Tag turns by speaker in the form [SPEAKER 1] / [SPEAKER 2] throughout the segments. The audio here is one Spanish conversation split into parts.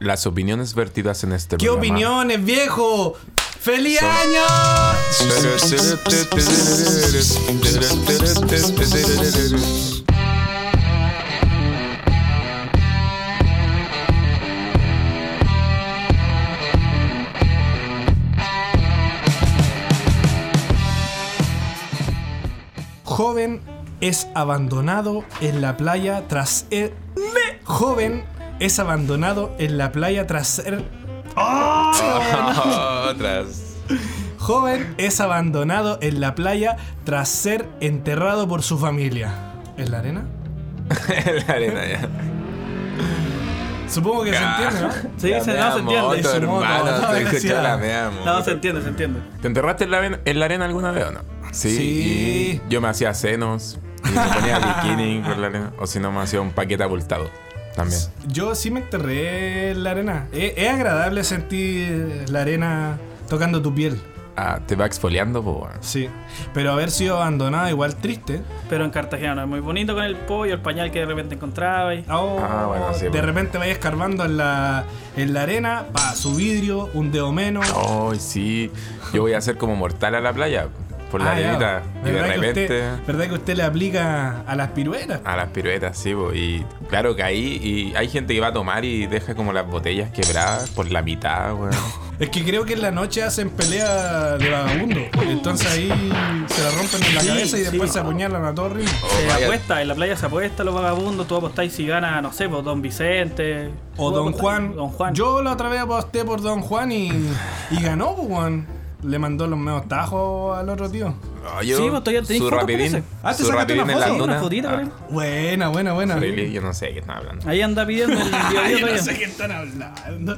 [SPEAKER 1] Las opiniones vertidas en este
[SPEAKER 2] ¿Qué
[SPEAKER 1] programa.
[SPEAKER 2] opiniones, viejo? ¡Feliz
[SPEAKER 1] Son-
[SPEAKER 2] año! Joven es abandonado en la playa tras ser. ¡Me! Joven es abandonado en la playa tras ser.
[SPEAKER 1] Otras.
[SPEAKER 2] Joven es abandonado en la playa tras ser enterrado por su familia. ¿En la arena?
[SPEAKER 1] la arena ya.
[SPEAKER 2] Supongo que se
[SPEAKER 1] Ah,
[SPEAKER 2] entiende, ¿no?
[SPEAKER 3] Sí,
[SPEAKER 1] la
[SPEAKER 3] se,
[SPEAKER 1] mea
[SPEAKER 3] no, se entiende.
[SPEAKER 1] moto,
[SPEAKER 2] su moto,
[SPEAKER 1] hermano,
[SPEAKER 2] no,
[SPEAKER 1] te escuché
[SPEAKER 2] decía.
[SPEAKER 1] la mea
[SPEAKER 3] No,
[SPEAKER 1] moto.
[SPEAKER 3] se entiende, se entiende.
[SPEAKER 1] ¿Te enterraste en la, ven- en la arena alguna vez o no? Sí.
[SPEAKER 2] Sí.
[SPEAKER 1] y Yo me hacía senos. Y me ponía bikini por la arena. O si no, me hacía un paquete abultado. También.
[SPEAKER 2] Yo sí me enterré en la arena. Es, es agradable sentir la arena tocando tu piel.
[SPEAKER 1] Ah, te va exfoliando, po, weón.
[SPEAKER 2] Sí. Pero haber sido abandonado igual triste.
[SPEAKER 3] Pero en Cartagena no es muy bonito con el pollo, el pañal que de repente encontraba. Y...
[SPEAKER 2] Oh,
[SPEAKER 1] Ah, bueno, sí,
[SPEAKER 2] de
[SPEAKER 1] bueno.
[SPEAKER 2] repente vayas escarbando en la, en la arena, pa, su vidrio, un dedo menos.
[SPEAKER 1] Ay, sí. Yo voy a ser como mortal a la playa. Por la
[SPEAKER 2] Ah, ya.
[SPEAKER 1] arenita. Y de
[SPEAKER 2] ¿Verdad que
[SPEAKER 1] repente.
[SPEAKER 2] usted- ¿Verdad que usted le aplica a las piruetas?
[SPEAKER 1] A las piruetas, sí, po. y claro que ahí y hay gente que va a tomar y deja como las botellas quebradas por la mitad, weón.
[SPEAKER 2] Es que creo que en la noche hacen pelea de vagabundo. Entonces ahí se la rompen en la
[SPEAKER 3] Sí,
[SPEAKER 2] cabeza y
[SPEAKER 3] sí.
[SPEAKER 2] después se apuñalan a todo ritmo.
[SPEAKER 1] Oh,
[SPEAKER 3] Se
[SPEAKER 1] vaya.
[SPEAKER 3] apuesta, en la playa se apuesta los vagabundos, tú apostáis si gana, no sé, pues Don Vicente.
[SPEAKER 2] O
[SPEAKER 3] Tú
[SPEAKER 2] Don
[SPEAKER 3] apostáis-
[SPEAKER 2] Juan.
[SPEAKER 3] Don Juan.
[SPEAKER 2] Yo la otra vez aposté por Don Juan y, y ganó, pues, weón. Le mandó los medios tajos al otro tío.
[SPEAKER 1] No, yo-
[SPEAKER 3] Sí, po, todavía tenés
[SPEAKER 1] su
[SPEAKER 3] fotos con
[SPEAKER 1] rapidín.
[SPEAKER 3] ese.
[SPEAKER 2] Ah, ¿te
[SPEAKER 1] su
[SPEAKER 2] sacaste
[SPEAKER 1] rapidín
[SPEAKER 2] una
[SPEAKER 1] en
[SPEAKER 2] foto?
[SPEAKER 1] las
[SPEAKER 2] Sí,
[SPEAKER 3] una
[SPEAKER 1] dunas.
[SPEAKER 3] fotito
[SPEAKER 2] Ah.
[SPEAKER 3] con él.
[SPEAKER 2] Buena, buena, buena.
[SPEAKER 1] Ah, really, yo no sé de qué están
[SPEAKER 2] Ah,
[SPEAKER 1] hablando.
[SPEAKER 3] Ahí anda pidiendo el video
[SPEAKER 2] Yo
[SPEAKER 3] todavía.
[SPEAKER 2] no sé qué están hablando.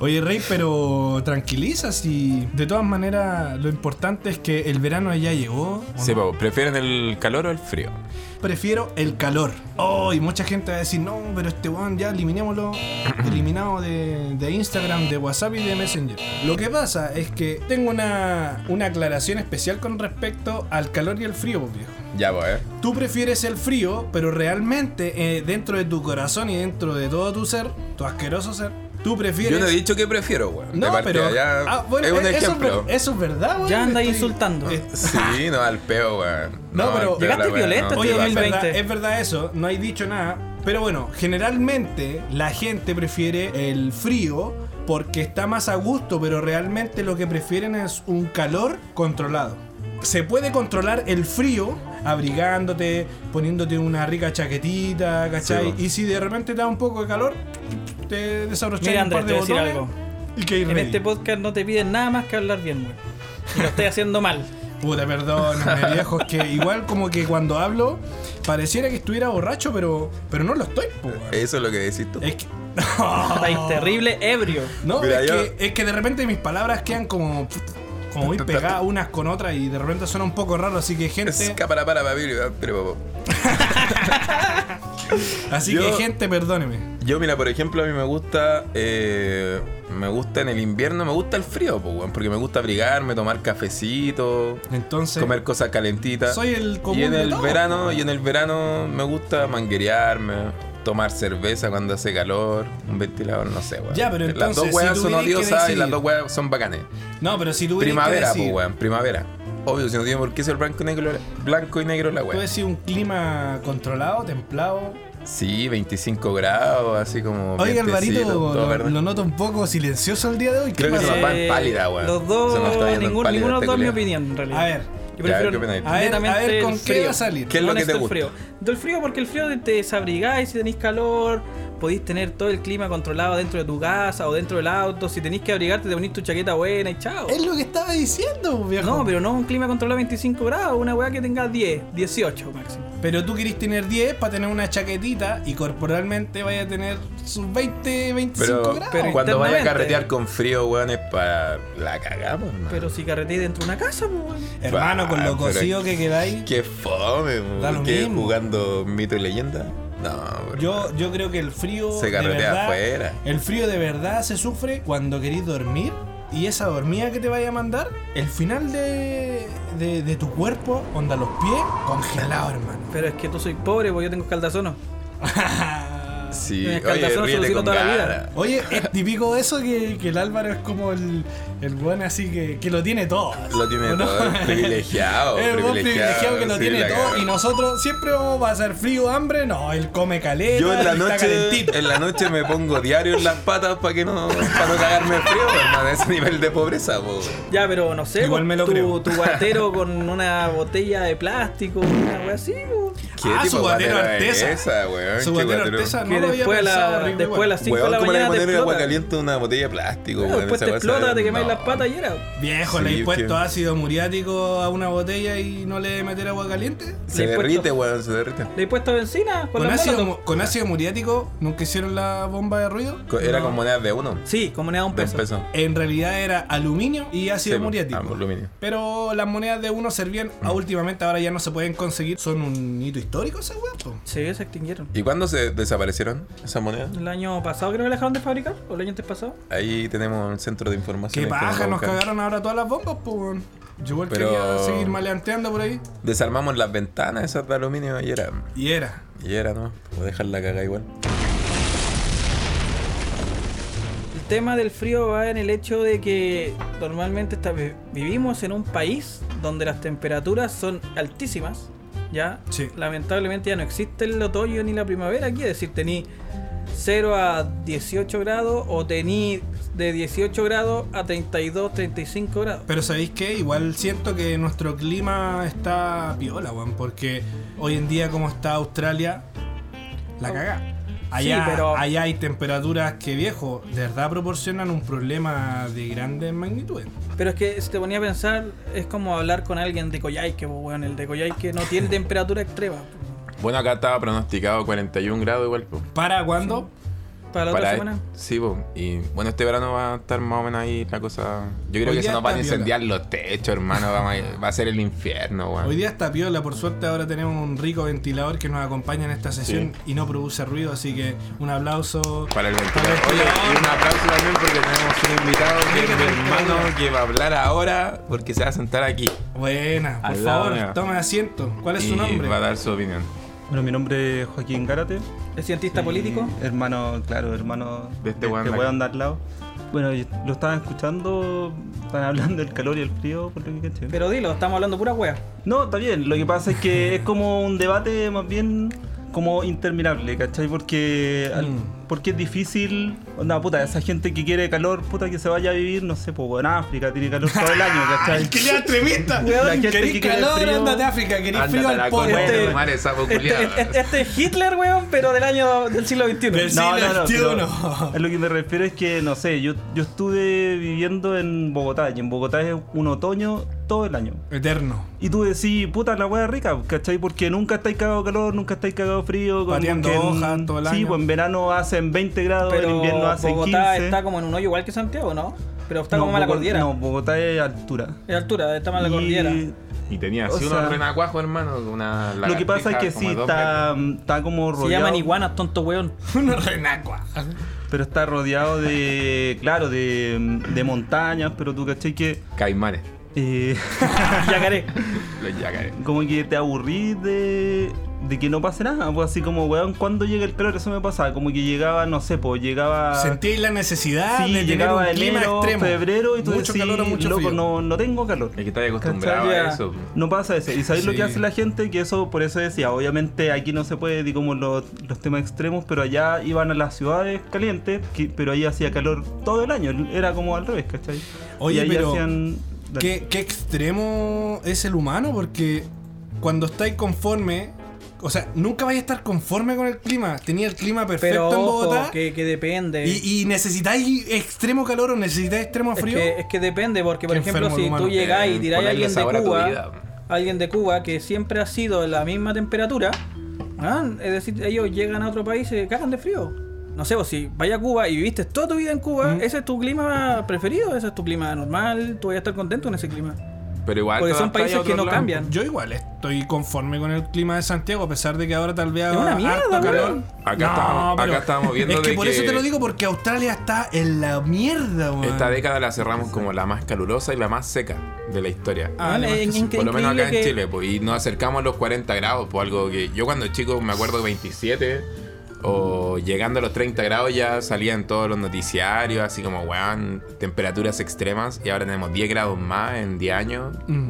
[SPEAKER 2] Oye, Rey, pero tranquiliza si. De todas maneras, lo importante es que el verano ya llegó. ¿o
[SPEAKER 1] Sí,
[SPEAKER 2] no?
[SPEAKER 1] po, ¿prefieren el calor o el frío?
[SPEAKER 2] Prefiero el calor. Oh, y mucha gente va a decir, no, pero este weón ya eliminémoslo. Eliminado de, de Instagram, de WhatsApp y de Messenger. Lo que pasa es que tengo una, una aclaración especial con respecto al calor y el frío, pues, viejo.
[SPEAKER 1] Ya, pues, eh.
[SPEAKER 2] Tú prefieres el frío, pero realmente eh, dentro de tu corazón y dentro de todo tu ser, tu asqueroso ser, tú
[SPEAKER 1] Yo
[SPEAKER 2] prefieres.
[SPEAKER 1] no he dicho que prefiero, weón.
[SPEAKER 2] No,
[SPEAKER 1] de partida,
[SPEAKER 2] pero.
[SPEAKER 1] ya
[SPEAKER 2] Ah, bueno,
[SPEAKER 1] es un
[SPEAKER 2] eh, eso ver-
[SPEAKER 1] ejemplo.
[SPEAKER 2] Eso, es verdad, weón.
[SPEAKER 3] Ya anda
[SPEAKER 2] estoy-
[SPEAKER 3] insultando.
[SPEAKER 2] eh,
[SPEAKER 1] Sí, no, al peo, weón.
[SPEAKER 2] No, pero-
[SPEAKER 1] al peo,
[SPEAKER 3] Llegaste
[SPEAKER 1] la weá,
[SPEAKER 3] violento,
[SPEAKER 1] no,
[SPEAKER 3] tío,
[SPEAKER 1] te pasa.
[SPEAKER 2] Oye, es
[SPEAKER 3] Mil-
[SPEAKER 2] verdad,
[SPEAKER 3] 2020.
[SPEAKER 2] es verdad eso, no hay dicho nada. Pero bueno, generalmente la gente prefiere el frío porque está más a gusto, pero realmente lo que prefieren es un calor controlado. Se puede controlar el frío abrigándote, poniéndote una rica chaquetita, ¿cachai?
[SPEAKER 1] Sí, bueno.
[SPEAKER 2] y si de repente te da un poco de calor, te desabrochas
[SPEAKER 3] Mira,
[SPEAKER 2] un par
[SPEAKER 3] Andrés,
[SPEAKER 2] de
[SPEAKER 3] te voy a
[SPEAKER 2] botones
[SPEAKER 3] decir
[SPEAKER 2] y que
[SPEAKER 3] En este podcast no te piden nada más que hablar bien, güey. Y lo estoy haciendo mal.
[SPEAKER 2] Puta, perdón, viejo, es que igual como que cuando hablo pareciera que estuviera borracho, pero pero no lo estoy, po, weón.
[SPEAKER 1] Eso es lo que decís tú.
[SPEAKER 2] Es que.
[SPEAKER 3] Estáis terrible ebrio.
[SPEAKER 2] No,
[SPEAKER 1] Mira,
[SPEAKER 2] es,
[SPEAKER 1] yo-
[SPEAKER 2] que, es que de repente mis palabras quedan como. Como muy pegadas unas con otras y de repente suena un poco raro, así que gente.
[SPEAKER 1] para, para, para, pero.
[SPEAKER 2] Así
[SPEAKER 1] Yo-
[SPEAKER 2] que gente, perdóneme.
[SPEAKER 1] Yo, mira, por ejemplo, a mí me gusta. eh, me gusta en el invierno, me gusta el frío, po, weón, porque me gusta abrigarme, tomar cafecito,
[SPEAKER 2] Entonces.
[SPEAKER 1] comer cosas calentitas.
[SPEAKER 2] Soy el común
[SPEAKER 1] y en
[SPEAKER 2] de
[SPEAKER 1] el
[SPEAKER 2] todos,
[SPEAKER 1] verano, y en el verano me gusta manguerearme, tomar cerveza cuando hace calor, un ventilador, no sé, weón.
[SPEAKER 2] Ya, pero
[SPEAKER 1] Las dos
[SPEAKER 2] entonces,
[SPEAKER 1] weas
[SPEAKER 2] si
[SPEAKER 1] son
[SPEAKER 2] tuvierais que
[SPEAKER 1] odiosas y
[SPEAKER 2] decidir-
[SPEAKER 1] las dos weas son bacanes.
[SPEAKER 2] No, pero si tú
[SPEAKER 1] Primavera,
[SPEAKER 2] que
[SPEAKER 1] pues,
[SPEAKER 2] decir,
[SPEAKER 1] weón, primavera. Obvio, si no tiene por qué ser blanco y negro, blanco y negro la
[SPEAKER 2] tú
[SPEAKER 1] wea.
[SPEAKER 2] decís un clima controlado, templado.
[SPEAKER 1] Sí, 25 grados, así como.
[SPEAKER 2] Oiga,
[SPEAKER 1] vientecito,
[SPEAKER 2] Alvarito,
[SPEAKER 1] todo
[SPEAKER 2] lo,
[SPEAKER 1] verde.
[SPEAKER 2] lo noto un poco silencioso el día de hoy. ¿Qué
[SPEAKER 1] Creo que
[SPEAKER 2] pasa?
[SPEAKER 1] se nos va en pálida, weón.
[SPEAKER 3] Eh, Los
[SPEAKER 1] Se nos está
[SPEAKER 3] dos,
[SPEAKER 1] yendo en
[SPEAKER 3] ningún,
[SPEAKER 1] pálida
[SPEAKER 3] ninguno de
[SPEAKER 1] este
[SPEAKER 3] los dos mi
[SPEAKER 1] culiao.
[SPEAKER 3] opinión, en realidad.
[SPEAKER 2] A ver,
[SPEAKER 3] yo
[SPEAKER 1] ya,
[SPEAKER 3] prefiero
[SPEAKER 1] ¿qué opináis?
[SPEAKER 2] A ver, a ver
[SPEAKER 3] netamente
[SPEAKER 2] con
[SPEAKER 3] el
[SPEAKER 2] qué
[SPEAKER 3] frío.
[SPEAKER 2] va a salir.
[SPEAKER 1] ¿Qué es lo que
[SPEAKER 3] Honesto,
[SPEAKER 1] te
[SPEAKER 3] el
[SPEAKER 1] gusta?
[SPEAKER 3] frío. Del frío porque el frío te desabrigáis si tenéis calor, podéis tener todo el clima controlado dentro de tu casa o dentro del auto. Si tenéis que abrigarte, te ponís tu chaqueta buena y chao.
[SPEAKER 2] Es lo que estaba diciendo, pues, viejo.
[SPEAKER 3] No, pero no un clima controlado a 25 grados, una weá que tenga 10, 18 máximo.
[SPEAKER 2] Pero tú querés tener 10 para tener una chaquetita y corporalmente vaya a tener sus 20, 25
[SPEAKER 1] Pero,
[SPEAKER 2] grados.
[SPEAKER 3] pero
[SPEAKER 1] cuando vaya a
[SPEAKER 3] internamente.
[SPEAKER 1] carretear con frío, weón, es para la cagamos, hermano.
[SPEAKER 3] Pero si carreteáis dentro de una casa, pues, weón.
[SPEAKER 2] Hermano, con lo
[SPEAKER 1] Ah, pero-
[SPEAKER 2] cocido que quedáis.
[SPEAKER 1] Qué fome,
[SPEAKER 2] Da lo
[SPEAKER 1] weón. ¿Qué
[SPEAKER 2] mismo.
[SPEAKER 1] jugando mito y leyenda? No, bro.
[SPEAKER 2] Yo, yo creo que el frío.
[SPEAKER 1] Se
[SPEAKER 2] de
[SPEAKER 1] carretea
[SPEAKER 2] verdad-
[SPEAKER 1] afuera.
[SPEAKER 2] El frío de verdad se sufre cuando querés dormir. Y esa dormida que te vaya a mandar, el final de, de, de tu cuerpo, onda los pies, congelado, hermano.
[SPEAKER 3] pues Pero es que tú soy pobre, porque yo tengo caldazono.
[SPEAKER 1] Sí,
[SPEAKER 3] Un
[SPEAKER 1] oye,
[SPEAKER 3] escaldazo
[SPEAKER 1] ríete
[SPEAKER 3] solucionó
[SPEAKER 1] con
[SPEAKER 3] toda la vida.
[SPEAKER 1] ganas.
[SPEAKER 2] Oye, es típico eso que, que el Álvaro es como el, el buen así que, que lo tiene todo.
[SPEAKER 1] Lo tiene
[SPEAKER 2] ¿O no?
[SPEAKER 1] todo, es privilegiado.
[SPEAKER 2] Es el buen privilegiado que lo
[SPEAKER 1] sí,
[SPEAKER 2] tiene
[SPEAKER 1] la
[SPEAKER 2] todo
[SPEAKER 1] cagó.
[SPEAKER 2] y nosotros siempre vamos a pasar frío, hambre. No, él come caleta,
[SPEAKER 1] Yo en la
[SPEAKER 2] está
[SPEAKER 1] noche,
[SPEAKER 2] calentito.
[SPEAKER 1] en la noche me pongo diario en las patas para que no, para no cagarme el frío, hermano, ese nivel de pobreza, po.
[SPEAKER 3] Ya, pero no sé,
[SPEAKER 2] Igual
[SPEAKER 3] pues,
[SPEAKER 2] me lo
[SPEAKER 3] tu,
[SPEAKER 2] creo.
[SPEAKER 3] tu guatero con una botella de plástico, una wea así, pues.
[SPEAKER 1] ¿Qué
[SPEAKER 2] Ah,
[SPEAKER 1] tipo
[SPEAKER 2] su
[SPEAKER 1] de
[SPEAKER 2] guatero
[SPEAKER 1] guatera
[SPEAKER 2] artesa.
[SPEAKER 1] es esa, weón?
[SPEAKER 2] Su
[SPEAKER 1] ¿Qué
[SPEAKER 2] guatero
[SPEAKER 1] guatero?
[SPEAKER 2] artesa
[SPEAKER 3] Que
[SPEAKER 2] no lo había
[SPEAKER 3] después a la-
[SPEAKER 2] pensado, horrible,
[SPEAKER 3] después a
[SPEAKER 2] weón.
[SPEAKER 3] las 5 de
[SPEAKER 1] Weón,
[SPEAKER 3] la
[SPEAKER 1] ¿cómo le
[SPEAKER 3] mañana te
[SPEAKER 1] poner el agua
[SPEAKER 3] explota.
[SPEAKER 1] caliente a una botella de plástico,
[SPEAKER 3] Claro,
[SPEAKER 1] weón?
[SPEAKER 3] después
[SPEAKER 1] Esa
[SPEAKER 3] te
[SPEAKER 1] weá se
[SPEAKER 3] explota,
[SPEAKER 1] abre-
[SPEAKER 3] te quemáis
[SPEAKER 1] no.
[SPEAKER 3] las patas y era.
[SPEAKER 2] Viejo, le
[SPEAKER 1] Sí,
[SPEAKER 2] he
[SPEAKER 1] es
[SPEAKER 2] puesto
[SPEAKER 1] que-
[SPEAKER 2] ácido muriático a una botella y no le he meter agua caliente.
[SPEAKER 1] Se
[SPEAKER 3] Le he
[SPEAKER 1] derrite,
[SPEAKER 3] puesto-
[SPEAKER 1] weón, se derrite.
[SPEAKER 3] Le he puesto benzina con,
[SPEAKER 2] Con
[SPEAKER 3] las
[SPEAKER 2] ácido,
[SPEAKER 3] molotov.
[SPEAKER 2] mu- con ácido muriático nunca hicieron la bomba de ruido.
[SPEAKER 1] Co- Era
[SPEAKER 3] No.
[SPEAKER 1] con monedas de uno,
[SPEAKER 3] Sí, como moneda de un
[SPEAKER 1] de un
[SPEAKER 3] peso.
[SPEAKER 1] peso.
[SPEAKER 2] En realidad era aluminio y ácido
[SPEAKER 1] Sí, pues,
[SPEAKER 2] muriático.
[SPEAKER 1] aluminio. Mm.
[SPEAKER 2] Pero las monedas de uno servían a últimamente, ahora ya no se pueden conseguir. Son un hito histórico esas weas, po.
[SPEAKER 3] Sí, se extinguieron.
[SPEAKER 1] ¿Y cuándo se desaparecieron esas monedas?
[SPEAKER 3] El año pasado creo que la dejaron de fabricar, o el año antes pasado.
[SPEAKER 1] Ahí tenemos el centro de información.
[SPEAKER 2] Qué
[SPEAKER 1] ahí que
[SPEAKER 2] paja,
[SPEAKER 1] vamos
[SPEAKER 2] nos
[SPEAKER 1] a buscar.
[SPEAKER 2] cagaron ahora todas las bombas, po. weón. Yo igual
[SPEAKER 1] Pero-
[SPEAKER 2] quería seguir maleanteando por ahí.
[SPEAKER 1] Desarmamos las ventanas esas de aluminio y era.
[SPEAKER 2] Y era.
[SPEAKER 1] Y era, pues, ¿no? O dejarla cagar igual.
[SPEAKER 3] El tema del frío va en el hecho de que normalmente esta- vivimos en un país donde las temperaturas son altísimas. Ya,
[SPEAKER 2] Sí.
[SPEAKER 3] lamentablemente ya no existe el otoño ni la primavera aquí, es decir, tení 0 a 18 grados o tení de 18 grados a 32, 35 grados.
[SPEAKER 2] Pero ¿sabéis qué? Igual siento que nuestro clima está piola, weón, porque hoy en día como está Australia,
[SPEAKER 1] Oh.
[SPEAKER 2] la cagá. Allá,
[SPEAKER 3] Sí, pero-
[SPEAKER 2] allá hay temperaturas que, viejo, de verdad proporcionan un problema de grandes magnitudes.
[SPEAKER 3] Pero es que si te ponía a pensar, es como hablar con alguien de Coyhaique, pues, weón. El de Coyhaique no tiene temperatura extrema.
[SPEAKER 1] Bueno, acá estaba pronosticado 41 grados igual, po.
[SPEAKER 2] ¿Para cuándo?
[SPEAKER 3] Para la otra
[SPEAKER 1] Para e-
[SPEAKER 3] semana.
[SPEAKER 1] Sí, po. Y bueno, este verano va a estar más o menos ahí la cosa. Yo creo
[SPEAKER 2] Hoy
[SPEAKER 1] que
[SPEAKER 2] día
[SPEAKER 1] se nos van a
[SPEAKER 2] está
[SPEAKER 1] incendiar los techos, hermano. Vamos a- va a ser el infierno, weón.
[SPEAKER 2] Hoy día está piola, por suerte ahora tenemos un rico ventilador que nos acompaña en esta sesión y no produce ruido, así que un aplauso.
[SPEAKER 1] Para el ventilador.
[SPEAKER 2] Para el
[SPEAKER 1] Oye,
[SPEAKER 2] ventilador.
[SPEAKER 1] y un aplauso también porque tenemos un invitado que
[SPEAKER 2] Mira
[SPEAKER 1] es mi
[SPEAKER 2] que
[SPEAKER 1] hermano
[SPEAKER 2] tranquilo.
[SPEAKER 1] que va a hablar ahora porque se va a sentar aquí.
[SPEAKER 2] Buena, por
[SPEAKER 1] Al lado mío.
[SPEAKER 2] favor, tome asiento. ¿Cuál es
[SPEAKER 1] y
[SPEAKER 2] su nombre?
[SPEAKER 1] va a dar su opinión.
[SPEAKER 4] Bueno, mi nombre es Joaquín Gárate.
[SPEAKER 3] ¿Es cientista
[SPEAKER 4] soy
[SPEAKER 3] político?
[SPEAKER 4] Hermano, claro, hermano
[SPEAKER 1] De este weón de acá.
[SPEAKER 4] weón de al lado. Bueno, y lo estaban escuchando, estaban hablando del calor y el frío, por lo que caché.
[SPEAKER 3] Pero dilo, estamos hablando pura wea.
[SPEAKER 4] No, está bien, lo que pasa es que es como un debate más bien como interminable, ¿cachai? Porque, al-
[SPEAKER 2] Mm.
[SPEAKER 4] porque es difícil, onda puta, esa gente que quiere calor, puta, que se vaya a vivir, no sé, pues en África, tiene calor todo el año, ¿cachai?
[SPEAKER 2] ¡Qué ya extremista!
[SPEAKER 4] La gente
[SPEAKER 2] Querís
[SPEAKER 4] que quiere
[SPEAKER 2] calor,
[SPEAKER 4] frío.
[SPEAKER 2] ándate a África, querís
[SPEAKER 1] Ándate
[SPEAKER 2] frío
[SPEAKER 1] a
[SPEAKER 2] al
[SPEAKER 1] la
[SPEAKER 2] polo.
[SPEAKER 1] concha de
[SPEAKER 3] Este-
[SPEAKER 1] tu madre, sapo
[SPEAKER 3] Este,
[SPEAKER 1] culiao.
[SPEAKER 3] este- este es Hitler, weón, pero del año del siglo XXI.
[SPEAKER 2] Del-
[SPEAKER 4] No,
[SPEAKER 2] siglo
[SPEAKER 4] no, no,
[SPEAKER 2] XXI.
[SPEAKER 4] pero A lo que me refiero es que, no sé, yo, yo estuve viviendo en Bogotá y en Bogotá es un otoño todo el año.
[SPEAKER 2] Eterno.
[SPEAKER 4] Y tú decís, puta, la hueá rica, ¿cachai? Porque nunca estáis cagado calor, nunca estáis cagado frío. como
[SPEAKER 2] Pateando
[SPEAKER 4] que en-
[SPEAKER 2] hojas todo el
[SPEAKER 4] Sí,
[SPEAKER 2] año.
[SPEAKER 4] pues en verano hacen 20 grados,
[SPEAKER 3] Pero
[SPEAKER 4] en invierno hacen
[SPEAKER 3] Bogotá
[SPEAKER 4] 15.
[SPEAKER 3] está como en un hoyo igual que Santiago, ¿no? Pero está como
[SPEAKER 4] No,
[SPEAKER 3] más la
[SPEAKER 4] Bogo-
[SPEAKER 3] cordillera.
[SPEAKER 4] No, Bogotá es altura.
[SPEAKER 3] Es altura, está más la
[SPEAKER 4] Y
[SPEAKER 3] cordillera. este-
[SPEAKER 1] Y tenía
[SPEAKER 4] O
[SPEAKER 1] así
[SPEAKER 4] sea,
[SPEAKER 1] unos renacuajos, hermano. Una
[SPEAKER 4] Lo que pasa es que
[SPEAKER 1] lagartija
[SPEAKER 4] sí,
[SPEAKER 1] como de dos
[SPEAKER 4] está, está como rodeado.
[SPEAKER 3] Se llaman iguanas, tonto weón.
[SPEAKER 2] Una renacua.
[SPEAKER 4] Pero está rodeado de, claro, de, de montañas, pero tú, ¿cachai? Que...
[SPEAKER 1] metros. Caimanes.
[SPEAKER 4] eh,
[SPEAKER 3] Yacaré.
[SPEAKER 1] Los yacarés.
[SPEAKER 4] como que te aburrís de, de que no pase nada. Pues así como, weón, ¿cuándo llega el calor? Eso me pasaba. Como que llegaba, no sé, pues llegaba.
[SPEAKER 2] Sentí la necesidad
[SPEAKER 4] sí,
[SPEAKER 2] de tener
[SPEAKER 4] llegaba
[SPEAKER 2] un clima
[SPEAKER 4] enero,
[SPEAKER 2] extremo.
[SPEAKER 4] febrero y tú
[SPEAKER 2] mucho
[SPEAKER 4] decís,
[SPEAKER 2] calor o mucho
[SPEAKER 4] loco,
[SPEAKER 2] frío.
[SPEAKER 4] No, no tengo calor.
[SPEAKER 1] Es que estás acostumbrado
[SPEAKER 3] ¿Cachai?
[SPEAKER 1] a eso.
[SPEAKER 4] No pasa eso. ¿Y sabéis lo
[SPEAKER 2] Sí.
[SPEAKER 4] que hace la gente? Que eso, por eso decía, obviamente aquí no se puede, digamos, los, los temas extremos, pero allá iban a las ciudades calientes, que- pero ahí hacía calor todo el año. Era como al revés, ¿cachai?
[SPEAKER 2] Oye,
[SPEAKER 4] y ahí
[SPEAKER 2] pero,
[SPEAKER 4] hacían... Dale.
[SPEAKER 2] ¿Qué, qué extremo es el humano, porque cuando estáis conforme, o sea, nunca vais a estar conforme con el clima. Tenía el clima perfecto
[SPEAKER 3] Pero
[SPEAKER 2] en Bogotá
[SPEAKER 3] ojo, que, que depende.
[SPEAKER 2] y, y necesitáis extremo calor o necesitáis extremo
[SPEAKER 3] Es
[SPEAKER 2] frío.
[SPEAKER 3] que, es que depende, porque por
[SPEAKER 2] Qué
[SPEAKER 3] ejemplo,
[SPEAKER 2] enfermo el
[SPEAKER 3] si
[SPEAKER 2] humano.
[SPEAKER 3] tú llegás y
[SPEAKER 1] Eh,
[SPEAKER 3] tiráis a
[SPEAKER 1] ponerle
[SPEAKER 3] alguien de
[SPEAKER 1] sabor a tu
[SPEAKER 3] Cuba,
[SPEAKER 1] vida.
[SPEAKER 3] alguien de Cuba que siempre ha sido la misma temperatura, ah, es decir, ellos llegan a otro país y se cagan de frío. No sé, vos si vayas a Cuba y viviste toda tu vida en
[SPEAKER 2] Mm.
[SPEAKER 3] Cuba, ese es tu clima preferido, ese es tu clima normal, tú vas a estar contento en ese clima.
[SPEAKER 1] Pero igual.
[SPEAKER 3] Porque
[SPEAKER 1] te
[SPEAKER 3] son
[SPEAKER 1] adaptas
[SPEAKER 3] países
[SPEAKER 1] a otro
[SPEAKER 3] que no
[SPEAKER 1] lado.
[SPEAKER 3] cambian.
[SPEAKER 2] Yo igual estoy conforme con el clima de Santiago, a pesar de que ahora tal vez
[SPEAKER 3] Es una
[SPEAKER 2] haga
[SPEAKER 3] mierda,
[SPEAKER 2] harto
[SPEAKER 3] weón.
[SPEAKER 2] calor.
[SPEAKER 1] Acá estábamos-
[SPEAKER 2] pero
[SPEAKER 1] acá estábamos viendo
[SPEAKER 2] Es que
[SPEAKER 1] de
[SPEAKER 2] por
[SPEAKER 1] que-
[SPEAKER 2] eso te lo digo, porque Australia está en la mierda, weón.
[SPEAKER 1] Esta década la cerramos como la más calurosa y la más seca de la historia.
[SPEAKER 2] Ah,
[SPEAKER 3] Weón,
[SPEAKER 2] además
[SPEAKER 3] es
[SPEAKER 2] que sí.
[SPEAKER 3] incre-
[SPEAKER 1] Por lo menos acá
[SPEAKER 3] increíble
[SPEAKER 1] en
[SPEAKER 3] que-
[SPEAKER 1] Chile, pues, y nos acercamos a los 40 grados, pues algo que yo cuando chico me acuerdo que 27 o llegando a los 30 grados ya salían todos los noticiarios, así como, weón, temperaturas extremas y ahora tenemos 10 grados más en 10 años.
[SPEAKER 2] Mm.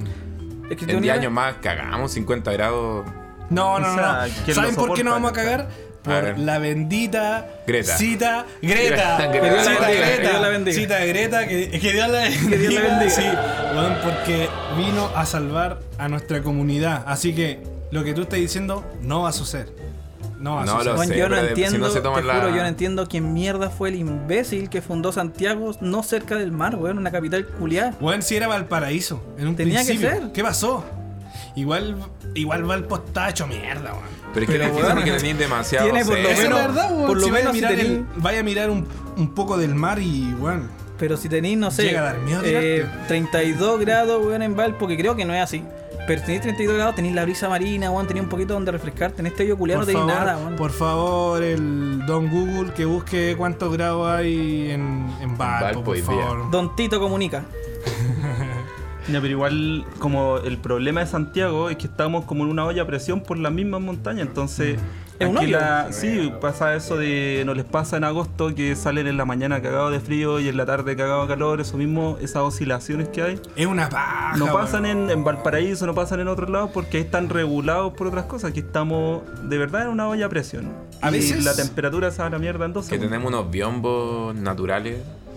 [SPEAKER 3] Es que
[SPEAKER 1] En
[SPEAKER 3] tú
[SPEAKER 1] 10
[SPEAKER 3] ni-
[SPEAKER 1] años más cagamos 50 grados.
[SPEAKER 2] No,
[SPEAKER 4] O
[SPEAKER 2] no, no,
[SPEAKER 4] sea,
[SPEAKER 2] no.
[SPEAKER 4] ¿quién
[SPEAKER 2] ¿Saben
[SPEAKER 4] lo
[SPEAKER 2] por qué nos vamos a
[SPEAKER 4] soporta?
[SPEAKER 2] cagar?
[SPEAKER 1] A
[SPEAKER 2] Por
[SPEAKER 1] ver.
[SPEAKER 2] la bendita
[SPEAKER 1] Greta.
[SPEAKER 2] cita Greta.
[SPEAKER 1] Que Dios la
[SPEAKER 2] Cita
[SPEAKER 1] bendiga,
[SPEAKER 2] Greta.
[SPEAKER 3] que Dios la bendiga.
[SPEAKER 2] Cita Greta, que, que Dios la bendiga.
[SPEAKER 3] Dios la bendiga.
[SPEAKER 2] Sí, weón, porque vino a salvar a nuestra comunidad. Así que lo que tú estás diciendo no va a suceder. No va a
[SPEAKER 1] No
[SPEAKER 2] suceder.
[SPEAKER 1] lo
[SPEAKER 3] Juan,
[SPEAKER 1] sé,
[SPEAKER 3] yo no
[SPEAKER 1] pero de- si
[SPEAKER 3] entiendo,
[SPEAKER 1] no se toman
[SPEAKER 3] te
[SPEAKER 1] la-
[SPEAKER 3] juro, yo no entiendo quién mierda fue el imbécil que fundó Santiago no cerca del mar, weón, una capital culiada.
[SPEAKER 2] Weón, si era Valparaíso. En un
[SPEAKER 3] Tenía que
[SPEAKER 2] principio.
[SPEAKER 3] ser.
[SPEAKER 2] ¿Qué pasó? Igual, igual Valpo está hecho mierda, weón.
[SPEAKER 1] Pero es que
[SPEAKER 3] Pero,
[SPEAKER 1] es difícil
[SPEAKER 3] weón,
[SPEAKER 1] porque tenéis demasiado.
[SPEAKER 3] tiene por lo
[SPEAKER 2] Esa
[SPEAKER 1] sed.
[SPEAKER 2] es la
[SPEAKER 3] menos-
[SPEAKER 2] verdad, weón.
[SPEAKER 3] por lo
[SPEAKER 2] Si vaya a
[SPEAKER 3] menos
[SPEAKER 2] mirar,
[SPEAKER 3] si
[SPEAKER 2] el- vaya a mirar un, un poco del mar y, weón.
[SPEAKER 3] Pero si tenéis, no sé,
[SPEAKER 2] Llega a dar miedo
[SPEAKER 3] eh,
[SPEAKER 2] tirarte.
[SPEAKER 3] 32 grados, weón, en Valpo, que creo que no es así. Pero si tenéis 32 grados, tenéis la brisa marina, weón, tenéis un poquito donde refrescarte. En este hoyo culiado no
[SPEAKER 2] Por
[SPEAKER 3] tenéis
[SPEAKER 2] favor,
[SPEAKER 3] nada, weón.
[SPEAKER 2] por favor, el don Google que busque cuántos grados hay en, en Valpo,
[SPEAKER 1] Valpo
[SPEAKER 2] por
[SPEAKER 1] hoy día.
[SPEAKER 2] favor.
[SPEAKER 3] Don Tito comunica.
[SPEAKER 4] Ya, pero igual, como el problema de Santiago es que estamos como en una olla a presión por las mismas montañas, entonces.
[SPEAKER 3] Es un
[SPEAKER 4] aquí
[SPEAKER 3] hoyo.
[SPEAKER 4] la- sí, pasa eso de. No les pasa en agosto que salen en la mañana cagados de frío y en la tarde cagados de calor, eso mismo, esas oscilaciones que hay.
[SPEAKER 2] Es una paja.
[SPEAKER 4] No
[SPEAKER 2] weón.
[SPEAKER 4] pasan en, en Valparaíso, no pasan en otros lados porque ahí están regulados por otras cosas. Aquí estamos de verdad en una olla a presión.
[SPEAKER 2] A
[SPEAKER 4] y
[SPEAKER 2] veces-
[SPEAKER 4] la temperatura se va a la mierda en dos
[SPEAKER 1] Que
[SPEAKER 4] segundos.
[SPEAKER 1] tenemos unos biombos naturales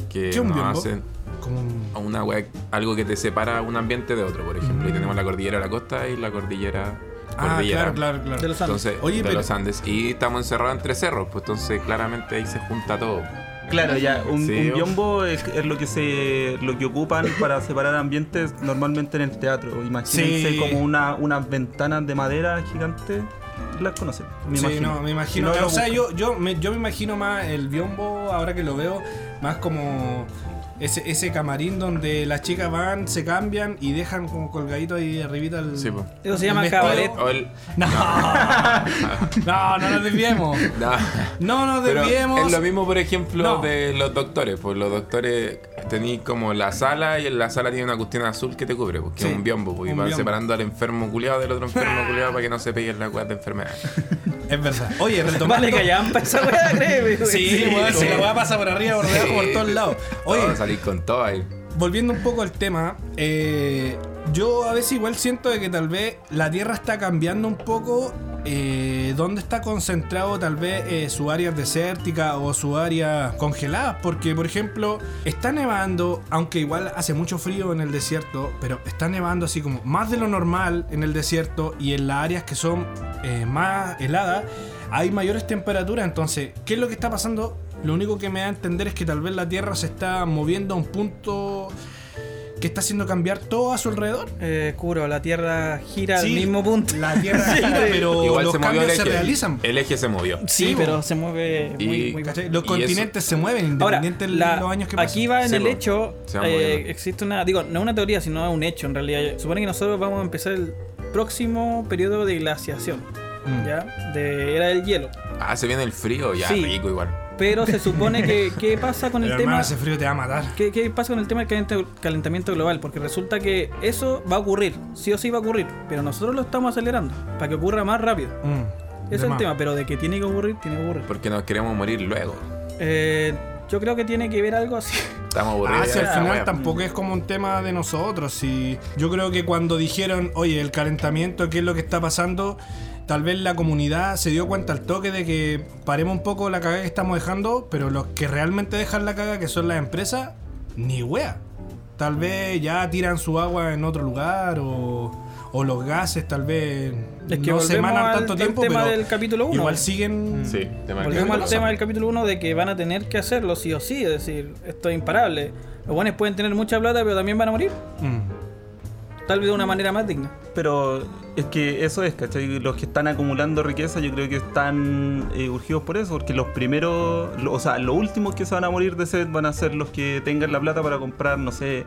[SPEAKER 1] que
[SPEAKER 2] ¿Qué un
[SPEAKER 1] nos
[SPEAKER 2] biombo?
[SPEAKER 1] hacen
[SPEAKER 2] Como un-
[SPEAKER 1] a una wea- algo que te separa un ambiente de otro, por ejemplo. Y tenemos la cordillera de la costa y la cordillera.
[SPEAKER 2] Ah,
[SPEAKER 1] cordillera.
[SPEAKER 2] claro, claro, claro.
[SPEAKER 3] De los Andes.
[SPEAKER 1] Entonces,
[SPEAKER 2] Oye,
[SPEAKER 1] de
[SPEAKER 2] pero-
[SPEAKER 1] los Andes. Y estamos encerrados entre cerros, pues entonces claramente ahí se junta todo.
[SPEAKER 4] Claro, ya, un,
[SPEAKER 1] Sí,
[SPEAKER 4] un
[SPEAKER 1] o-
[SPEAKER 4] biombo es, es lo que se lo que ocupan para separar ambientes normalmente en el teatro. Imagínense
[SPEAKER 2] Sí.
[SPEAKER 4] como una, unas ventanas de madera gigantes. Las conocen, me
[SPEAKER 2] sí,
[SPEAKER 4] imagino.
[SPEAKER 2] no, me
[SPEAKER 4] Si
[SPEAKER 2] imagino.
[SPEAKER 4] no, lo
[SPEAKER 2] o sea,
[SPEAKER 4] buscan.
[SPEAKER 2] yo, yo, me, yo me imagino más el biombo, ahora que lo veo, más como ese, ese camarín donde las chicas van, se cambian y dejan como colgadito ahí arribita el.
[SPEAKER 1] Sí, po.
[SPEAKER 3] Eso se
[SPEAKER 2] el
[SPEAKER 3] llama
[SPEAKER 2] vestido.
[SPEAKER 3] cabaret.
[SPEAKER 1] O el-
[SPEAKER 2] No, no, no nos desviemos.
[SPEAKER 1] no.
[SPEAKER 2] No nos
[SPEAKER 1] Pero
[SPEAKER 2] desviemos.
[SPEAKER 1] es lo mismo, por ejemplo,
[SPEAKER 2] No.
[SPEAKER 1] de los doctores. Pues los doctores tenéis como la sala y en la sala tiene una cuestión azul que te cubre, porque
[SPEAKER 2] Sí,
[SPEAKER 1] es un biombo, porque
[SPEAKER 2] un
[SPEAKER 1] van
[SPEAKER 2] biombo.
[SPEAKER 1] separando al enfermo culiado del otro enfermo culiado para que no se peguen las weas de enfermedad.
[SPEAKER 2] Es verdad. Oye, retomando.
[SPEAKER 3] Vale, callampa esa weá, créeme. weón.
[SPEAKER 2] Sí, weón, si la weá pasa por arriba, por debajo, por todos lados. Oye,
[SPEAKER 1] Vamos a salir con todo ahí.
[SPEAKER 2] volviendo un poco al tema, eh, yo a veces igual siento de que tal vez la Tierra está cambiando un poco eh, dónde está concentrado tal vez eh, su área desértica o su área congelada. Porque, por ejemplo, está nevando, aunque igual hace mucho frío en el desierto, pero está nevando así como más de lo normal en el desierto y en las áreas que son eh, más heladas. Hay mayores temperaturas, entonces, ¿qué es lo que está pasando? Lo único que me da a entender es que tal vez la Tierra se está moviendo a un punto que está haciendo cambiar todo a su alrededor.
[SPEAKER 3] Eh, Curo, la tierra gira
[SPEAKER 2] Sí,
[SPEAKER 3] al mismo punto.
[SPEAKER 2] La Tierra gira, pero
[SPEAKER 1] Igual
[SPEAKER 2] los
[SPEAKER 1] se movió el
[SPEAKER 2] cambios
[SPEAKER 1] eje.
[SPEAKER 2] se realizan.
[SPEAKER 1] El eje se movió.
[SPEAKER 3] Sí,
[SPEAKER 2] Sí,
[SPEAKER 3] pero
[SPEAKER 2] bo.
[SPEAKER 3] se mueve muy,
[SPEAKER 1] Y-
[SPEAKER 3] muy
[SPEAKER 2] ¿Cachai? Los
[SPEAKER 1] Y
[SPEAKER 2] continentes se mueven
[SPEAKER 3] Ahora,
[SPEAKER 2] independiente de
[SPEAKER 3] la-
[SPEAKER 2] los años que pasan.
[SPEAKER 3] aquí va en
[SPEAKER 1] Sí,
[SPEAKER 3] el
[SPEAKER 1] bo.
[SPEAKER 3] hecho,
[SPEAKER 1] Se va
[SPEAKER 3] eh,
[SPEAKER 1] moviendo.
[SPEAKER 3] existe una, digo, no una teoría, sino un hecho en realidad. Supone que nosotros vamos a empezar el próximo periodo de glaciación,
[SPEAKER 2] Mm.
[SPEAKER 3] ¿ya? De era del hielo.
[SPEAKER 1] Ah, se viene el frío, ya
[SPEAKER 3] Sí.
[SPEAKER 1] rico igual.
[SPEAKER 3] Pero se supone que, ¿qué pasa con
[SPEAKER 2] Pero,
[SPEAKER 3] el
[SPEAKER 2] hermano,
[SPEAKER 3] tema?
[SPEAKER 2] ese frío te va a matar.
[SPEAKER 3] ¿Qué, qué pasa con el tema del calent- calentamiento global? Porque resulta que eso va a ocurrir, sí o sí va a ocurrir, pero nosotros lo estamos acelerando para que ocurra más rápido.
[SPEAKER 2] Mm,
[SPEAKER 3] Ese es
[SPEAKER 2] de
[SPEAKER 3] el
[SPEAKER 2] más.
[SPEAKER 3] tema, pero de que tiene que ocurrir, tiene que ocurrir.
[SPEAKER 1] Porque nos queremos morir luego.
[SPEAKER 3] Eh, yo creo que tiene que ver algo así.
[SPEAKER 1] Estamos
[SPEAKER 2] Ah,
[SPEAKER 1] aburridos.
[SPEAKER 2] si al
[SPEAKER 1] ya,
[SPEAKER 2] final
[SPEAKER 1] wea. pues.
[SPEAKER 2] tampoco es como un tema de nosotros. Si yo creo que cuando dijeron, oye, el calentamiento, ¿qué es lo que está pasando? Tal vez la comunidad se dio cuenta al toque de que paremos un poco la cagada que estamos dejando, pero los que realmente dejan la caga, que son las empresas, ni wea. Tal vez ya tiran su agua en otro lugar o, o los gases, tal vez
[SPEAKER 3] Es que
[SPEAKER 2] no se
[SPEAKER 3] volvemos
[SPEAKER 2] emanan
[SPEAKER 3] al-
[SPEAKER 2] tanto
[SPEAKER 3] al
[SPEAKER 2] tiempo,
[SPEAKER 3] tema
[SPEAKER 2] pero
[SPEAKER 3] del capítulo uno.
[SPEAKER 2] igual siguen.
[SPEAKER 1] Sí, te marqué.
[SPEAKER 3] Volvemos al
[SPEAKER 1] Razón.
[SPEAKER 3] tema del capítulo 1 de que van a tener que hacerlo sí o sí, es decir, esto es imparable. Los buenos pueden tener mucha plata, pero también van a morir,
[SPEAKER 2] Mm.
[SPEAKER 3] tal vez de una manera más digna.
[SPEAKER 4] Pero es que eso es, ¿cachai? Los que están acumulando riqueza yo creo que están eh, urgidos por eso, porque los primeros, lo- o sea, los últimos que se van a morir de sed van a ser los que tengan la plata para comprar, no sé,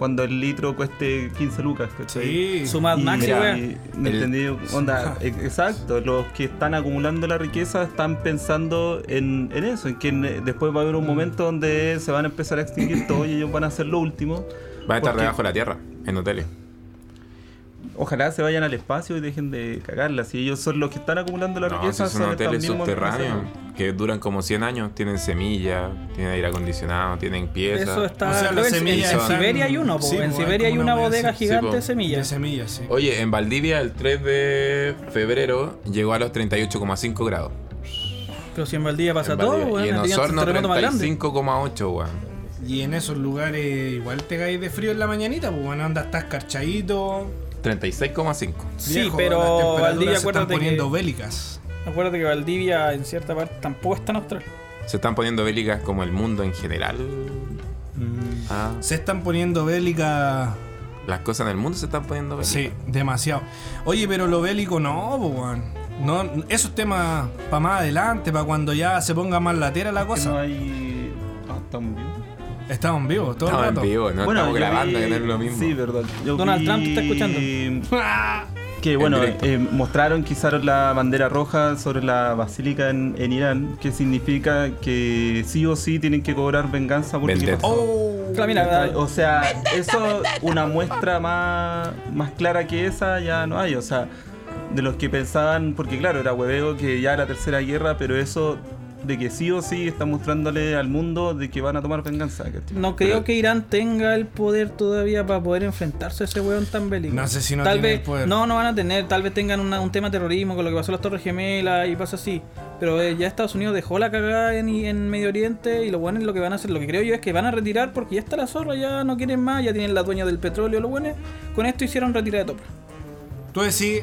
[SPEAKER 4] cuando el litro cueste 15 lucas, ¿cachai?
[SPEAKER 2] Sí.
[SPEAKER 3] Sumad
[SPEAKER 4] Y-
[SPEAKER 3] Maxi,
[SPEAKER 4] mira,
[SPEAKER 3] weón.
[SPEAKER 4] y- ¿Me
[SPEAKER 1] El-
[SPEAKER 4] entendí? Onda, e- exacto. Los que están acumulando la riqueza están pensando en, en eso, en que eh, después va a haber un momento donde se van a empezar a extinguir todos y ellos van a ser lo último.
[SPEAKER 1] Van a estar
[SPEAKER 4] Porque-
[SPEAKER 1] debajo de la tierra, en hoteles.
[SPEAKER 4] Ojalá se vayan al espacio y dejen de cagarla. Si ellos son los que están acumulando la
[SPEAKER 1] No,
[SPEAKER 4] riqueza,
[SPEAKER 1] si son
[SPEAKER 4] son estos
[SPEAKER 1] hoteles
[SPEAKER 4] mismos
[SPEAKER 1] subterráneos
[SPEAKER 4] empresarios.
[SPEAKER 1] que duran como 100 años, tienen semillas, tienen aire acondicionado, tienen piezas.
[SPEAKER 3] Eso está.
[SPEAKER 2] O sea,
[SPEAKER 3] creo
[SPEAKER 2] las
[SPEAKER 3] que en,
[SPEAKER 2] semillas
[SPEAKER 3] en
[SPEAKER 1] están-
[SPEAKER 3] Siberia hay uno, po.
[SPEAKER 2] sí,
[SPEAKER 3] en
[SPEAKER 2] po,
[SPEAKER 3] Siberia
[SPEAKER 2] hay
[SPEAKER 3] hay
[SPEAKER 2] como
[SPEAKER 3] una
[SPEAKER 2] una
[SPEAKER 3] bodega
[SPEAKER 2] bodega, sí,
[SPEAKER 3] gigante
[SPEAKER 1] po.
[SPEAKER 3] de
[SPEAKER 2] De
[SPEAKER 3] semillas.
[SPEAKER 2] semillas, sí.
[SPEAKER 1] Oye, en Valdivia el 3 de febrero llegó a los 38,5 grados.
[SPEAKER 3] Pero si en Valdivia pasa
[SPEAKER 1] en
[SPEAKER 3] todo,
[SPEAKER 1] Valdivia.
[SPEAKER 3] weón,
[SPEAKER 1] y en
[SPEAKER 3] tenían su
[SPEAKER 1] Osorno
[SPEAKER 3] terremoto más grande.
[SPEAKER 1] 35,8, weón.
[SPEAKER 2] Y en esos lugares igual te caes de frío en la mañanita, pues bueno, andas estás carchadito.
[SPEAKER 1] 36,5.
[SPEAKER 3] Sí,
[SPEAKER 2] Viejo, las
[SPEAKER 3] pero
[SPEAKER 2] temperaturas
[SPEAKER 3] Valdivia,
[SPEAKER 2] se están
[SPEAKER 3] acuérdate
[SPEAKER 2] poniendo
[SPEAKER 3] que,
[SPEAKER 2] bélicas.
[SPEAKER 3] acuérdate que Valdivia en cierta parte tampoco es tan austral.
[SPEAKER 1] Se están poniendo bélicas como el mundo en general. Ah,
[SPEAKER 2] Se están poniendo bélicas.
[SPEAKER 1] las cosas en el mundo se están poniendo bélicas.
[SPEAKER 2] Sí, demasiado. Oye, pero lo bélico no, pues bueno. No, esos temas para más adelante, para cuando ya se ponga más latera la
[SPEAKER 4] Que no
[SPEAKER 2] cosa.
[SPEAKER 4] hay. Ah, estamos vivos.
[SPEAKER 2] Estamos vivos todo
[SPEAKER 1] Estamos
[SPEAKER 2] el
[SPEAKER 1] en
[SPEAKER 2] rato.
[SPEAKER 1] vivo, no estamos
[SPEAKER 4] yo
[SPEAKER 1] grabando,
[SPEAKER 4] vi-
[SPEAKER 1] que no es lo mismo.
[SPEAKER 4] Sí, verdad. Yo
[SPEAKER 3] Donald
[SPEAKER 4] vi-
[SPEAKER 3] Trump te está
[SPEAKER 4] Que bueno,
[SPEAKER 1] directo.
[SPEAKER 4] eh, mostraron que izaron la bandera roja sobre la basílica en, en Irán, que significa que sí o sí tienen que cobrar venganza por lo que
[SPEAKER 1] Vendetta.
[SPEAKER 4] pasó.
[SPEAKER 2] Oh,
[SPEAKER 3] Claro, mira,
[SPEAKER 4] O sea, eso una muestra más, más clara que esa ya no hay. O sea, de los que pensaban, porque claro, era hueveo que ya era tercera guerra, pero eso de que sí o sí están mostrándole al mundo de que van a tomar venganza. ¿cachai?
[SPEAKER 3] No creo
[SPEAKER 1] Pero-
[SPEAKER 3] que Irán tenga el poder todavía para poder enfrentarse a ese weón tan bélico.
[SPEAKER 2] No sé si no
[SPEAKER 3] tal
[SPEAKER 2] tiene
[SPEAKER 3] vez,
[SPEAKER 2] el poder.
[SPEAKER 3] No, no van a tener. Tal vez tengan una- un tema de terrorismo con lo que pasó en las Torres Gemelas y pasa así. Pero eh, ya Estados Unidos dejó la cagada en, en Medio Oriente y los buenos lo que van a hacer, lo que creo yo es que van a retirar porque ya está la zorra, ya no quieren más, ya tienen la dueña del petróleo, los buenos. Con esto hicieron retirada de Topla.
[SPEAKER 2] tú decís,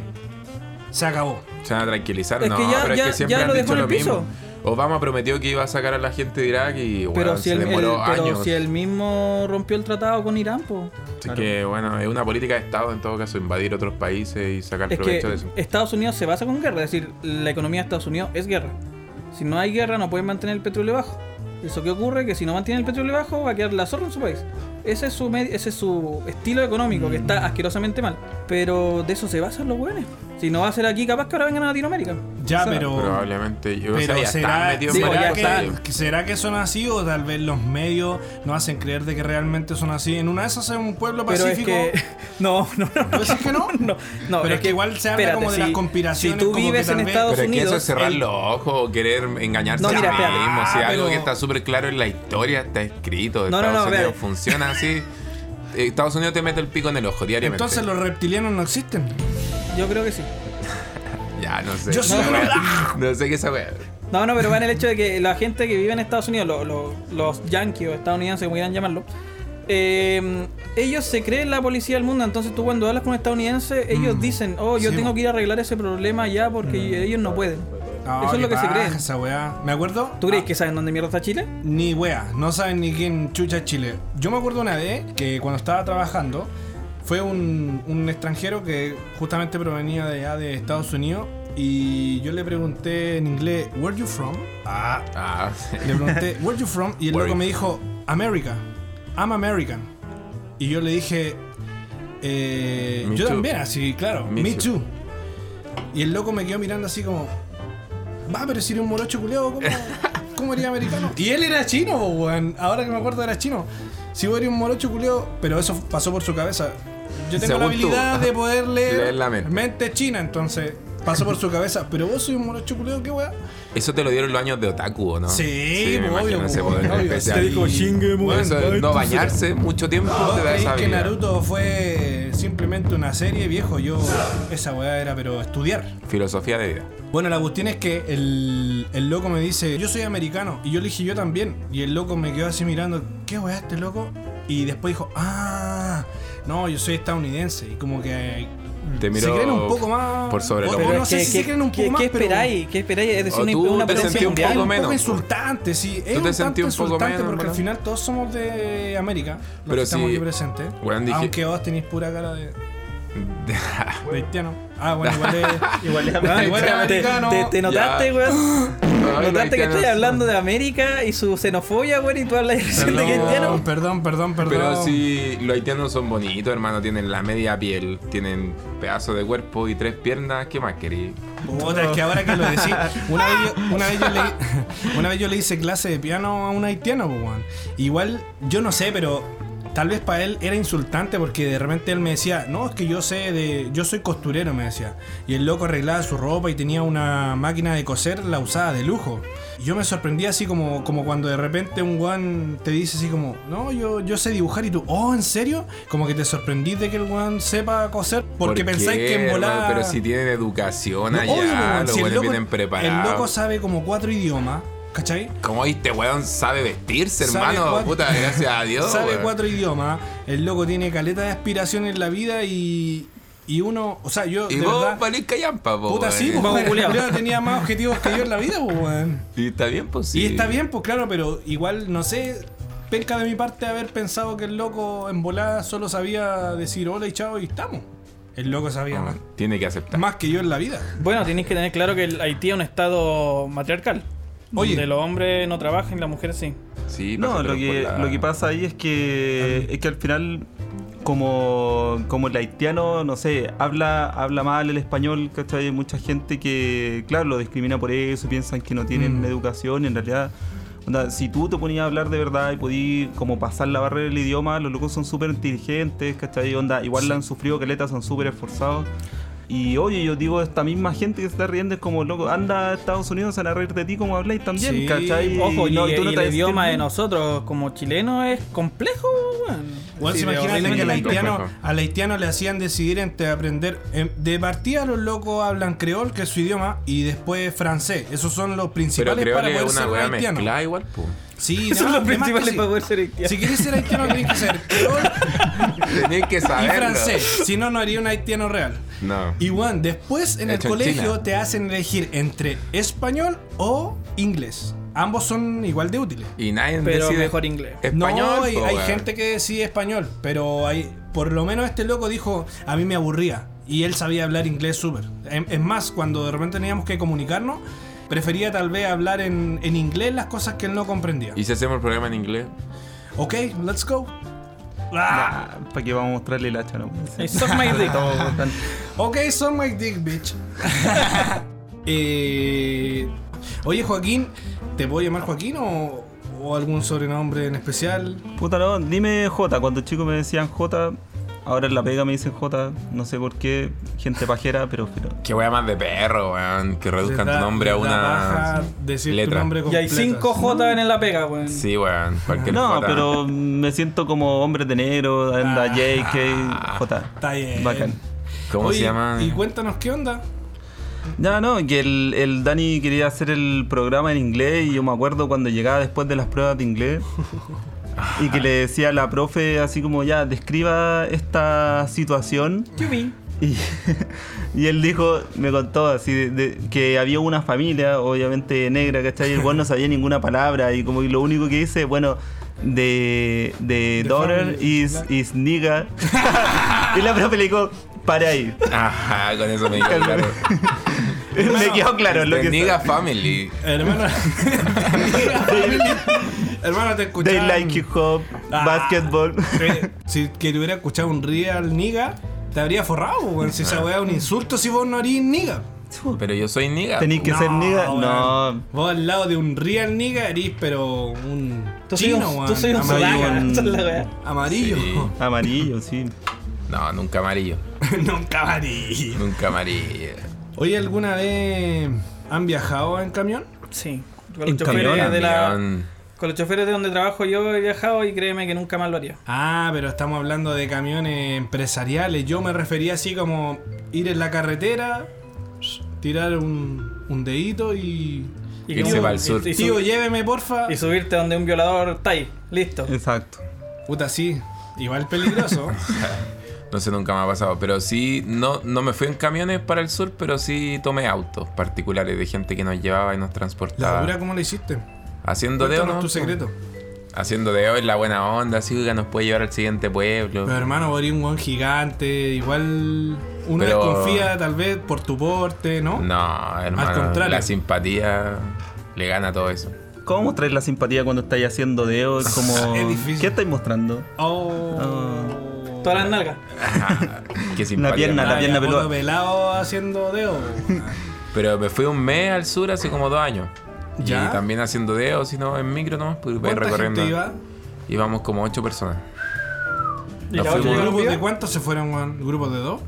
[SPEAKER 2] se acabó.
[SPEAKER 1] Se van a tranquilizar,
[SPEAKER 3] Es
[SPEAKER 1] no,
[SPEAKER 3] que ya-
[SPEAKER 1] pero es
[SPEAKER 3] ya-
[SPEAKER 1] que siempre
[SPEAKER 3] ya
[SPEAKER 1] han
[SPEAKER 3] lo
[SPEAKER 1] dicho
[SPEAKER 3] dejó en
[SPEAKER 1] lo
[SPEAKER 3] el piso.
[SPEAKER 1] mismo. Obama prometió que iba a sacar a la gente de Irak y bueno,
[SPEAKER 3] pero si
[SPEAKER 1] se
[SPEAKER 3] el, el-
[SPEAKER 1] demoró años.
[SPEAKER 3] pero si el mismo rompió el tratado con Irán, pues.
[SPEAKER 1] Así que bueno, es una política de Estado en todo caso, invadir otros países y sacar
[SPEAKER 3] Es que
[SPEAKER 1] provecho de eso.
[SPEAKER 3] Estados Unidos se basa con guerra, es decir, la economía de Estados Unidos es guerra. Si no hay guerra, no pueden mantener el petróleo bajo. Eso que ocurre que si no mantienen el petróleo bajo, va a quedar la zorra en su país. Ese es su, med- ese es su estilo económico, que
[SPEAKER 1] Mm.
[SPEAKER 3] está asquerosamente mal. Pero de eso se basan los buenos. Si no va a ser aquí, capaz que ahora vengan a Latinoamérica.
[SPEAKER 2] Ya,
[SPEAKER 4] O sea,
[SPEAKER 2] pero.
[SPEAKER 1] Probablemente. Yo, o sea,
[SPEAKER 2] Pero
[SPEAKER 1] ya están
[SPEAKER 2] será,
[SPEAKER 1] metidos en
[SPEAKER 3] digo,
[SPEAKER 2] ¿será
[SPEAKER 1] varias
[SPEAKER 3] ya
[SPEAKER 1] cosas,
[SPEAKER 3] están.
[SPEAKER 1] yo.
[SPEAKER 2] que, será que son así o tal vez los medios no hacen creer de que realmente son así. En una de esas es un pueblo
[SPEAKER 3] Pero
[SPEAKER 2] pacífico.
[SPEAKER 3] es que. No, no, no.
[SPEAKER 2] ¿Tú decís que no?
[SPEAKER 3] no, no,
[SPEAKER 2] Pero es que igual se habla
[SPEAKER 3] espérate,
[SPEAKER 2] como de las conspiraciones,
[SPEAKER 3] Si tú
[SPEAKER 2] como que
[SPEAKER 3] vives
[SPEAKER 2] tal
[SPEAKER 3] en
[SPEAKER 2] vez-
[SPEAKER 3] Estados
[SPEAKER 1] Pero es que
[SPEAKER 3] Unidos.
[SPEAKER 1] eso es cerrar
[SPEAKER 3] el-
[SPEAKER 1] los ojos o querer engañarse
[SPEAKER 3] No,
[SPEAKER 1] a
[SPEAKER 3] mira,
[SPEAKER 1] sí
[SPEAKER 3] espérate.
[SPEAKER 1] mismo. Si
[SPEAKER 2] Ah,
[SPEAKER 1] algo
[SPEAKER 2] pero-
[SPEAKER 1] que está súper claro en la historia está escrito.
[SPEAKER 3] No, no,
[SPEAKER 1] Estados
[SPEAKER 3] no,
[SPEAKER 1] Unidos
[SPEAKER 3] espérate.
[SPEAKER 1] funciona así. Estados Unidos te mete el pico en el ojo diariamente.
[SPEAKER 2] Entonces los reptilianos no existen.
[SPEAKER 3] Yo creo que sí.
[SPEAKER 1] Ya, no sé.
[SPEAKER 2] Yo soy
[SPEAKER 1] Esa
[SPEAKER 2] un-
[SPEAKER 1] wea- No sé qué esa wea.
[SPEAKER 3] No, no, pero va en el hecho de que la gente que vive en Estados Unidos, lo- lo- los yankees o estadounidenses, como quieran llamarlo, eh, ellos se creen la policía del mundo. Entonces tú cuando hablas con un estadounidense, ellos dicen, oh, yo
[SPEAKER 2] Mm. Sí.
[SPEAKER 3] tengo que ir a arreglar ese problema ya porque ellos no pueden.
[SPEAKER 2] Ah,
[SPEAKER 3] Eso es lo
[SPEAKER 2] qué
[SPEAKER 3] que se
[SPEAKER 2] paja
[SPEAKER 3] cree.
[SPEAKER 2] Esa weá. ¿Me acuerdo? Ah,
[SPEAKER 3] ¿Tú crees que saben dónde mierda está Chile?
[SPEAKER 2] Ni wea, no saben ni quién chucha es Chile. Yo me acuerdo una vez que cuando estaba trabajando, fue un, un extranjero que justamente provenía de allá de Estados Unidos y yo le pregunté en inglés, ¿Where you from? Ah,
[SPEAKER 1] Ah,
[SPEAKER 2] le pregunté, ¿Where you from? Y el
[SPEAKER 1] Where
[SPEAKER 2] loco
[SPEAKER 1] you
[SPEAKER 2] me dijo, America. I'm American. Y yo le dije, eh,
[SPEAKER 1] Me
[SPEAKER 2] Yo
[SPEAKER 1] too.
[SPEAKER 2] también, así, claro, me,
[SPEAKER 1] Me
[SPEAKER 2] too.
[SPEAKER 1] too.
[SPEAKER 2] Y el loco me quedó mirando así como, va, pero si eres un morocho culeado, ¿cómo, cómo eres americano? Y él era chino, weón. Ahora que me acuerdo, era chino. Si vos eres un morocho culeado, pero eso pasó por su cabeza. Yo tengo la
[SPEAKER 1] Según tú.
[SPEAKER 2] habilidad de poder leer,
[SPEAKER 1] Leer la mente.
[SPEAKER 2] china, entonces pasó por su cabeza. Pero vos soy un morocho culeado, qué weón.
[SPEAKER 1] eso te lo dieron los años de otaku, ¿o ¿no?
[SPEAKER 2] Sí,
[SPEAKER 1] me
[SPEAKER 2] obvio,
[SPEAKER 1] imagino ese
[SPEAKER 2] obvio,
[SPEAKER 1] poder
[SPEAKER 2] obvio.
[SPEAKER 1] especial.
[SPEAKER 2] Te dijo, "Shingemon,
[SPEAKER 1] Bueno, eso de no
[SPEAKER 2] esto será".
[SPEAKER 1] bañarse mucho tiempo te da
[SPEAKER 2] creí
[SPEAKER 1] esa
[SPEAKER 2] que
[SPEAKER 1] habilidad.
[SPEAKER 2] Naruto fue simplemente una serie, viejo. Yo, esa weá era, pero estudiar.
[SPEAKER 1] Filosofía de vida.
[SPEAKER 2] Bueno, la cuestión es que el, el loco me dice, yo soy americano. Y yo le dije, yo también. Y el loco me quedó así mirando, ¿qué weá este loco? Y después dijo, ah, no, yo soy estadounidense. Y como que
[SPEAKER 1] Te miró
[SPEAKER 2] se creen un poco más.
[SPEAKER 1] por sobre
[SPEAKER 2] o-
[SPEAKER 1] lo
[SPEAKER 2] o
[SPEAKER 1] bueno.
[SPEAKER 2] no sé si se creen un poco
[SPEAKER 3] ¿qué,
[SPEAKER 2] más,
[SPEAKER 3] ¿Qué
[SPEAKER 2] pero-
[SPEAKER 3] esperáis? ¿Qué esperáis? Es decir,
[SPEAKER 1] O
[SPEAKER 3] una,
[SPEAKER 1] tú
[SPEAKER 3] una
[SPEAKER 1] te
[SPEAKER 3] potencia
[SPEAKER 1] sentí un
[SPEAKER 3] mundial.
[SPEAKER 1] poco
[SPEAKER 2] Un
[SPEAKER 1] menos.
[SPEAKER 2] poco insultante, sí. Es
[SPEAKER 1] te
[SPEAKER 2] un tanto
[SPEAKER 1] sentí un poco
[SPEAKER 2] insultante
[SPEAKER 1] menos,
[SPEAKER 2] porque al
[SPEAKER 1] hermano?
[SPEAKER 2] final todos somos de América, los
[SPEAKER 1] Pero
[SPEAKER 2] que estamos
[SPEAKER 1] si-
[SPEAKER 2] aquí presentes.
[SPEAKER 1] Weón, dije-
[SPEAKER 2] Aunque vos tenéis pura cara de, de haitiano. Ah, bueno, igual es.
[SPEAKER 4] Igual es
[SPEAKER 2] Ah, igual es
[SPEAKER 3] Te,
[SPEAKER 2] americano.
[SPEAKER 3] te- te notaste,
[SPEAKER 1] Ya.
[SPEAKER 3] weón.
[SPEAKER 1] Ay,
[SPEAKER 3] Notaste que estoy
[SPEAKER 1] haitianos.
[SPEAKER 3] hablando de América y su xenofobia, weón, y tú hablas de gente
[SPEAKER 2] Perdón, Perdón,
[SPEAKER 3] cristiano.
[SPEAKER 2] perdón, perdón.
[SPEAKER 1] Pero si los haitianos son bonitos, hermano, tienen la media piel, tienen pedazo de cuerpo y tres piernas, ¿qué más querí?
[SPEAKER 2] Puta, es que ahora que lo decís, una vez yo, una vez yo le, una vez yo le hice clase de piano a un haitiano, pues, weón. Igual, yo no sé, pero tal vez para él era insultante porque de repente él me decía, no, es que yo sé de, yo soy costurero, me decía. Y el loco arreglaba su ropa y tenía una máquina de coser, la usaba de lujo. Y yo me sorprendía así como, como cuando de repente un guan te dice así como, no, yo, yo sé dibujar y tú, oh, ¿en serio? Como que te sorprendí de que el guan sepa coser porque
[SPEAKER 1] ¿Por
[SPEAKER 2] pensáis
[SPEAKER 1] qué,
[SPEAKER 2] que en
[SPEAKER 1] hermano?
[SPEAKER 2] volada...
[SPEAKER 1] Pero si tienen educación
[SPEAKER 2] No,
[SPEAKER 1] allá,
[SPEAKER 2] obvio, weón,
[SPEAKER 1] Ah, los
[SPEAKER 2] si
[SPEAKER 1] buenos vienen
[SPEAKER 2] el
[SPEAKER 1] preparados.
[SPEAKER 2] loco sabe como cuatro idiomas, ¿cachai?
[SPEAKER 1] Como este weón sabe vestirse,
[SPEAKER 2] Sabe
[SPEAKER 1] hermano.
[SPEAKER 2] cuatro-
[SPEAKER 1] Puta, gracias a Dios.
[SPEAKER 2] Sabe
[SPEAKER 1] weón.
[SPEAKER 2] cuatro idiomas, el loco tiene caleta de aspiración en la vida y, y uno, o sea, yo
[SPEAKER 1] Y
[SPEAKER 2] de
[SPEAKER 1] vos
[SPEAKER 2] verdad,
[SPEAKER 1] valís callampa, po,
[SPEAKER 2] puta
[SPEAKER 1] weón.
[SPEAKER 2] sí, pues,
[SPEAKER 3] Vamos,
[SPEAKER 2] weón,
[SPEAKER 3] culiao.
[SPEAKER 2] culiao, tenía más objetivos que yo en la vida, pues, weón.
[SPEAKER 1] Y está bien, pues sí.
[SPEAKER 2] Y está bien, pues claro, pero igual no sé, penca de mi parte haber pensado que el loco en volada solo sabía decir hola y chao y estamos. El loco sabía
[SPEAKER 1] Ah,
[SPEAKER 2] más,
[SPEAKER 1] Tiene que aceptar.
[SPEAKER 2] más que yo en la vida.
[SPEAKER 3] Bueno, tenéis que tener claro que el Haití es un estado matriarcal.
[SPEAKER 2] Oye.
[SPEAKER 3] Donde los hombres no trabajan y las mujeres sí.
[SPEAKER 1] Sí,
[SPEAKER 4] No,
[SPEAKER 1] pásatelo
[SPEAKER 4] lo que,
[SPEAKER 1] por la-
[SPEAKER 4] lo que pasa ahí es que, es que al final, como, como el haitiano, no sé, habla, habla mal el español, ¿cachai? Hay mucha gente que, claro, lo discrimina por eso, piensan que no tienen
[SPEAKER 2] Mm.
[SPEAKER 4] educación y en realidad... onda, si tú te ponías a hablar de verdad y podías como pasar la barrera del idioma, los locos son súper inteligentes, ¿cachai? Onda, igual la han sufrido caletas, son súper esforzados. Y oye, yo digo, esta misma gente que se está riendo es como, loco, anda a Estados Unidos se van a reír de ti como habláis también,
[SPEAKER 2] Sí,
[SPEAKER 4] ¿cachai?
[SPEAKER 3] Ojo, y,
[SPEAKER 4] No,
[SPEAKER 3] y
[SPEAKER 4] tú no te vas
[SPEAKER 3] el
[SPEAKER 4] a sentir
[SPEAKER 3] idioma de
[SPEAKER 4] bien.
[SPEAKER 3] nosotros como chilenos es complejo, weón.
[SPEAKER 2] Igual
[SPEAKER 1] Sí,
[SPEAKER 2] se
[SPEAKER 1] de
[SPEAKER 2] imaginan que al
[SPEAKER 1] horriblemente
[SPEAKER 2] haitiano,
[SPEAKER 1] complejo.
[SPEAKER 2] al haitiano le hacían decidir entre aprender. em, De partida, los locos hablan creol, que es su idioma, y después francés. Esos son los
[SPEAKER 1] Pero
[SPEAKER 2] principales
[SPEAKER 1] creo
[SPEAKER 2] para
[SPEAKER 1] que
[SPEAKER 2] poder
[SPEAKER 1] es una
[SPEAKER 2] ser
[SPEAKER 1] weá
[SPEAKER 2] haitiano.
[SPEAKER 1] mezclada igual, po.
[SPEAKER 2] Sí,
[SPEAKER 3] Esos son
[SPEAKER 2] no,
[SPEAKER 3] los
[SPEAKER 2] de más que
[SPEAKER 3] principales
[SPEAKER 2] sí.
[SPEAKER 3] para poder ser haitiano.
[SPEAKER 2] Si quieres ser haitiano, tienes que ser creol
[SPEAKER 1] Tenés que
[SPEAKER 2] y
[SPEAKER 1] saberlo.
[SPEAKER 2] francés. Si no, no haría un haitiano real.
[SPEAKER 1] No.
[SPEAKER 2] Y bueno, después en el
[SPEAKER 1] Hecho en
[SPEAKER 2] colegio
[SPEAKER 1] China.
[SPEAKER 2] te hacen elegir entre español o inglés. Ambos son igual de útiles.
[SPEAKER 1] Y nadie
[SPEAKER 3] Pero
[SPEAKER 1] decide
[SPEAKER 3] mejor inglés.
[SPEAKER 1] Español,
[SPEAKER 2] no, hay,
[SPEAKER 1] po,
[SPEAKER 2] hay
[SPEAKER 1] weón.
[SPEAKER 2] gente que decide español, pero hay, por lo menos este loco dijo, a mí me aburría. Y él sabía hablar inglés súper. Em- Es más, cuando de repente teníamos que comunicarnos, prefería tal vez hablar en, en inglés las cosas que él no comprendía.
[SPEAKER 1] ¿Y si hacemos el programa en inglés?
[SPEAKER 2] Ok, let's go.
[SPEAKER 4] ¿Para que vamos a mostrarle el hacha? No?
[SPEAKER 3] Hey, suck my dick.
[SPEAKER 4] Estamos tan-
[SPEAKER 2] Ok, son my dick, bitch. Eh, oye, Joaquín, ¿te puedo llamar Joaquín o, o algún sobrenombre en especial?
[SPEAKER 4] Puta, no, dime J. Cuando chico me decían J, ahora en la pega me dicen J. No sé por qué, gente pajera, pero. pero-
[SPEAKER 1] Qué weá más de perro, weón. Que reduzcan
[SPEAKER 2] Les
[SPEAKER 1] tu
[SPEAKER 2] da-
[SPEAKER 1] nombre a
[SPEAKER 2] les da
[SPEAKER 1] una
[SPEAKER 2] paja decir tu
[SPEAKER 1] letra.
[SPEAKER 2] nombre
[SPEAKER 3] Y hay
[SPEAKER 2] completo,
[SPEAKER 3] 5
[SPEAKER 2] así.
[SPEAKER 3] J en la pega, weón.
[SPEAKER 1] Sí, weón. Cualquier
[SPEAKER 4] No,
[SPEAKER 1] jota.
[SPEAKER 4] pero me siento como hombre de negro, anda
[SPEAKER 2] Ah.
[SPEAKER 4] JK, J.
[SPEAKER 2] Está bien.
[SPEAKER 4] Bacán.
[SPEAKER 1] ¿Cómo
[SPEAKER 2] Oye,
[SPEAKER 1] se llama?
[SPEAKER 2] Y cuéntanos qué onda.
[SPEAKER 4] Ya, no, que el, el Dani quería hacer el programa en inglés y yo me acuerdo cuando llegaba después de las pruebas de inglés y que le decía a la profe así como ya, describa esta situación
[SPEAKER 3] You mean.
[SPEAKER 4] Y, y él dijo, me contó así, de- de- que había una familia, obviamente negra, ¿cachai? Y el weón no sabía ninguna palabra y como que lo único que dice, bueno, de, de
[SPEAKER 2] The
[SPEAKER 4] daughter
[SPEAKER 2] family
[SPEAKER 4] is,
[SPEAKER 2] black.
[SPEAKER 4] is nigga. y la profe le dijo, para ahí.
[SPEAKER 1] Ajá, con eso me quedó claro.
[SPEAKER 4] me quedó claro lo
[SPEAKER 1] The
[SPEAKER 4] que
[SPEAKER 1] Este Nigga Family.
[SPEAKER 2] Hermano, hermano, te
[SPEAKER 4] son.
[SPEAKER 2] escuché.
[SPEAKER 4] They like hip hop,
[SPEAKER 2] Ah.
[SPEAKER 4] basketball.
[SPEAKER 2] Si que te hubiera escuchado un real nigga, te habría forrado, weón. Si esa weá es un insulto, si vos no harías nigga.
[SPEAKER 1] Pero yo soy nigga.
[SPEAKER 4] Tenéis que ser nigga.
[SPEAKER 2] weón.
[SPEAKER 4] No.
[SPEAKER 2] Vos al lado de un real nigga eres, pero un.
[SPEAKER 3] Tú soy
[SPEAKER 2] chino,
[SPEAKER 3] un,
[SPEAKER 2] weón. Ah,
[SPEAKER 3] tú soy un
[SPEAKER 2] Amarillo.
[SPEAKER 3] solaga.
[SPEAKER 4] weón.
[SPEAKER 3] Esa es la weá.
[SPEAKER 2] Amarillo.
[SPEAKER 1] Sí.
[SPEAKER 4] Amarillo, sí.
[SPEAKER 1] No, nunca amarillo.
[SPEAKER 2] Nunca amarillo.
[SPEAKER 1] Nunca amarillo.
[SPEAKER 2] Oye, ¿alguna vez han viajado en camión?
[SPEAKER 3] Sí. Con
[SPEAKER 4] En
[SPEAKER 3] los, choferes
[SPEAKER 4] camión,
[SPEAKER 3] de la,
[SPEAKER 1] Camión.
[SPEAKER 3] con los choferes de donde trabajo yo he viajado y créeme que nunca más lo haría.
[SPEAKER 2] Ah, pero estamos hablando de camiones empresariales. Yo me refería así como ir en la carretera, tirar un, un dedito y...
[SPEAKER 1] Irse
[SPEAKER 3] como-
[SPEAKER 1] pa'l sur.
[SPEAKER 3] y- y
[SPEAKER 2] Tío,
[SPEAKER 3] sub-
[SPEAKER 2] lléveme, porfa.
[SPEAKER 3] y subirte donde un violador está ahí. Listo.
[SPEAKER 4] Exacto.
[SPEAKER 2] Puta, sí. Igual peligroso.
[SPEAKER 1] No sé, nunca me ha pasado. Pero sí, no, no me fui en camiones para el sur, pero sí tomé autos particulares de gente que nos llevaba y nos
[SPEAKER 2] la
[SPEAKER 1] transportaba.
[SPEAKER 2] dura, ¿cómo la hiciste?
[SPEAKER 1] Haciendo dedo,
[SPEAKER 2] Cuéntanos
[SPEAKER 1] ¿no?
[SPEAKER 2] tu secreto.
[SPEAKER 1] Haciendo dedo en la buena onda, así que nos puede llevar al siguiente pueblo.
[SPEAKER 2] Pero hermano, vos eres un buen gigante. Igual uno
[SPEAKER 1] Pero-
[SPEAKER 2] desconfía tal vez por tu porte, ¿no?
[SPEAKER 1] No, hermano.
[SPEAKER 2] contrario.
[SPEAKER 1] La simpatía le gana todo eso.
[SPEAKER 4] ¿Cómo mostráis la simpatía cuando estáis haciendo dedos? Como,
[SPEAKER 2] Es difícil.
[SPEAKER 4] ¿Qué estáis mostrando?
[SPEAKER 2] Oh.
[SPEAKER 3] Todas las nalgas.
[SPEAKER 1] Qué simpatía.
[SPEAKER 4] pierna, la
[SPEAKER 1] hermano.
[SPEAKER 2] Vaya,
[SPEAKER 4] pierna
[SPEAKER 2] puro
[SPEAKER 4] peluda.
[SPEAKER 2] pelado haciendo dedo.
[SPEAKER 1] Pero me fui un mes al sur hace como dos años.
[SPEAKER 2] ¿Ya?
[SPEAKER 1] Y también haciendo dedos, sino en micro nomás, pues,
[SPEAKER 2] ¿Cuánta
[SPEAKER 1] recorriendo.
[SPEAKER 2] gente iba?
[SPEAKER 1] Íbamos como ocho personas.
[SPEAKER 3] ¿Y
[SPEAKER 1] Nos
[SPEAKER 3] la otra
[SPEAKER 1] fuimos-
[SPEAKER 3] llegó?
[SPEAKER 2] ¿Grupos de cuántos se fueron, weón? ¿Grupos de dos?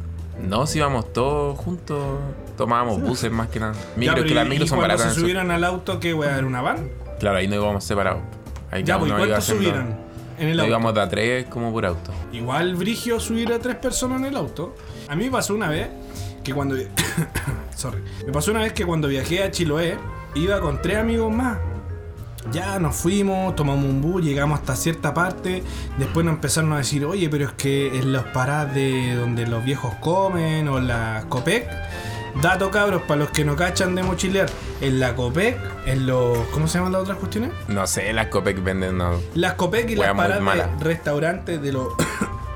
[SPEAKER 1] No, si íbamos todos juntos. Tomábamos buses más que nada.
[SPEAKER 2] Ya,
[SPEAKER 1] Micros,
[SPEAKER 2] pero
[SPEAKER 1] que
[SPEAKER 2] y-
[SPEAKER 1] las
[SPEAKER 2] y
[SPEAKER 1] micros son
[SPEAKER 2] cuando
[SPEAKER 1] baratas. en el
[SPEAKER 2] se
[SPEAKER 1] sur.
[SPEAKER 2] subieron al auto, ¿qué weón? ¿Era una van?
[SPEAKER 1] Claro, ahí no íbamos separados. Ahí
[SPEAKER 2] Ya,
[SPEAKER 1] cada
[SPEAKER 2] pues,
[SPEAKER 1] uno
[SPEAKER 2] ¿y
[SPEAKER 1] iba
[SPEAKER 2] cuántos
[SPEAKER 1] haciendo-
[SPEAKER 2] subieron? En el
[SPEAKER 1] Nos
[SPEAKER 2] auto.
[SPEAKER 1] íbamos de a tres como por auto.
[SPEAKER 2] Igual Brigio subir a tres personas en el auto. A mí me pasó una vez que cuando. vi- Sorry. Me pasó una vez que cuando viajé a Chiloé, iba con tres amigos más. Ya nos fuimos, tomamos un bus, llegamos hasta cierta parte. Después nos empezaron a decir, oye, pero es que en las paradas de donde los viejos comen o la Copec. Dato cabros, para los que no cachan de mochilear, en la Copec, en los. ¿Cómo se llaman las otras cuestiones?
[SPEAKER 1] No sé, las Copec venden. No.
[SPEAKER 2] Las Copec y
[SPEAKER 1] Wea
[SPEAKER 2] las
[SPEAKER 1] muy
[SPEAKER 2] paradas
[SPEAKER 1] mala.
[SPEAKER 2] de restaurantes de los.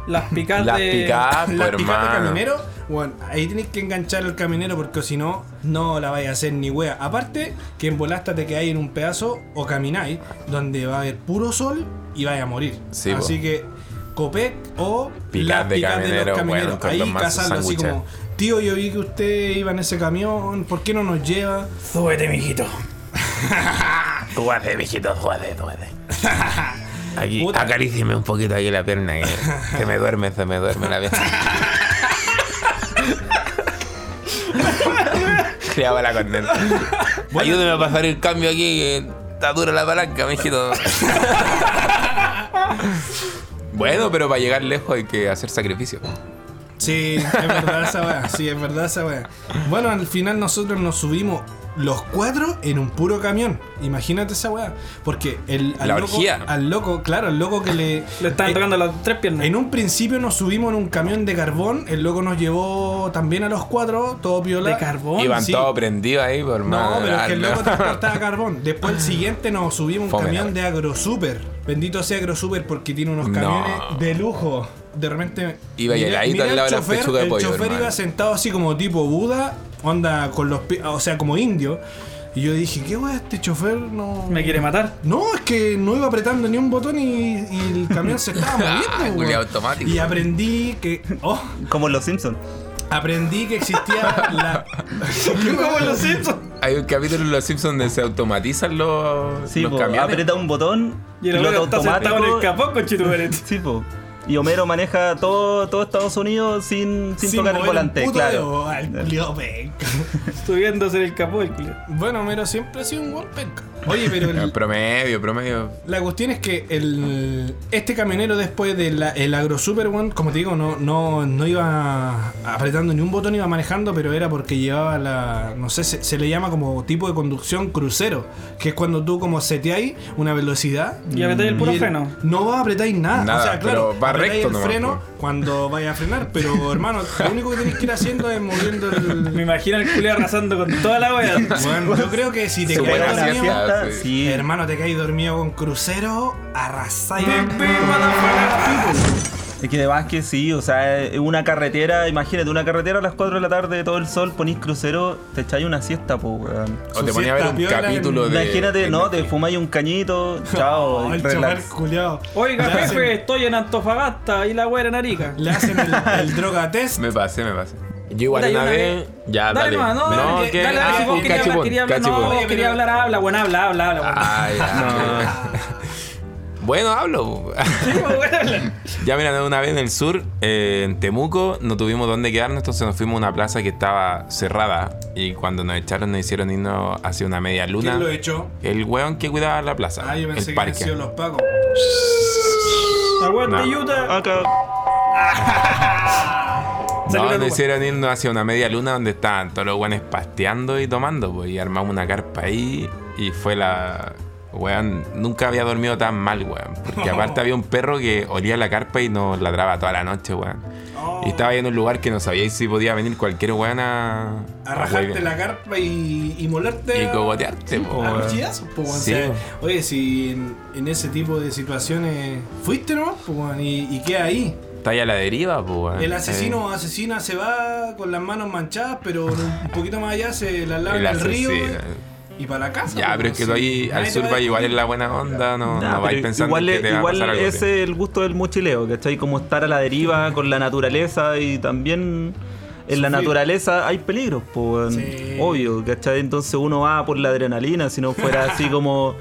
[SPEAKER 3] Las picadas
[SPEAKER 1] Las
[SPEAKER 3] de-
[SPEAKER 1] picadas,
[SPEAKER 2] la
[SPEAKER 1] pues,
[SPEAKER 2] picada de
[SPEAKER 1] hermano.
[SPEAKER 2] caminero, bueno, ahí tenéis que enganchar al caminero porque si no, no la vais a hacer ni wea. Aparte, que en volasta te quedáis en un pedazo o camináis donde va a haber puro sol y vais a morir.
[SPEAKER 1] Sí,
[SPEAKER 2] así
[SPEAKER 1] po.
[SPEAKER 2] que Copec o
[SPEAKER 1] Picadas
[SPEAKER 2] las
[SPEAKER 1] de
[SPEAKER 2] picadas de
[SPEAKER 1] caminero,
[SPEAKER 2] los camineros.
[SPEAKER 1] bueno, con los
[SPEAKER 2] ahí
[SPEAKER 1] mazos
[SPEAKER 2] cazarlo así
[SPEAKER 1] sándwiches.
[SPEAKER 2] como, tío, yo vi que usted iba en ese camión, ¿por qué no nos lleva?
[SPEAKER 3] Súbete, mijito.
[SPEAKER 1] Júgate, mijito, júgate, júgate. Aquí,
[SPEAKER 2] Puta.
[SPEAKER 1] acaríciame un poquito aquí la pierna. Que, que me duerme, se me duerme la pierna. Criaba la contenta. Ayúdame a pasar el cambio aquí, que está dura la palanca, mijito. bueno, pero para llegar lejos hay que hacer sacrificio.
[SPEAKER 2] Sí, es verdad esa weá. Sí, es verdad esa weá. Bueno, al final nosotros nos subimos los cuatro en un puro camión. Imagínate esa weá. Porque el, al,
[SPEAKER 1] La
[SPEAKER 2] loco,
[SPEAKER 1] orgía.
[SPEAKER 2] al loco, claro, al loco que le.
[SPEAKER 3] Le están
[SPEAKER 2] eh,
[SPEAKER 3] tocando las tres piernas.
[SPEAKER 2] en un principio nos subimos en un camión de carbón. El loco nos llevó también a los cuatro, todo piola.
[SPEAKER 3] ¿De carbón?
[SPEAKER 1] Iban
[SPEAKER 2] sí.
[SPEAKER 1] todos prendidos ahí, por
[SPEAKER 2] No, pero es que el
[SPEAKER 1] madre.
[SPEAKER 2] loco transportaba carbón. Después el siguiente nos subimos un
[SPEAKER 1] Fome, la
[SPEAKER 2] camión de
[SPEAKER 1] wea.
[SPEAKER 2] AgroSuper. Bendito sea AgroSuper porque tiene unos
[SPEAKER 1] No.
[SPEAKER 2] camiones de lujo. De repente.
[SPEAKER 1] Iba
[SPEAKER 2] miré-
[SPEAKER 1] heladito
[SPEAKER 2] miré
[SPEAKER 1] al lado de la
[SPEAKER 2] chofer,
[SPEAKER 1] pechuga de
[SPEAKER 2] El
[SPEAKER 1] pollo,
[SPEAKER 2] chofer
[SPEAKER 1] hermano.
[SPEAKER 2] iba sentado así como tipo Buda, onda con los pies, o sea, como indio. Y yo dije, ¿qué wea este chofer no.
[SPEAKER 3] Me quiere matar.
[SPEAKER 2] No, es que no iba apretando ni un botón y, y el camión se estaba
[SPEAKER 1] Ah,
[SPEAKER 2] moviendo.
[SPEAKER 1] culiao
[SPEAKER 2] wea.
[SPEAKER 1] automático.
[SPEAKER 2] Y aprendí que. Oh,
[SPEAKER 4] Como los Simpsons.
[SPEAKER 2] aprendí que existía la. ¿Cómo lo siento?
[SPEAKER 1] Hay un capítulo en Los Simpsons donde se automatizan los,
[SPEAKER 4] Sí,
[SPEAKER 1] los
[SPEAKER 4] po,
[SPEAKER 1] camiones.
[SPEAKER 4] aprieta un botón,
[SPEAKER 3] Y el
[SPEAKER 4] piloto
[SPEAKER 3] otro está sentado en el
[SPEAKER 4] automático.
[SPEAKER 3] capó con
[SPEAKER 4] Sí, po. Y Homero maneja todo, todo Estados Unidos sin, sin, tocar el
[SPEAKER 2] mover un
[SPEAKER 4] volante,
[SPEAKER 2] puto
[SPEAKER 4] claro.
[SPEAKER 2] dedo, al culiao penca.
[SPEAKER 3] Subiéndose en el capó el culo.
[SPEAKER 2] Bueno, Mero siempre ha sido un buen penca. Oye, pero el-
[SPEAKER 1] Eh, Promedio, promedio.
[SPEAKER 2] la cuestión es que el, este camionero después del el Agro Super One, como te digo, no, no, no iba apretando ni un botón, iba manejando, pero era porque llevaba la. No sé, se, se le llama como tipo de conducción crucero, que es cuando tú como seteáis una velocidad.
[SPEAKER 3] Y apretáis el puro
[SPEAKER 2] y
[SPEAKER 3] freno.
[SPEAKER 2] No vas a apretáis nada.
[SPEAKER 1] Nada,
[SPEAKER 2] o sea, claro,
[SPEAKER 1] pero va
[SPEAKER 2] apretáis
[SPEAKER 1] recto
[SPEAKER 2] el
[SPEAKER 1] nomás,
[SPEAKER 2] freno
[SPEAKER 1] pues.
[SPEAKER 2] cuando vayas a frenar, pero hermano, lo único que tenéis que ir haciendo es moviendo el.
[SPEAKER 3] Me imagino al culo arrasando con toda la wea.
[SPEAKER 2] Bueno, yo creo que si te
[SPEAKER 1] Se
[SPEAKER 2] caes
[SPEAKER 1] buena
[SPEAKER 2] dormido,
[SPEAKER 1] siesta.
[SPEAKER 4] siesta,
[SPEAKER 1] sí.
[SPEAKER 4] sí.
[SPEAKER 2] hermano, te caes dormido con crucero, arrasáis.
[SPEAKER 4] Es que además que sí, o sea, es una carretera, imagínate, una carretera a las 4 de la tarde, todo el sol, ponís crucero, te echáis una siesta, po, weón.
[SPEAKER 1] O
[SPEAKER 2] Su
[SPEAKER 1] te ponía a ver
[SPEAKER 2] siesta
[SPEAKER 1] un
[SPEAKER 2] piola en-
[SPEAKER 1] capítulo de.
[SPEAKER 4] Imagínate,
[SPEAKER 1] de-
[SPEAKER 4] no, te fumáis un cañito, chao,
[SPEAKER 2] Oh, el chaval
[SPEAKER 4] relax.
[SPEAKER 2] culiao.
[SPEAKER 3] Oiga,
[SPEAKER 2] le hacen,
[SPEAKER 3] jefe, estoy en Antofagasta y la wea en Arica.
[SPEAKER 2] le hacen el, el droga test.
[SPEAKER 1] Me pasé, me pasé. Yo igual
[SPEAKER 3] Puta, yo
[SPEAKER 1] una
[SPEAKER 3] una
[SPEAKER 1] vez. Ya,
[SPEAKER 3] Dale,
[SPEAKER 1] dale.
[SPEAKER 3] nomás, no, dale,
[SPEAKER 1] que-
[SPEAKER 3] dale, dale,
[SPEAKER 1] ah,
[SPEAKER 3] si vos
[SPEAKER 1] un
[SPEAKER 3] querías hablar,
[SPEAKER 1] cachipún,
[SPEAKER 3] querías hablar, no,
[SPEAKER 1] cachipún.
[SPEAKER 3] vos querías hablar, habla, bueno, habla, habla, habla. bueno.
[SPEAKER 1] Ay, ay. Bueno, hablo. po.
[SPEAKER 3] Sí, bueno, habla.
[SPEAKER 1] Ya mira, una vez en el sur, eh, en Temuco, no tuvimos dónde quedarnos, entonces nos fuimos a una plaza que estaba cerrada. Y cuando nos echaron, nos hicieron irnos hacia una media luna.
[SPEAKER 2] ¿Quién lo echó?
[SPEAKER 1] El weón que cuidaba la plaza.
[SPEAKER 2] Ah, yo pensé
[SPEAKER 1] el
[SPEAKER 2] que habían
[SPEAKER 1] parque.
[SPEAKER 2] sido los pacos.
[SPEAKER 3] Aguante,
[SPEAKER 1] No.
[SPEAKER 3] Utah.
[SPEAKER 4] Acá.
[SPEAKER 3] Salió
[SPEAKER 1] No,
[SPEAKER 3] una
[SPEAKER 1] nos
[SPEAKER 3] lupa.
[SPEAKER 1] hicieron irnos hacia una media luna donde estaban todos los guanes pasteando y tomando, pues, y armamos una carpa ahí y fue la... Weón, nunca había dormido tan mal, weón. Porque aparte había un perro que olía la carpa y nos ladraba toda la noche, weón.
[SPEAKER 2] Oh.
[SPEAKER 1] Y estaba ahí en un lugar que no sabía si podía venir cualquier weón a...
[SPEAKER 2] A rajarte
[SPEAKER 1] huevear.
[SPEAKER 2] la carpa y, y molarte.
[SPEAKER 1] Ah, Y
[SPEAKER 2] a-
[SPEAKER 1] cogotearte, po,
[SPEAKER 2] A
[SPEAKER 1] weón.
[SPEAKER 2] cuchillazos, po, weón. O
[SPEAKER 1] Sí,
[SPEAKER 2] sea,
[SPEAKER 1] po.
[SPEAKER 2] Oye, si en, en ese tipo de situaciones fuiste nomás, po, weón, y, y queda ahí.
[SPEAKER 1] Está ahí a la deriva, pues, weón.
[SPEAKER 2] El asesino o asesina se va con las manos manchadas, pero un poquito más allá se las
[SPEAKER 1] Eh,
[SPEAKER 2] lava
[SPEAKER 1] El
[SPEAKER 2] en el río
[SPEAKER 1] asesino.
[SPEAKER 2] y para la casa.
[SPEAKER 1] Ya,
[SPEAKER 2] pues,
[SPEAKER 1] pero es que
[SPEAKER 2] sí.
[SPEAKER 1] tú ahí al
[SPEAKER 2] Nadie
[SPEAKER 1] sur
[SPEAKER 2] te va
[SPEAKER 1] va
[SPEAKER 2] a
[SPEAKER 1] igual en
[SPEAKER 2] descubrir.
[SPEAKER 1] la buena onda,
[SPEAKER 2] Ah,
[SPEAKER 1] no,
[SPEAKER 4] Nah,
[SPEAKER 1] no vais
[SPEAKER 4] Ah, pero
[SPEAKER 1] pensando
[SPEAKER 4] igual
[SPEAKER 1] que
[SPEAKER 4] es-
[SPEAKER 1] te va a
[SPEAKER 4] igual
[SPEAKER 1] pasar algo.
[SPEAKER 4] ese es el gusto del mochileo, ¿cachai? Como estar a la deriva con la naturaleza y también en la
[SPEAKER 2] Sufrir.
[SPEAKER 4] naturaleza hay peligros, pues,
[SPEAKER 2] Sí.
[SPEAKER 4] obvio, ¿cachai? Entonces uno va por la adrenalina, si no fuera así como...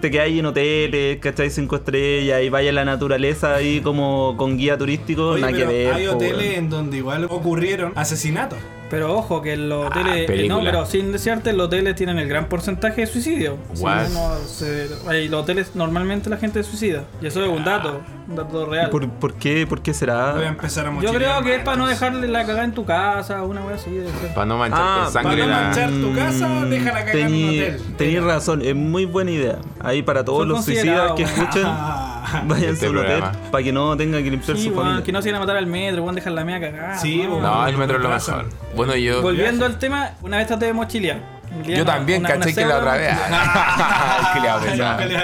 [SPEAKER 4] te quedáis en hoteles, ¿cachai? Cinco estrellas y vaya a la naturaleza ahí como con guía turístico.
[SPEAKER 2] Oye,
[SPEAKER 4] nada que
[SPEAKER 2] pero
[SPEAKER 4] ver.
[SPEAKER 2] hay
[SPEAKER 4] po,
[SPEAKER 2] hoteles
[SPEAKER 4] weón.
[SPEAKER 2] en donde igual ocurrieron asesinatos.
[SPEAKER 3] Pero ojo, que los
[SPEAKER 1] Ah,
[SPEAKER 3] hoteles. eh, no,
[SPEAKER 1] película.
[SPEAKER 3] pero sin desearte, los hoteles tienen el gran porcentaje de suicidio. Si
[SPEAKER 1] What?
[SPEAKER 3] uno se- ahí, los hoteles normalmente la gente se suicida. Y eso es un dato, un dato real.
[SPEAKER 4] ¿Por, por qué, ¿Por qué será?
[SPEAKER 2] Voy a empezar a
[SPEAKER 3] Yo
[SPEAKER 2] mochilear
[SPEAKER 3] creo que es
[SPEAKER 2] más.
[SPEAKER 3] para no dejarle la cagada en tu casa, una wea así. debe ser.
[SPEAKER 1] Para no manchar
[SPEAKER 4] Ah,
[SPEAKER 1] con
[SPEAKER 2] Para
[SPEAKER 1] sangre
[SPEAKER 2] no
[SPEAKER 1] la.
[SPEAKER 2] manchar tu casa,
[SPEAKER 4] Mm,
[SPEAKER 2] déjala cagar en un
[SPEAKER 4] tení-
[SPEAKER 2] hotel.
[SPEAKER 4] Tenías razón, es muy buena idea. Ahí para todos
[SPEAKER 3] Son
[SPEAKER 4] los suicidas que escuchan,
[SPEAKER 2] Ah.
[SPEAKER 4] váyanse
[SPEAKER 1] Este
[SPEAKER 4] al hotel
[SPEAKER 1] programa.
[SPEAKER 4] para que no tengan que limpiar
[SPEAKER 3] Sí,
[SPEAKER 4] su
[SPEAKER 3] weón,
[SPEAKER 4] familia.
[SPEAKER 3] que no se iban a matar al metro, weón, dejar la mea cagada.
[SPEAKER 2] Sí,
[SPEAKER 3] weón.
[SPEAKER 2] weón.
[SPEAKER 1] No, el metro es lo
[SPEAKER 2] Plaza.
[SPEAKER 1] mejor. Bueno, yo.
[SPEAKER 3] Volviendo al tema, una vez traté de mochilear. Un día
[SPEAKER 1] Yo
[SPEAKER 3] una-
[SPEAKER 1] también
[SPEAKER 3] una-
[SPEAKER 1] caché
[SPEAKER 3] una
[SPEAKER 1] que la otra vez. ah,
[SPEAKER 3] pseudo-
[SPEAKER 1] que le
[SPEAKER 2] Ay,
[SPEAKER 1] pesado.
[SPEAKER 2] qué le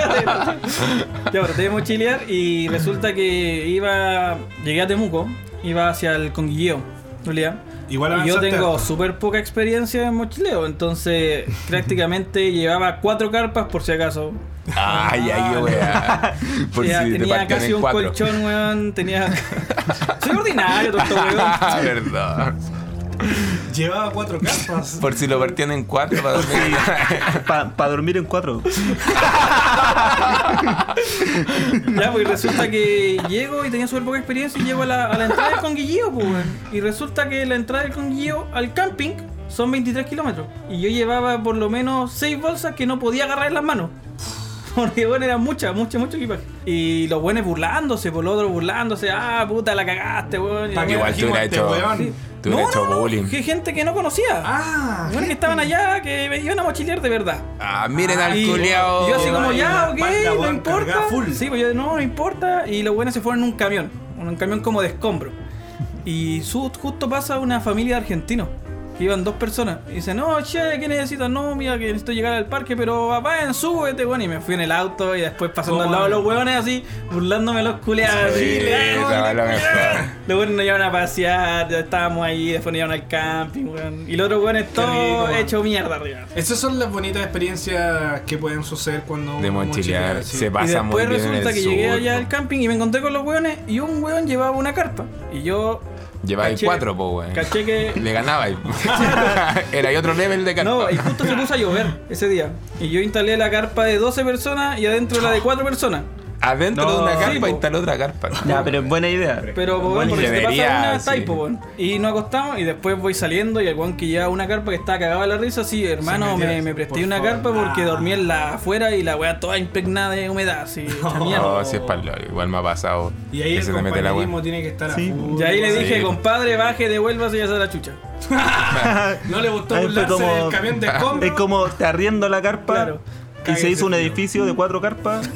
[SPEAKER 2] desgraciado.
[SPEAKER 3] Fíjate. Ya, pero te de mochilear y resulta que iba. Llegué a Temuco, iba hacia el Conguilleo, en realidad.
[SPEAKER 2] Igual
[SPEAKER 3] Y yo
[SPEAKER 2] avanzaste
[SPEAKER 3] tengo
[SPEAKER 2] harto.
[SPEAKER 3] súper poca experiencia en mochileo, entonces prácticamente llevaba cuatro carpas por si acaso.
[SPEAKER 1] Ay, ay, wea. Por
[SPEAKER 3] Ya,
[SPEAKER 1] si te
[SPEAKER 3] tenía
[SPEAKER 1] partían
[SPEAKER 3] casi
[SPEAKER 1] en
[SPEAKER 3] un
[SPEAKER 1] cuatro.
[SPEAKER 3] colchón, weón. Tenía. Soy ordinario, tonto, weón.
[SPEAKER 1] Ah, verdad.
[SPEAKER 2] Llevaba cuatro carpas.
[SPEAKER 1] Por si lo partían en cuatro para dormir.
[SPEAKER 4] Para dormir en cuatro.
[SPEAKER 3] Ya, pues resulta que llego y tenía súper poca experiencia y llego a la, a la entrada del Conguillío, pues, weón. Y resulta que la entrada del Conguillío al camping son 23 kilómetros. Y yo llevaba por lo menos 6 bolsas que no podía agarrar en las manos. Porque, bueno, era mucha, mucha, mucho equipaje. Y los buenos burlándose, por los otros burlándose. Ah, puta, la cagaste, weón. Y la
[SPEAKER 2] Pa' que
[SPEAKER 3] weá-
[SPEAKER 1] Igual tú hubieras
[SPEAKER 2] Este
[SPEAKER 1] hecho.
[SPEAKER 2] weón.
[SPEAKER 1] Tú hubieras hecho bullying.
[SPEAKER 3] que gente que no conocía.
[SPEAKER 2] Ah,
[SPEAKER 3] Bueno, que estaban allá, que me iban a mochilear de verdad.
[SPEAKER 1] Ah, miren al
[SPEAKER 3] Y
[SPEAKER 1] culiao.
[SPEAKER 3] yo así
[SPEAKER 2] Llevaba
[SPEAKER 3] como,
[SPEAKER 2] ahí
[SPEAKER 3] ya,
[SPEAKER 2] la
[SPEAKER 3] ok,
[SPEAKER 2] espalda,
[SPEAKER 3] no
[SPEAKER 2] weón,
[SPEAKER 3] importa.
[SPEAKER 2] cargada full.
[SPEAKER 3] Sí, pues yo, no, no importa. Y los buenos se fueron en un camión, en un camión como de escombro. Y su- justo pasa una familia de argentinos, que iban dos personas. Y dice, no, che, ¿qué necesitas? No, mira, que necesito llegar al parque, pero papá, en súbete, bueno. Y me fui en el auto y después pasando al lado de los hueones así, burlándome los culeados.
[SPEAKER 1] Sí,
[SPEAKER 3] así, le-
[SPEAKER 1] esa va la mejor.
[SPEAKER 3] los buenos nos llevaron a pasear, ya estábamos ahí, después nos llevaron al camping, weón. Y los otros hueones
[SPEAKER 2] rico,
[SPEAKER 3] todo
[SPEAKER 2] weón.
[SPEAKER 3] hecho mierda arriba.
[SPEAKER 2] Esas son las bonitas experiencias que pueden suceder cuando
[SPEAKER 1] De
[SPEAKER 2] uno
[SPEAKER 1] mochilear,
[SPEAKER 2] sí.
[SPEAKER 1] se
[SPEAKER 3] Y
[SPEAKER 1] pasa muy
[SPEAKER 3] después
[SPEAKER 1] bien en
[SPEAKER 3] resulta
[SPEAKER 1] el
[SPEAKER 3] que llegué
[SPEAKER 1] sur,
[SPEAKER 3] allá
[SPEAKER 1] po.
[SPEAKER 3] al camping y me encontré con los hueones y un hueón llevaba una carpa. Y yo
[SPEAKER 1] Llevaba ahí
[SPEAKER 3] caché-
[SPEAKER 1] cuatro, po, weón.
[SPEAKER 3] caché que...
[SPEAKER 1] Le ganaba. ahí. Era ahí otro level de
[SPEAKER 3] No,
[SPEAKER 1] carpa.
[SPEAKER 3] y justo se puso a llover ese día. Y yo instalé la carpa de 12 personas y adentro la de 4 personas.
[SPEAKER 1] Adentro de una
[SPEAKER 4] No,
[SPEAKER 3] sí,
[SPEAKER 1] carpa
[SPEAKER 3] po.
[SPEAKER 1] instaló otra carpa.
[SPEAKER 4] Ya, pero es buena idea.
[SPEAKER 3] Pero, po, weón, porque si te pasa
[SPEAKER 1] Debería,
[SPEAKER 3] una, está ahí,
[SPEAKER 1] sí.
[SPEAKER 3] po, weón. Y nos acostamos y después voy saliendo y el hueón que llevaba una carpa que estaba cagado de la risa, sí, hermano,
[SPEAKER 2] metió,
[SPEAKER 3] me, me presté
[SPEAKER 2] por
[SPEAKER 3] una
[SPEAKER 2] favor.
[SPEAKER 3] carpa porque
[SPEAKER 2] Ah.
[SPEAKER 3] dormí en la afuera y la weá toda impregnada de humedad, así, hecha mierda.
[SPEAKER 1] No, si es palo, igual me ha pasado.
[SPEAKER 2] Y ahí
[SPEAKER 1] que
[SPEAKER 2] el
[SPEAKER 1] se te mete la
[SPEAKER 2] compañerismo
[SPEAKER 1] weón.
[SPEAKER 2] tiene que estar a
[SPEAKER 4] Sí.
[SPEAKER 2] full.
[SPEAKER 3] Y ahí le dije,
[SPEAKER 1] Sí.
[SPEAKER 3] compadre, baje, devuélvase y hace la chucha.
[SPEAKER 2] No le gustó
[SPEAKER 4] Ahí fue
[SPEAKER 2] burlarse
[SPEAKER 4] Ah, como-
[SPEAKER 2] del camión de escombros.
[SPEAKER 4] Es como te arriendo la carpa
[SPEAKER 3] Claro.
[SPEAKER 4] y
[SPEAKER 2] Cáguese
[SPEAKER 4] se hizo un
[SPEAKER 2] frío.
[SPEAKER 4] edificio de cuatro carpas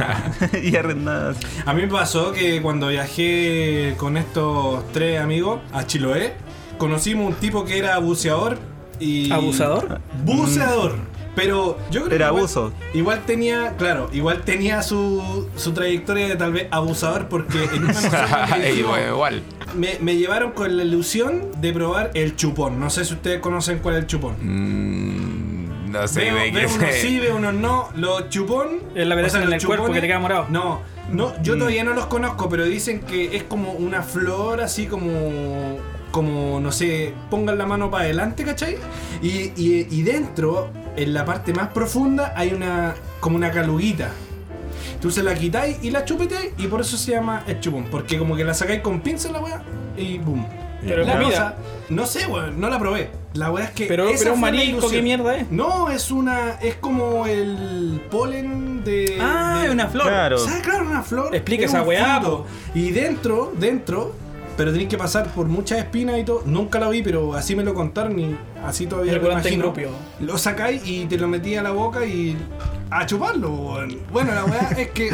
[SPEAKER 4] y arrendadas.
[SPEAKER 2] A mí me pasó que cuando viajé con estos tres amigos a Chiloé, conocimos un tipo que era buceador y...
[SPEAKER 3] ¿Abusador?
[SPEAKER 2] Buceador. Pero yo creo
[SPEAKER 4] Era
[SPEAKER 2] que igual-
[SPEAKER 4] abuso.
[SPEAKER 2] Igual tenía, claro, igual tenía su, su trayectoria de tal vez abusador porque en una nosotros le
[SPEAKER 1] Ey,
[SPEAKER 2] dijimos-
[SPEAKER 1] weón, igual.
[SPEAKER 2] me, me llevaron con la ilusión de probar el chupón. No sé si ustedes conocen cuál es el chupón.
[SPEAKER 1] Mm, No sé
[SPEAKER 2] veo,
[SPEAKER 1] de qué
[SPEAKER 2] veo unos
[SPEAKER 1] se-
[SPEAKER 2] sí, veo unos no. Los chupón.
[SPEAKER 3] Es la
[SPEAKER 2] verdad
[SPEAKER 3] verdad en el cuerpo que te queda morado.
[SPEAKER 2] No, no,
[SPEAKER 1] Mm.
[SPEAKER 2] yo todavía no los conozco, pero dicen que es como una flor así como. Como, no sé, pongan la mano para adelante, ¿cachai? Y, y- y dentro, en la parte más profunda, hay una. como una caluguita. Tú se la quitáis y la chupeteáis, y por eso se llama el chupón. Porque como que la sacáis con pinza la weá, y boom.
[SPEAKER 3] Pero
[SPEAKER 2] la
[SPEAKER 3] comida.
[SPEAKER 2] cosa- no sé, weón, no la probé. La weá es que.
[SPEAKER 3] Pero-
[SPEAKER 2] esa
[SPEAKER 3] pero un
[SPEAKER 2] fue la
[SPEAKER 3] marisco,
[SPEAKER 2] ilusión.
[SPEAKER 3] ¿qué mierda es?
[SPEAKER 2] No, es una. es como el polen de.
[SPEAKER 3] Ah,
[SPEAKER 2] de-
[SPEAKER 3] es una flor.
[SPEAKER 4] Claro.
[SPEAKER 2] ¿Sabes? Claro, una flor.
[SPEAKER 3] Explica
[SPEAKER 2] es
[SPEAKER 3] esa
[SPEAKER 2] un
[SPEAKER 3] weá,
[SPEAKER 2] fruto. Y dentro, dentro. Pero tenéis que pasar por muchas espinas y todo. Nunca lo vi, pero así me lo contaron y así todavía
[SPEAKER 3] El
[SPEAKER 2] lo
[SPEAKER 3] volante
[SPEAKER 2] imagino.
[SPEAKER 3] ingrupio.
[SPEAKER 2] Lo sacáis y te lo metí a la boca y. A chuparlo, weón. Bueno, la weá es que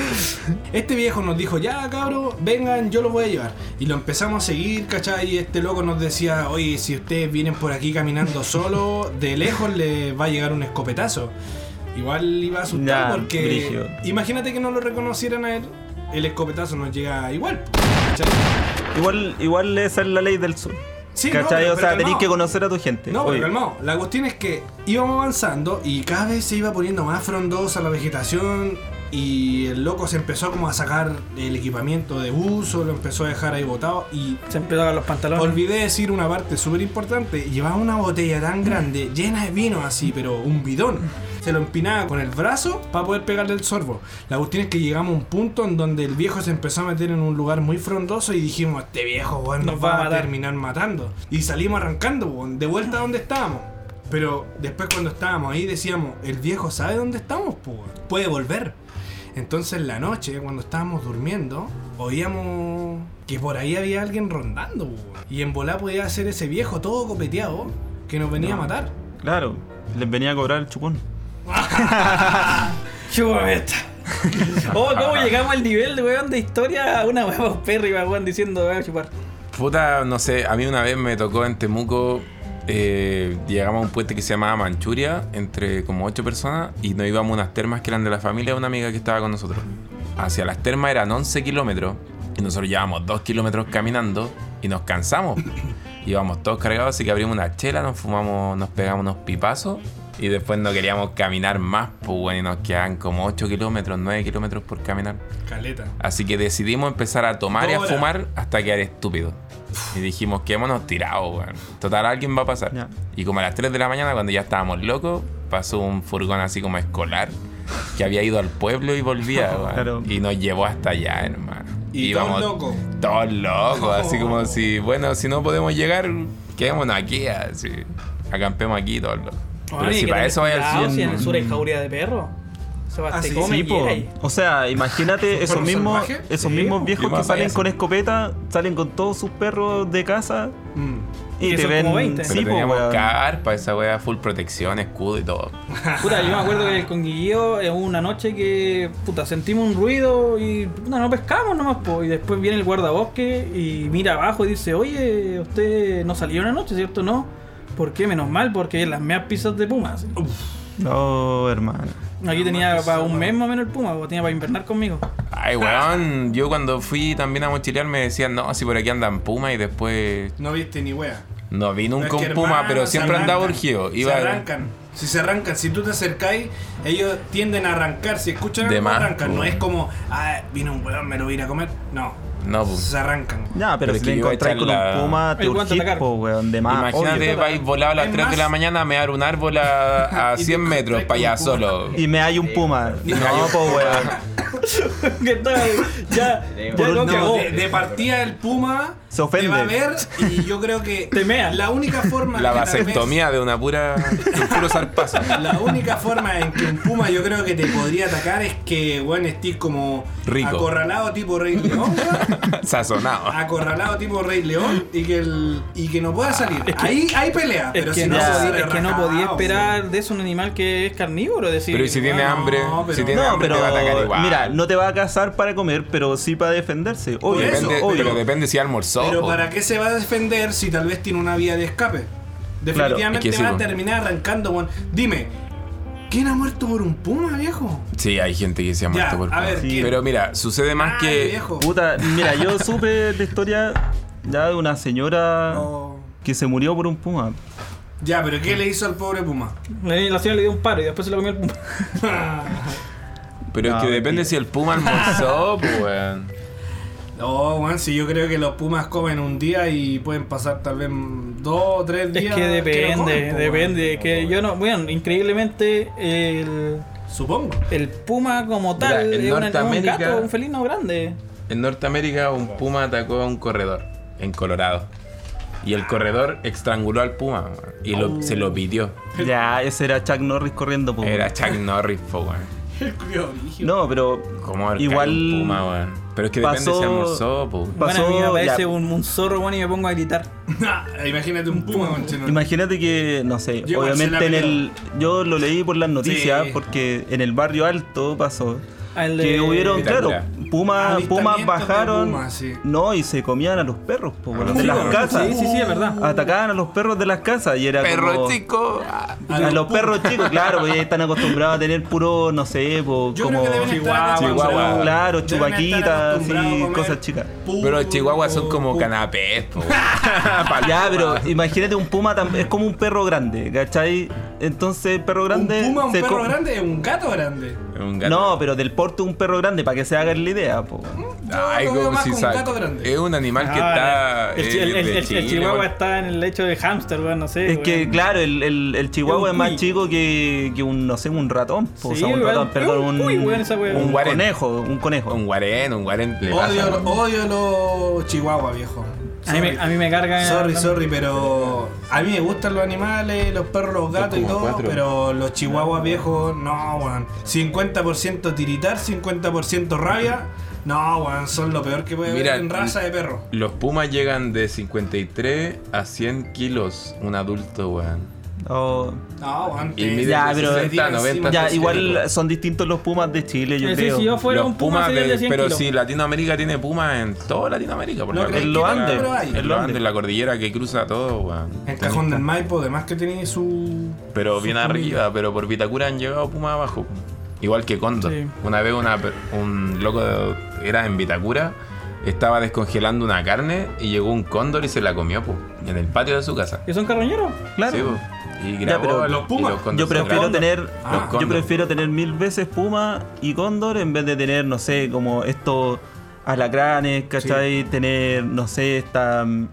[SPEAKER 2] este viejo nos dijo, ya cabros, vengan, yo los voy a llevar. Y lo empezamos a seguir, ¿cachai? Y este loco nos decía, oye, si ustedes vienen por aquí caminando solo, de lejos les va a llegar un escopetazo. Igual iba a asustar
[SPEAKER 4] Ya,
[SPEAKER 2] porque.
[SPEAKER 4] brígido.
[SPEAKER 2] Imagínate que no lo reconocieran a él, el escopetazo nos llega igual, ¿cachai?
[SPEAKER 4] Igual, igual esa es la ley del sur.
[SPEAKER 2] Sí, no,
[SPEAKER 4] ¿Cachai?
[SPEAKER 2] pero- pero
[SPEAKER 4] o sea,
[SPEAKER 2] calmado.
[SPEAKER 4] tenéis que conocer a tu gente.
[SPEAKER 2] No,
[SPEAKER 4] obvio.
[SPEAKER 2] pero calmado. La cuestión es que íbamos avanzando y cada vez se iba poniendo más frondosa la vegetación. Y el loco se empezó como a sacar el equipamiento de buzo, lo empezó a dejar ahí botado. Y
[SPEAKER 3] Se empezaron los pantalones.
[SPEAKER 2] olvidé decir una parte súper importante. Llevaba una botella tan grande, llena de vino así, pero un bidón. Se lo empinaba con el brazo para poder pegarle el sorbo. La cuestión es que llegamos a un punto en donde el viejo se empezó a meter en un lugar muy frondoso y dijimos, este viejo weón, nos,
[SPEAKER 3] Nos
[SPEAKER 2] va,
[SPEAKER 3] va a
[SPEAKER 2] a
[SPEAKER 3] matar".
[SPEAKER 2] terminar matando. Y salimos arrancando, weón, de vuelta a donde estábamos. Pero después cuando estábamos ahí decíamos, el viejo sabe dónde estamos, po, weón. puede volver. Entonces en la noche, cuando estábamos durmiendo, oíamos que por ahí había alguien rondando. po, weón. Y en volá podía ser ese viejo todo copeteado que nos venía a matar.
[SPEAKER 4] Claro, les venía a cobrar el chupón.
[SPEAKER 3] Chúpame esta. oh, cómo llegamos al nivel, weón, de historia a una hueva pérrima, weón, diciendo, voy a chupar.
[SPEAKER 1] Puta, no sé, a mí una vez me tocó en Temuco, eh, llegamos a un puente que se llamaba Manchuria, entre como ocho personas, y nos íbamos a unas termas que eran de la familia de una amiga que estaba con nosotros. Hacia las termas eran 11 kilómetros, y nosotros llevábamos 2 kilómetros caminando, y nos cansamos. Íbamos todos cargados, así que abrimos una chela, nos fumamos, nos pegamos unos pipazos, y después no queríamos caminar más, pues bueno, y nos quedaban como 8 kilómetros, 9 kilómetros por caminar.
[SPEAKER 2] Caleta.
[SPEAKER 1] Así que decidimos empezar a tomar y a
[SPEAKER 2] Ahora.
[SPEAKER 1] fumar hasta quedar estúpidos. Y dijimos, quedémonos tirados, weón. Total, alguien va a pasar.
[SPEAKER 4] Ya.
[SPEAKER 1] Y como a las 3 de la mañana, cuando ya estábamos locos, pasó un furgón así como escolar que había ido al pueblo y volvía, weón.
[SPEAKER 4] Claro.
[SPEAKER 1] Y nos llevó hasta allá, hermano.
[SPEAKER 2] Y
[SPEAKER 1] Íbamos
[SPEAKER 2] todos locos.
[SPEAKER 1] Todos locos, así como si, bueno, si no podemos llegar, quedémonos aquí, así. Acampemos aquí, todos locos. Pero
[SPEAKER 3] Oye,
[SPEAKER 1] si
[SPEAKER 3] que
[SPEAKER 1] para
[SPEAKER 3] tenés
[SPEAKER 1] eso vaya
[SPEAKER 3] cuidado,
[SPEAKER 1] al
[SPEAKER 3] Si en
[SPEAKER 1] sur.
[SPEAKER 3] el sur hay jauría de perro. Se va,
[SPEAKER 2] Ah,
[SPEAKER 3] te
[SPEAKER 2] sí,
[SPEAKER 4] Sí,
[SPEAKER 3] come y
[SPEAKER 4] po.
[SPEAKER 3] llega ahí.
[SPEAKER 4] O sea, imagínate esos
[SPEAKER 2] perros
[SPEAKER 4] mismos,
[SPEAKER 2] salvajes?
[SPEAKER 4] esos
[SPEAKER 3] Sí,
[SPEAKER 4] mismos
[SPEAKER 3] po.
[SPEAKER 1] Y
[SPEAKER 4] viejos que
[SPEAKER 1] más
[SPEAKER 4] salen
[SPEAKER 1] payaso.
[SPEAKER 4] con escopeta, salen con todos sus perros de casa
[SPEAKER 2] Mm.
[SPEAKER 4] y
[SPEAKER 3] Que
[SPEAKER 4] te
[SPEAKER 3] son
[SPEAKER 4] ven.
[SPEAKER 3] como 20.
[SPEAKER 1] Pero
[SPEAKER 4] Sí, po,
[SPEAKER 1] teníamos
[SPEAKER 4] weón.
[SPEAKER 1] carpa, esa wea full protección, escudo y todo.
[SPEAKER 3] Puta, yo me acuerdo que con Guillo eh, hubo una noche que puta, sentimos un ruido y puta, no pescamos nomás, po. Y después viene el guardabosque y mira abajo y dice, oye, usted no salió una noche, ¿cierto? No. ¿Por qué? Menos mal, porque las meas pisas de Puma. así.
[SPEAKER 4] No, hermano.
[SPEAKER 3] Aquí tenía para un mes más o menos el Puma, po, tenía para invernar conmigo.
[SPEAKER 1] Ay, weón, yo cuando fui también a mochilear me decían, no, si por aquí andan puma y después
[SPEAKER 2] No viste ni wea.
[SPEAKER 1] no vi
[SPEAKER 2] No,
[SPEAKER 1] nunca
[SPEAKER 2] es que,
[SPEAKER 1] un puma,
[SPEAKER 2] hermano,
[SPEAKER 1] pero
[SPEAKER 2] se
[SPEAKER 1] siempre andaba
[SPEAKER 2] arrancan.
[SPEAKER 1] urgido.
[SPEAKER 2] Se
[SPEAKER 1] Iba
[SPEAKER 2] arrancan. Si se arrancan, si tú te acercáis, ellos tienden a arrancar. Si escuchan,
[SPEAKER 1] De
[SPEAKER 2] algo,
[SPEAKER 1] más,
[SPEAKER 2] arrancan. No
[SPEAKER 1] pues.
[SPEAKER 2] es como, ah, vino un weón, me lo voy a ir a comer. No.
[SPEAKER 1] No, pues.
[SPEAKER 2] Se arrancan.
[SPEAKER 4] Ya,
[SPEAKER 1] Pero
[SPEAKER 4] pero,
[SPEAKER 1] es
[SPEAKER 4] si
[SPEAKER 1] que
[SPEAKER 4] te
[SPEAKER 1] yo voy a
[SPEAKER 4] encontrás
[SPEAKER 1] echar
[SPEAKER 4] con
[SPEAKER 1] la-
[SPEAKER 4] un puma, te
[SPEAKER 3] El guante
[SPEAKER 4] urgís,
[SPEAKER 3] atacar.
[SPEAKER 4] po, weón, de más.
[SPEAKER 1] Imagínate,
[SPEAKER 4] obvio.
[SPEAKER 1] vais volado a las
[SPEAKER 2] Es
[SPEAKER 1] 3 de la
[SPEAKER 2] más-
[SPEAKER 1] mañana a mear un árbol a, a
[SPEAKER 2] Y te
[SPEAKER 1] 100 metros
[SPEAKER 2] encontrás
[SPEAKER 1] para allá
[SPEAKER 2] con un puma.
[SPEAKER 1] solo.
[SPEAKER 4] Y me hay un puma. No, po, weón.
[SPEAKER 3] que tal? Ya, ya
[SPEAKER 4] Por
[SPEAKER 3] lo
[SPEAKER 4] un-
[SPEAKER 2] No,
[SPEAKER 3] cagó.
[SPEAKER 2] de, de partida el puma
[SPEAKER 4] Se ofende.
[SPEAKER 2] te va a ver y yo creo que
[SPEAKER 3] Te mea.
[SPEAKER 2] la única forma
[SPEAKER 1] La
[SPEAKER 2] que tal vez-
[SPEAKER 1] vasectomía de una pura. de un puro zarpazo.
[SPEAKER 2] la única forma en que un puma yo creo que te podría atacar es que bueno estés como
[SPEAKER 1] Rico.
[SPEAKER 2] acorralado tipo rey león weón. Ah,
[SPEAKER 1] Sazonado.
[SPEAKER 2] acorralado tipo Rey León y que el y que no pueda salir. ahí hay pelea,
[SPEAKER 3] Es
[SPEAKER 2] pero
[SPEAKER 3] que,
[SPEAKER 2] si
[SPEAKER 3] no,
[SPEAKER 2] no,
[SPEAKER 4] ya,
[SPEAKER 2] se
[SPEAKER 3] podía, es que no
[SPEAKER 2] rajao,
[SPEAKER 3] podía esperar de eso un animal que es carnívoro. es Decir,
[SPEAKER 1] Pero ¿y si tiene
[SPEAKER 3] weón,
[SPEAKER 1] hambre,
[SPEAKER 2] no,
[SPEAKER 1] si
[SPEAKER 2] pero-
[SPEAKER 1] tiene
[SPEAKER 4] No,
[SPEAKER 1] hambre
[SPEAKER 4] pero
[SPEAKER 1] te va a atacar igual.
[SPEAKER 4] mira, no te va a cazar para comer, pero sí para defenderse. Obvio,
[SPEAKER 2] eso,
[SPEAKER 1] depende,
[SPEAKER 4] obvio.
[SPEAKER 1] pero depende si almorzó.
[SPEAKER 2] Pero
[SPEAKER 1] po.
[SPEAKER 2] para qué se va a defender si tal vez tiene una vía de escape. Definitivamente
[SPEAKER 1] Es que sí,
[SPEAKER 2] va a
[SPEAKER 1] po.
[SPEAKER 2] terminar arrancando, weón. Dime, ¿quién ha muerto por un puma, viejo?
[SPEAKER 1] Sí, hay gente que se ha muerto por
[SPEAKER 2] a
[SPEAKER 1] puma.
[SPEAKER 2] ver,
[SPEAKER 1] Sí.
[SPEAKER 2] ¿quién?
[SPEAKER 1] Pero mira, sucede más
[SPEAKER 2] Ay,
[SPEAKER 1] que.
[SPEAKER 2] viejo.
[SPEAKER 4] Puta, mira, yo supe la historia ya de una señora
[SPEAKER 2] No.
[SPEAKER 4] que se murió por un puma.
[SPEAKER 2] Ya, pero ¿qué le hizo al pobre puma?
[SPEAKER 3] La la señora le dio un paro y después se lo comió el puma.
[SPEAKER 1] Pero
[SPEAKER 4] No,
[SPEAKER 1] es que depende
[SPEAKER 4] mentira.
[SPEAKER 1] si el puma almorzó, pues, weón.
[SPEAKER 2] No, weón, si yo creo que los pumas comen un día y pueden pasar tal vez dos o tres días.
[SPEAKER 3] Es que
[SPEAKER 2] no
[SPEAKER 3] depende,
[SPEAKER 2] comen, po, weón.
[SPEAKER 3] depende. que yo no, bueno, increíblemente el,
[SPEAKER 2] Supongo.
[SPEAKER 3] el puma como tal
[SPEAKER 1] Mira, en
[SPEAKER 3] es una-
[SPEAKER 1] Norteamérica-
[SPEAKER 3] un gato, un felino grande.
[SPEAKER 1] En Norteamérica, un puma atacó a un corredor en Colorado. Y el corredor estranguló al puma weón, y lo- se lo pidió.
[SPEAKER 4] Ya, ese era Chuck Norris corriendo por
[SPEAKER 1] Era Chuck Norris, po, weón.
[SPEAKER 2] El culiao brígido.
[SPEAKER 4] No, pero
[SPEAKER 1] ¿Cómo ahorcar
[SPEAKER 4] igual
[SPEAKER 1] un puma, weón? Pero es que depende
[SPEAKER 4] pasó-
[SPEAKER 1] si almorzó, po.
[SPEAKER 3] bueno,
[SPEAKER 4] Pasó,
[SPEAKER 3] a mí me
[SPEAKER 4] ya.
[SPEAKER 3] aparece un, un zorro bueno y me pongo a gritar.
[SPEAKER 2] Ah, Imagínate un puma con chino.
[SPEAKER 4] imagínate que, no sé,
[SPEAKER 2] Yo igual se
[SPEAKER 4] obviamente
[SPEAKER 2] la
[SPEAKER 4] en el... Yo lo leí por las noticias
[SPEAKER 2] Sí.
[SPEAKER 4] porque en el barrio alto pasó.
[SPEAKER 3] Al
[SPEAKER 4] que
[SPEAKER 3] de-
[SPEAKER 4] hubieron, claro,
[SPEAKER 1] Vitacura.
[SPEAKER 4] pumas pumas
[SPEAKER 2] Avistamientos
[SPEAKER 4] bajaron.
[SPEAKER 2] de pumas, sí. Ah,
[SPEAKER 4] No, y se comían a los perros, po, weón, de
[SPEAKER 1] sí,
[SPEAKER 4] las
[SPEAKER 1] weón,
[SPEAKER 4] casas.
[SPEAKER 3] Sí, sí, sí, es verdad.
[SPEAKER 4] Atacaban a los perros de las casas y era
[SPEAKER 1] Perro
[SPEAKER 4] como-
[SPEAKER 1] chico. ah.
[SPEAKER 4] A los, perros chicos, claro, porque están acostumbrados a tener puro, no sé, po,
[SPEAKER 2] Yo
[SPEAKER 4] como
[SPEAKER 2] creo que deben estar
[SPEAKER 3] chihuahua,
[SPEAKER 2] acostumbrados-
[SPEAKER 1] chihuahua.
[SPEAKER 4] Claro,
[SPEAKER 2] deben estar
[SPEAKER 4] chupaquitas,
[SPEAKER 2] acostumbrados a
[SPEAKER 4] así,
[SPEAKER 2] comer
[SPEAKER 4] cosas chicas.
[SPEAKER 2] pulpo,
[SPEAKER 1] Pero los chihuahuas son como
[SPEAKER 2] pulpo.
[SPEAKER 1] canapés, po. weón. Pa'l
[SPEAKER 4] Ya,
[SPEAKER 1] puma.
[SPEAKER 4] pero imagínate un puma tam- es como un perro grande, ¿cachai? Entonces el perro grande.
[SPEAKER 2] un puma, un
[SPEAKER 4] se
[SPEAKER 2] perro
[SPEAKER 4] co-
[SPEAKER 2] grande, es un gato grande.
[SPEAKER 1] Un gato.
[SPEAKER 4] No, pero del porte un perro grande, para que se hagan la idea. po.
[SPEAKER 1] Ay,
[SPEAKER 2] Yo lo veo
[SPEAKER 1] como
[SPEAKER 2] más
[SPEAKER 1] si Eh,
[SPEAKER 2] como un
[SPEAKER 1] sac-
[SPEAKER 2] gato grande.
[SPEAKER 1] Es un animal que
[SPEAKER 3] Ah,
[SPEAKER 1] está.
[SPEAKER 3] El,
[SPEAKER 1] es
[SPEAKER 3] chi- el-
[SPEAKER 1] de
[SPEAKER 3] el- el- el
[SPEAKER 1] Chile,
[SPEAKER 3] chihuahua
[SPEAKER 1] weón.
[SPEAKER 3] está en el lecho de hámster, weón, no sé.
[SPEAKER 4] Es que,
[SPEAKER 3] weón.
[SPEAKER 4] claro, el, el- el chihuahua
[SPEAKER 3] Es
[SPEAKER 4] es,
[SPEAKER 3] un
[SPEAKER 4] más
[SPEAKER 3] cuy.
[SPEAKER 4] chico que, que un, no sé, un ratón. po. O
[SPEAKER 3] Sí,
[SPEAKER 4] sea, un
[SPEAKER 3] weón,
[SPEAKER 4] ratón,
[SPEAKER 3] es
[SPEAKER 4] perdón,
[SPEAKER 3] un
[SPEAKER 4] un,
[SPEAKER 3] cuy, weón, esa weón.
[SPEAKER 4] un
[SPEAKER 1] Un guarén.
[SPEAKER 4] conejo, un conejo.
[SPEAKER 1] Un guarén, un guarén. Le pasa,
[SPEAKER 2] Odio,
[SPEAKER 1] weón.
[SPEAKER 2] odio los chihuahua, viejo.
[SPEAKER 3] a, mí me,
[SPEAKER 2] Sorry.
[SPEAKER 3] a mí me cargan.
[SPEAKER 2] Sorry,
[SPEAKER 3] no-
[SPEAKER 2] sorry, pero a mí me gustan los animales, los perros, los gatos y
[SPEAKER 1] como
[SPEAKER 2] todo,
[SPEAKER 1] cuatro.
[SPEAKER 2] pero los chihuahuas viejos, no, weón. 50% tiritar, 50% rabia, no, weón, son lo peor que puede
[SPEAKER 1] Mira,
[SPEAKER 2] haber en raza de perro.
[SPEAKER 1] Los pumas llegan de 53 a 100 kilos un adulto, weón.
[SPEAKER 4] Oh,
[SPEAKER 2] No, weón,
[SPEAKER 1] Y
[SPEAKER 2] te-
[SPEAKER 1] miden
[SPEAKER 4] Ya,
[SPEAKER 2] te
[SPEAKER 4] pero-
[SPEAKER 2] tiran
[SPEAKER 1] 60,
[SPEAKER 2] encima.
[SPEAKER 1] 90.
[SPEAKER 4] Ya,
[SPEAKER 1] Entonces,
[SPEAKER 4] igual
[SPEAKER 1] claro.
[SPEAKER 4] son distintos los pumas de Chile, yo
[SPEAKER 3] Eh, sí,
[SPEAKER 4] creo.
[SPEAKER 3] si yo fuera
[SPEAKER 1] Los
[SPEAKER 3] un puma,
[SPEAKER 1] pumas,
[SPEAKER 3] sería el de
[SPEAKER 1] de-
[SPEAKER 3] 100
[SPEAKER 1] pero
[SPEAKER 3] kilos.
[SPEAKER 1] si Latinoamérica tiene pumas en toda Latinoamérica, por
[SPEAKER 2] No
[SPEAKER 1] la
[SPEAKER 2] crees
[SPEAKER 1] cor-
[SPEAKER 2] que
[SPEAKER 4] En los
[SPEAKER 2] no,
[SPEAKER 4] Andes,
[SPEAKER 2] pero hay.
[SPEAKER 1] en los Andes, la cordillera que cruza todo, weón.
[SPEAKER 2] El cajón del Maipo, además que tiene su.
[SPEAKER 1] Pero
[SPEAKER 2] su
[SPEAKER 1] bien
[SPEAKER 2] familia.
[SPEAKER 1] arriba, pero por Vitacura han llegado pumas abajo. Igual que Condor.
[SPEAKER 3] Sí.
[SPEAKER 1] Una vez una per- un loco de- era en Vitacura, estaba descongelando una carne y llegó un cóndor y se la comió po, en el patio de su casa.
[SPEAKER 3] ¿Que son carroñeros?
[SPEAKER 4] Claro.
[SPEAKER 1] Sí, po. y
[SPEAKER 4] Ya,
[SPEAKER 1] grabó
[SPEAKER 4] pero
[SPEAKER 1] a los
[SPEAKER 2] los pumas,
[SPEAKER 1] y los cóndores
[SPEAKER 4] Yo
[SPEAKER 1] se la
[SPEAKER 4] prefiero
[SPEAKER 1] comieron.
[SPEAKER 4] tener
[SPEAKER 1] Ah,
[SPEAKER 4] yo
[SPEAKER 1] cóndor.
[SPEAKER 4] prefiero tener mil veces puma y cóndor en vez de tener, no sé, como estos alacranes, ¿cachai? Tener, no sé, esta mm,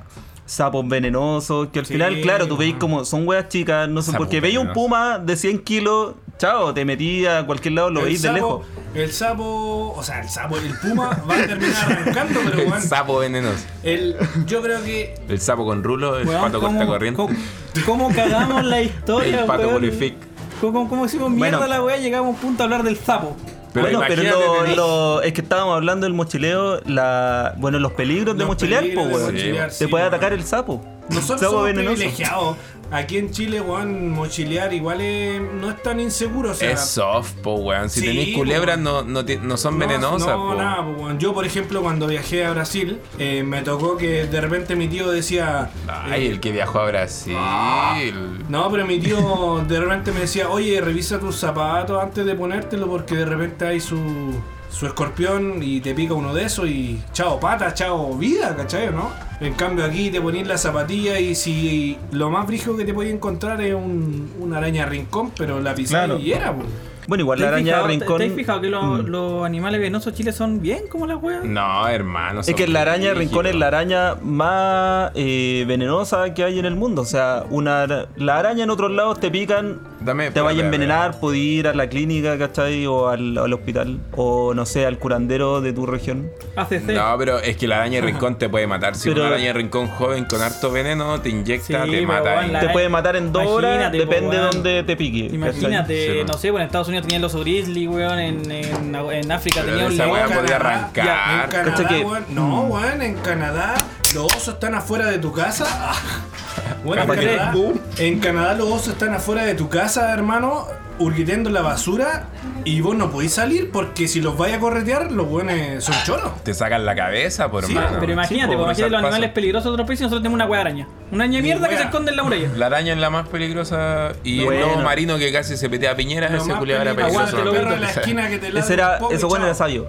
[SPEAKER 4] sapos venenosos, que al
[SPEAKER 2] Sí,
[SPEAKER 4] final, claro, tú veis
[SPEAKER 2] bueno.
[SPEAKER 4] como son weas chicas, no sé,
[SPEAKER 1] Sapos
[SPEAKER 4] porque veis un
[SPEAKER 1] venenosos.
[SPEAKER 4] puma de 100 kilos, chao, te metí a cualquier lado, lo
[SPEAKER 2] El
[SPEAKER 4] veis de
[SPEAKER 2] sapo-
[SPEAKER 4] lejos.
[SPEAKER 2] El sapo, o sea, el sapo, el puma va a terminar arrancando, pero
[SPEAKER 1] El
[SPEAKER 2] weón.
[SPEAKER 1] sapo venenoso.
[SPEAKER 2] el- yo creo que
[SPEAKER 1] El sapo con rulo, el
[SPEAKER 3] Weón,
[SPEAKER 1] pato corta corriente.
[SPEAKER 3] ¿cómo, cómo cagamos la historia,
[SPEAKER 1] El pato
[SPEAKER 3] weón?
[SPEAKER 1] purific.
[SPEAKER 3] ¿Cómo, cómo hicimos mierda
[SPEAKER 4] Bueno.
[SPEAKER 3] la weá? Llegamos a un punto a hablar del sapo.
[SPEAKER 1] Pero
[SPEAKER 4] bueno, pero
[SPEAKER 1] imagínate
[SPEAKER 4] lo-
[SPEAKER 1] tener-
[SPEAKER 4] lo- es que estábamos hablando del mochileo, la, bueno, los peligros de
[SPEAKER 2] Los
[SPEAKER 4] mochilear,
[SPEAKER 2] peligros
[SPEAKER 4] po,
[SPEAKER 2] de
[SPEAKER 4] weón.
[SPEAKER 2] mochilear,
[SPEAKER 4] Te
[SPEAKER 2] sí,
[SPEAKER 4] puede
[SPEAKER 2] weón.
[SPEAKER 4] atacar el sapo.
[SPEAKER 2] Nosotros
[SPEAKER 4] sapo
[SPEAKER 2] somos
[SPEAKER 4] venenoso.
[SPEAKER 2] privilegiados. Aquí en Chile, weón, mochilear igual es- no es tan inseguro. O sea,
[SPEAKER 1] Es soft, po, weón. Si
[SPEAKER 2] Sí,
[SPEAKER 1] tenéis culebras,
[SPEAKER 2] po.
[SPEAKER 1] no, no, ti- no son
[SPEAKER 2] no-
[SPEAKER 1] venenosas,
[SPEAKER 2] no,
[SPEAKER 1] po.
[SPEAKER 2] nada, po, weón. Yo, por ejemplo, cuando viajé a Brasil, eh, me tocó que de repente mi tío decía.
[SPEAKER 1] Ay,
[SPEAKER 2] eh,
[SPEAKER 1] el que viajó a Brasil.
[SPEAKER 2] No, pero mi tío de repente me decía, oye, revisa tus zapatos antes de ponértelo porque de repente hay su, su escorpión y te pica uno de esos y chao pata, chao vida, ¿cachai? ¿No? En cambio aquí te ponís la zapatilla y si lo más brígido que te podías encontrar es un, una araña rincón, pero la pisada
[SPEAKER 4] Claro.
[SPEAKER 2] y era, pues.
[SPEAKER 4] Bueno, igual
[SPEAKER 3] ¿Te
[SPEAKER 4] la
[SPEAKER 3] has
[SPEAKER 4] araña
[SPEAKER 3] fijado-
[SPEAKER 4] de
[SPEAKER 3] te-
[SPEAKER 4] rincón.
[SPEAKER 3] ¿Te has fijado que los,
[SPEAKER 4] Mm.
[SPEAKER 3] los animales venosos chiles son bien como las weas?
[SPEAKER 1] No, hermano.
[SPEAKER 4] Es que la araña de rincón es la araña más eh, venenosa que hay en el mundo. O sea, una, ara- la araña en otros lados te pican,
[SPEAKER 1] Dame,
[SPEAKER 4] te vaya a
[SPEAKER 1] espérate,
[SPEAKER 4] envenenar, podés ir a la clínica, ¿cachai? O al, al hospital, o no sé, al curandero de tu región.
[SPEAKER 3] ACC.
[SPEAKER 1] No, pero es que la araña de rincón te puede matar. Si
[SPEAKER 4] Pero-
[SPEAKER 1] una araña de rincón joven con harto veneno te inyecta,
[SPEAKER 3] Sí,
[SPEAKER 1] te
[SPEAKER 3] pero,
[SPEAKER 1] mata.
[SPEAKER 3] weón,
[SPEAKER 1] y-
[SPEAKER 3] la-
[SPEAKER 4] Te puede matar en dos horas,
[SPEAKER 3] Imagínate, po,
[SPEAKER 4] depende de
[SPEAKER 3] weón.
[SPEAKER 4] dónde te pique. ¿cachai?
[SPEAKER 1] Sí,
[SPEAKER 3] Imagínate,
[SPEAKER 1] weón.
[SPEAKER 3] no sé, bueno, en Estados Unidos tenían los oso grizzly, weón, en, en, en África
[SPEAKER 1] Pero
[SPEAKER 3] tenían un
[SPEAKER 1] esa
[SPEAKER 3] león.
[SPEAKER 1] weá podía
[SPEAKER 2] Canadá,
[SPEAKER 1] arrancar.
[SPEAKER 2] ya, en
[SPEAKER 1] Cacha
[SPEAKER 2] Canadá,
[SPEAKER 4] que-
[SPEAKER 2] weón, no, weón, en Canadá los osos están afuera de tu casa. Bueno, en
[SPEAKER 4] Capaz que-
[SPEAKER 2] Canadá, en Canadá los osos están afuera de tu casa, hermano, hurgueteando en la basura y vos no podés salir porque si los vais a corretear, los buenos son choros.
[SPEAKER 1] Te sacan la cabeza, por
[SPEAKER 2] Sí,
[SPEAKER 1] hermano.
[SPEAKER 3] Pero imagínate,
[SPEAKER 1] Sí, po,
[SPEAKER 3] porque imagínate los
[SPEAKER 1] zarpazo.
[SPEAKER 3] animales peligrosos de otro país y nosotros tenemos una wea araña. Una araña de
[SPEAKER 2] Ni
[SPEAKER 3] mierda que
[SPEAKER 2] wea.
[SPEAKER 3] se esconde en la muralla.
[SPEAKER 1] La araña es la más peligrosa. Y
[SPEAKER 4] Bueno.
[SPEAKER 1] el lobo marino que casi se petea a piñeras,
[SPEAKER 2] Lo
[SPEAKER 1] ese
[SPEAKER 2] más
[SPEAKER 1] culiado era
[SPEAKER 2] peligroso,
[SPEAKER 1] peligroso.
[SPEAKER 3] aguante,
[SPEAKER 2] el
[SPEAKER 1] ¿no?
[SPEAKER 3] lobo.
[SPEAKER 2] perro de la esquina que te ladra
[SPEAKER 4] Ese,
[SPEAKER 2] un
[SPEAKER 4] era,
[SPEAKER 2] poco y
[SPEAKER 4] ese bueno era
[SPEAKER 2] chao.
[SPEAKER 4] sabio.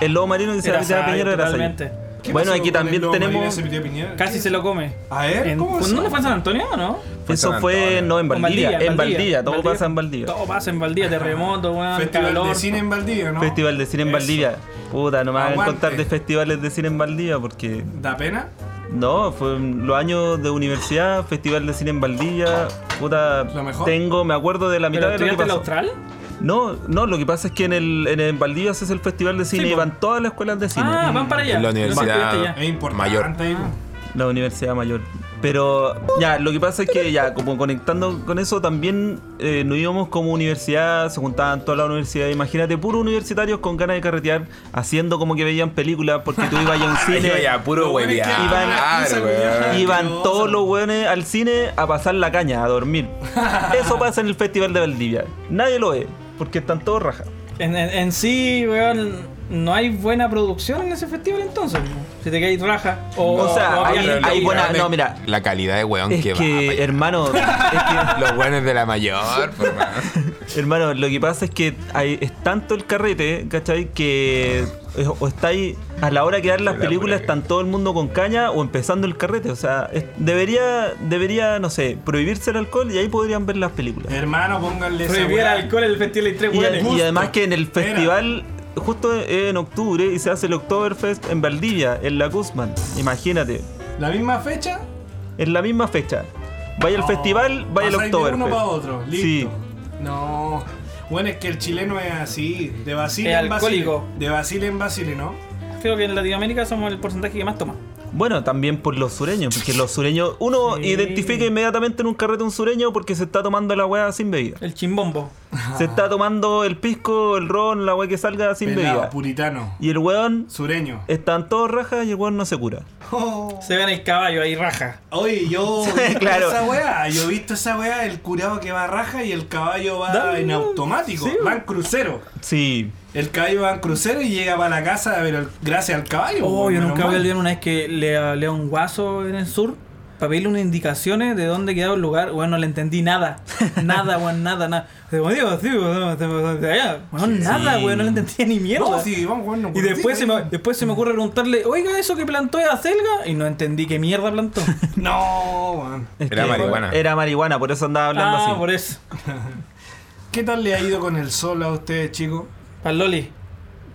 [SPEAKER 4] El lobo marino que se
[SPEAKER 3] Era
[SPEAKER 4] metía a
[SPEAKER 3] sabio,
[SPEAKER 4] Piñera era
[SPEAKER 3] totalmente.
[SPEAKER 4] sabio.
[SPEAKER 2] ¿Qué
[SPEAKER 4] Bueno,
[SPEAKER 2] pasó
[SPEAKER 4] aquí
[SPEAKER 2] con el
[SPEAKER 4] también
[SPEAKER 2] lobo marino
[SPEAKER 4] tenemos.
[SPEAKER 2] ese Pitié Piñera?
[SPEAKER 3] Casi se lo come.
[SPEAKER 2] A ver,
[SPEAKER 3] En-
[SPEAKER 2] ¿Eh? ¿cómo
[SPEAKER 3] ¿Pues
[SPEAKER 2] es?
[SPEAKER 3] ¿No fue en San Antonio o no?
[SPEAKER 1] Fue
[SPEAKER 4] Eso
[SPEAKER 1] San
[SPEAKER 4] fue,
[SPEAKER 1] Antonio.
[SPEAKER 4] no, en
[SPEAKER 3] O
[SPEAKER 4] Valdivia. En Valdivia, todo
[SPEAKER 3] Valdivia.
[SPEAKER 4] pasa en Valdivia.
[SPEAKER 3] Todo pasa en Valdivia, terremoto, weón,
[SPEAKER 2] Festival
[SPEAKER 3] calor.
[SPEAKER 2] de cine en Valdivia, ¿no?
[SPEAKER 4] Festival de cine en
[SPEAKER 2] Eso.
[SPEAKER 4] Valdivia. Puta, no me hagan
[SPEAKER 2] Aguante.
[SPEAKER 4] contar de festivales de cine en Valdivia porque.
[SPEAKER 2] ¿Da pena?
[SPEAKER 4] No, fue en los años de universidad, festival de cine en Valdivia. Puta,
[SPEAKER 2] Lo mejor.
[SPEAKER 4] tengo, me acuerdo de la mitad
[SPEAKER 3] ¿Pero
[SPEAKER 4] de lo
[SPEAKER 3] estudiaste
[SPEAKER 4] que
[SPEAKER 3] en
[SPEAKER 4] pasó.
[SPEAKER 3] Austral?
[SPEAKER 4] No, no, lo que pasa es que en el en el Valdivia se hace el festival de cine
[SPEAKER 3] Sí,
[SPEAKER 4] y
[SPEAKER 3] po.
[SPEAKER 4] van todas las escuelas de cine.
[SPEAKER 3] Ah, van para allá.
[SPEAKER 1] En la
[SPEAKER 3] Lo estudiaste
[SPEAKER 1] universidad.
[SPEAKER 2] Es importante.
[SPEAKER 1] Mayor.
[SPEAKER 2] ahí, pues.
[SPEAKER 4] La Universidad Mayor. Pero ya, lo que pasa es que ya, como conectando con eso, también eh, nos íbamos como universidad, se juntaban todas las universidades. Imagínate, puros universitarios con ganas de carretear, haciendo como que veían películas, porque tú ibas a un
[SPEAKER 1] Ay,
[SPEAKER 4] cine.
[SPEAKER 1] vaya, puro
[SPEAKER 2] Lo bueno es que
[SPEAKER 1] huevear,
[SPEAKER 2] iban-
[SPEAKER 1] weón.
[SPEAKER 4] Iban
[SPEAKER 2] Asqueroso.
[SPEAKER 4] todos los hueones al cine a pasar la caña, a dormir. Eso pasa en el Festival de Valdivia. Nadie lo ve, porque están todos rajas.
[SPEAKER 3] En, en- en sí, weón, no hay buena producción en ese festival entonces. Si te caes raja. O,
[SPEAKER 4] O sea,
[SPEAKER 3] o
[SPEAKER 4] hay-
[SPEAKER 3] había gente
[SPEAKER 4] hay
[SPEAKER 3] que-
[SPEAKER 4] buena-
[SPEAKER 1] weones-
[SPEAKER 4] no, mira.
[SPEAKER 1] La calidad de weón
[SPEAKER 4] Es
[SPEAKER 1] que va.
[SPEAKER 4] que, hermano, es que
[SPEAKER 1] pa allá. Los buenos de la mayor, por hermano.
[SPEAKER 4] Hermano, lo que pasa es que hay, es tanto el carrete, ¿cachai? Que es- o estáis a la hora que dan las
[SPEAKER 1] La
[SPEAKER 4] películas,
[SPEAKER 1] brega.
[SPEAKER 4] están todo el mundo con caña o empezando el carrete. O sea, es- debería, debería, no sé, prohibirse el alcohol y ahí podrían ver las películas.
[SPEAKER 2] Hermano, pónganle esa
[SPEAKER 3] Prohibir el
[SPEAKER 2] weá.
[SPEAKER 3] alcohol en el festival y tres
[SPEAKER 4] Y,
[SPEAKER 3] hueones.
[SPEAKER 4] y además que en el
[SPEAKER 2] Espera.
[SPEAKER 4] festival, justo en octubre, y se hace el Oktoberfest en Valdivia, en la Guzmán. Imagínate,
[SPEAKER 2] La misma fecha,
[SPEAKER 4] en la misma fecha. Vaya al
[SPEAKER 2] No,
[SPEAKER 4] festival, vaya al
[SPEAKER 2] pasáis de
[SPEAKER 4] Oktoberfest.
[SPEAKER 2] uno para otro, listo.
[SPEAKER 4] Sí.
[SPEAKER 2] No. Bueno, es que el chileno es así, de Basile
[SPEAKER 3] Es
[SPEAKER 2] en Basile.
[SPEAKER 3] alcohólico.
[SPEAKER 2] De Basile en Basile, ¿no?
[SPEAKER 3] Creo que en Latinoamérica somos el porcentaje que más toma.
[SPEAKER 4] Bueno, también por los sureños, porque los sureños, uno
[SPEAKER 3] Sí.
[SPEAKER 4] identifica inmediatamente en un carrete un sureño porque se está tomando la weá sin bebida.
[SPEAKER 3] El chimbombo.
[SPEAKER 4] Se está tomando el pisco, el ron, la weá que salga sin
[SPEAKER 2] Pelado,
[SPEAKER 4] bebida.
[SPEAKER 2] puritano,
[SPEAKER 4] Y el weón,
[SPEAKER 2] sureño. Oh.
[SPEAKER 4] están todos rajas y el weón no se cura.
[SPEAKER 3] Se ve en el caballo ahí raja.
[SPEAKER 2] Oye, yo he visto
[SPEAKER 4] Claro.
[SPEAKER 2] esa weá, yo he visto esa weá, el curado que va a raja y el caballo va
[SPEAKER 3] Dale,
[SPEAKER 2] en
[SPEAKER 3] no.
[SPEAKER 2] automático,
[SPEAKER 3] Sí.
[SPEAKER 2] va en crucero.
[SPEAKER 4] Sí,
[SPEAKER 2] El caballo va en crucero y llega para la casa, pero gracias al caballo.
[SPEAKER 3] Oh,
[SPEAKER 2] pues,
[SPEAKER 3] yo
[SPEAKER 2] menos
[SPEAKER 3] nunca voy
[SPEAKER 2] mal.
[SPEAKER 3] a olvidar una vez que le hablé a un guaso en el sur para pedirle unas indicaciones de dónde quedaba el lugar. Bueno, no le entendí nada. Nada, weón, nada, nada. Digo, digo, sí, weón, de- de- de allá. Weón, nada, weón, no le entendía ni mierda.
[SPEAKER 2] No, sí, vamos, bueno,
[SPEAKER 3] Y
[SPEAKER 2] pues,
[SPEAKER 3] después
[SPEAKER 2] sí,
[SPEAKER 3] se, me, después se me ocurre preguntarle, oiga, eso que plantó es acelga. Y no entendí qué mierda plantó.
[SPEAKER 2] No, weón.
[SPEAKER 4] es
[SPEAKER 1] Era marihuana.
[SPEAKER 4] Era marihuana, por eso andaba hablando
[SPEAKER 3] ah,
[SPEAKER 4] así.
[SPEAKER 3] por eso.
[SPEAKER 2] ¿Qué tal le ha ido con el sol a ustedes, chicos?
[SPEAKER 3] Para Loli.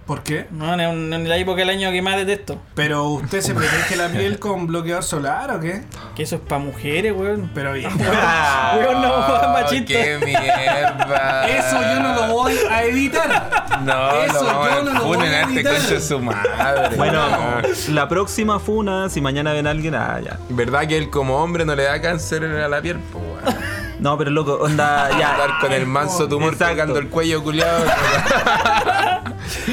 [SPEAKER 2] ¿Por qué?
[SPEAKER 3] No, no, no, en la época del año que más detesto.
[SPEAKER 2] ¿Pero usted se protege la piel con bloqueador solar o qué?
[SPEAKER 3] Que eso es para mujeres, weón.
[SPEAKER 2] Pero bien.
[SPEAKER 4] Ah,
[SPEAKER 3] Weón, no, weón, machista.
[SPEAKER 1] ¡Qué mierda!
[SPEAKER 2] Eso yo no lo voy a editar.
[SPEAKER 1] No,
[SPEAKER 2] Eso
[SPEAKER 1] lo vamos
[SPEAKER 2] yo
[SPEAKER 1] a-
[SPEAKER 2] no lo voy
[SPEAKER 1] funen
[SPEAKER 2] a
[SPEAKER 1] a este
[SPEAKER 2] editar.
[SPEAKER 1] concha de su madre.
[SPEAKER 4] Bueno,
[SPEAKER 1] Ah.
[SPEAKER 4] la próxima funa, si mañana ven a alguien, ah, ya.
[SPEAKER 1] ¿Verdad que él como hombre no le da cáncer a la piel? Po, weón.
[SPEAKER 4] No, pero loco, onda, ya.
[SPEAKER 1] Andar con el manso tumor
[SPEAKER 4] Exacto.
[SPEAKER 1] sacando el cuello culiado.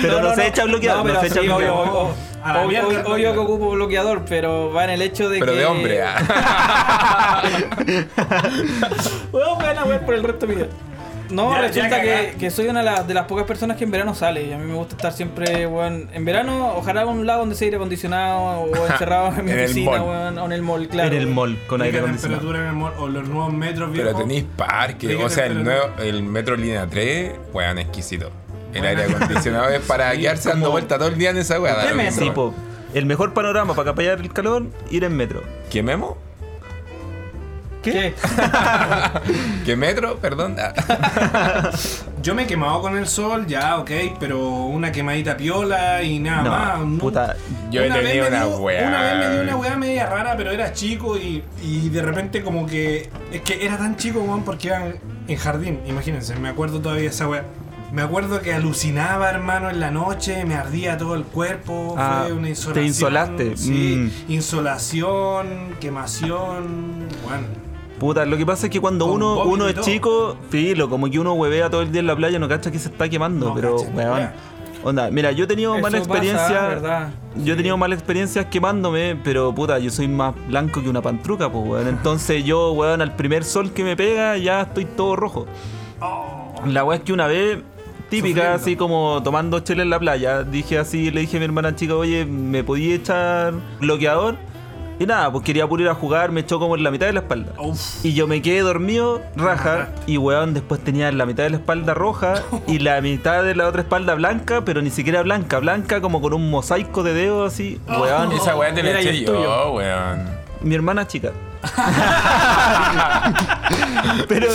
[SPEAKER 4] Pero no, se echa bloqueado, no,
[SPEAKER 3] pero
[SPEAKER 4] se echa
[SPEAKER 3] sí, obvio,
[SPEAKER 4] bloqueado.
[SPEAKER 3] obvio,
[SPEAKER 2] A la
[SPEAKER 3] obvio,
[SPEAKER 2] mierda,
[SPEAKER 3] obvio,
[SPEAKER 2] hermano.
[SPEAKER 3] obvio que ocupo bloqueador, pero va en el hecho de
[SPEAKER 1] pero
[SPEAKER 3] que.
[SPEAKER 1] de hombre. ah.
[SPEAKER 3] Weón, me van a ver por el resto de mi vida. No,
[SPEAKER 2] Ya, ya
[SPEAKER 3] resulta que,
[SPEAKER 2] cagaste.
[SPEAKER 3] que soy una de las, de las pocas personas que en verano sale. Y a mí me gusta estar siempre, weón. En verano, ojalá a un lado donde sea aire acondicionado o encerrado en mi
[SPEAKER 1] En el
[SPEAKER 3] piscina,
[SPEAKER 1] mall.
[SPEAKER 3] weón, o en el mall, claro.
[SPEAKER 4] En el mall, con
[SPEAKER 2] Con
[SPEAKER 4] aire acondicionado.
[SPEAKER 2] temperatura, mi amor, o los nuevos metros viejos.
[SPEAKER 1] Pero tenéis parque.
[SPEAKER 2] Dígame,
[SPEAKER 1] O sea, el,
[SPEAKER 2] pero no.
[SPEAKER 1] nuevo, el metro línea 3, weón, exquisito. El
[SPEAKER 2] Bueno.
[SPEAKER 1] aire acondicionado es para
[SPEAKER 2] Sí,
[SPEAKER 1] quedarse dando
[SPEAKER 2] como-
[SPEAKER 1] vuelta todo el día en esa weá. da lo
[SPEAKER 3] Deme
[SPEAKER 1] mismo.
[SPEAKER 3] ese
[SPEAKER 4] Sí, po. El mejor panorama para acapallar el calor, ir en metro.
[SPEAKER 1] ¿Qué memo?
[SPEAKER 3] ¿Qué?
[SPEAKER 1] ¿Qué metro? Perdón. Ah.
[SPEAKER 2] Yo me he quemado con el sol, ya, ok, pero una quemadita piola y nada
[SPEAKER 4] No,
[SPEAKER 2] más. no.
[SPEAKER 4] puta.
[SPEAKER 1] Yo he
[SPEAKER 2] Una vez
[SPEAKER 1] tenido
[SPEAKER 2] me
[SPEAKER 1] una
[SPEAKER 2] dio-
[SPEAKER 1] weá.
[SPEAKER 2] Una vez me dio una weá media rara, pero era chico y, y de repente como que... Es que era tan chico, weón, porque iba en- en jardín, imagínense, me acuerdo todavía de esa weá. Me acuerdo que alucinaba, hermano, en la noche, me ardía todo el cuerpo,
[SPEAKER 4] Ah,
[SPEAKER 2] fue una
[SPEAKER 4] te
[SPEAKER 2] insolación.
[SPEAKER 4] insolaste, mm.
[SPEAKER 2] Sí, insolación, quemación, bueno.
[SPEAKER 4] Puta, lo que pasa es que cuando
[SPEAKER 2] Con
[SPEAKER 4] uno,
[SPEAKER 2] vómito
[SPEAKER 4] uno
[SPEAKER 2] y
[SPEAKER 4] es
[SPEAKER 2] todo.
[SPEAKER 4] chico, filo, como que uno huevea todo el día en la playa, no cacha que se está quemando,
[SPEAKER 2] No
[SPEAKER 4] pero
[SPEAKER 2] cacha ni
[SPEAKER 4] weón.
[SPEAKER 2] idea.
[SPEAKER 4] Onda, mira, yo he tenido
[SPEAKER 3] Eso
[SPEAKER 4] mala
[SPEAKER 3] pasa,
[SPEAKER 4] experiencia.
[SPEAKER 3] ¿verdad?
[SPEAKER 4] Yo he tenido mala experiencia quemándome, pero puta, yo soy más blanco que una pantruca, pues weón. Entonces yo, weón, al primer sol que me pega, ya estoy todo rojo. La weá es que una vez, típica,
[SPEAKER 2] Oh. Sufriendo.
[SPEAKER 4] así como tomando chela en la playa, dije así, le dije a mi hermana chica, oye, ¿me podía echar bloqueador? Y nada, pues quería puro ir a jugar, me echó como en la mitad de la espalda.
[SPEAKER 2] Uf.
[SPEAKER 4] Y yo me quedé dormido, raja, y weón, después tenía la mitad de la espalda roja y la mitad de la otra espalda blanca, pero ni siquiera blanca, blanca como con un mosaico de dedos así, weón.
[SPEAKER 1] Oh. Esa weá te la
[SPEAKER 3] Era y
[SPEAKER 1] eché
[SPEAKER 3] el
[SPEAKER 1] yo,
[SPEAKER 3] tuyo.
[SPEAKER 1] weón.
[SPEAKER 4] Mi hermana chica. pero,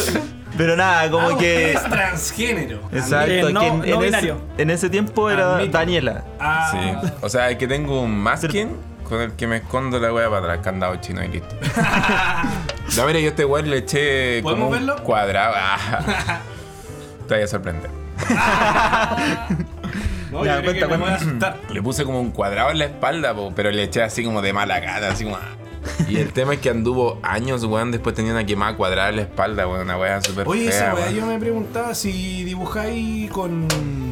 [SPEAKER 4] pero nada, como
[SPEAKER 2] Ah, usted
[SPEAKER 4] que...
[SPEAKER 2] es transgénero.
[SPEAKER 4] Exacto,
[SPEAKER 3] Eh, no-
[SPEAKER 4] que en, en
[SPEAKER 3] no
[SPEAKER 4] ese,
[SPEAKER 3] binario.
[SPEAKER 4] en ese tiempo era
[SPEAKER 2] Admito.
[SPEAKER 4] Daniela.
[SPEAKER 2] Ah,
[SPEAKER 1] Sí. O sea, es que tengo un masking con el que me escondo la weá para atrás, candado chino y listo. No, mira, yo a este weón le eché como
[SPEAKER 2] ¿Podemos
[SPEAKER 1] un
[SPEAKER 2] verlo?
[SPEAKER 1] cuadrado. Ah. Te voy a sorprender.
[SPEAKER 2] No,
[SPEAKER 4] Ya,
[SPEAKER 2] yo creo que me
[SPEAKER 4] cuenta,
[SPEAKER 2] voy a
[SPEAKER 4] cuenta.
[SPEAKER 2] asustar.
[SPEAKER 1] Le puse como un cuadrado en la espalda, po, pero le eché así como de mala gana, así como. ah. Y el tema es que anduvo años, weón, después tenía una quemada cuadrada en la espalda, weón, una weá súper
[SPEAKER 2] Oye,
[SPEAKER 1] fea,
[SPEAKER 2] esa weá,
[SPEAKER 1] weón.
[SPEAKER 2] yo me preguntaba si dibujáis con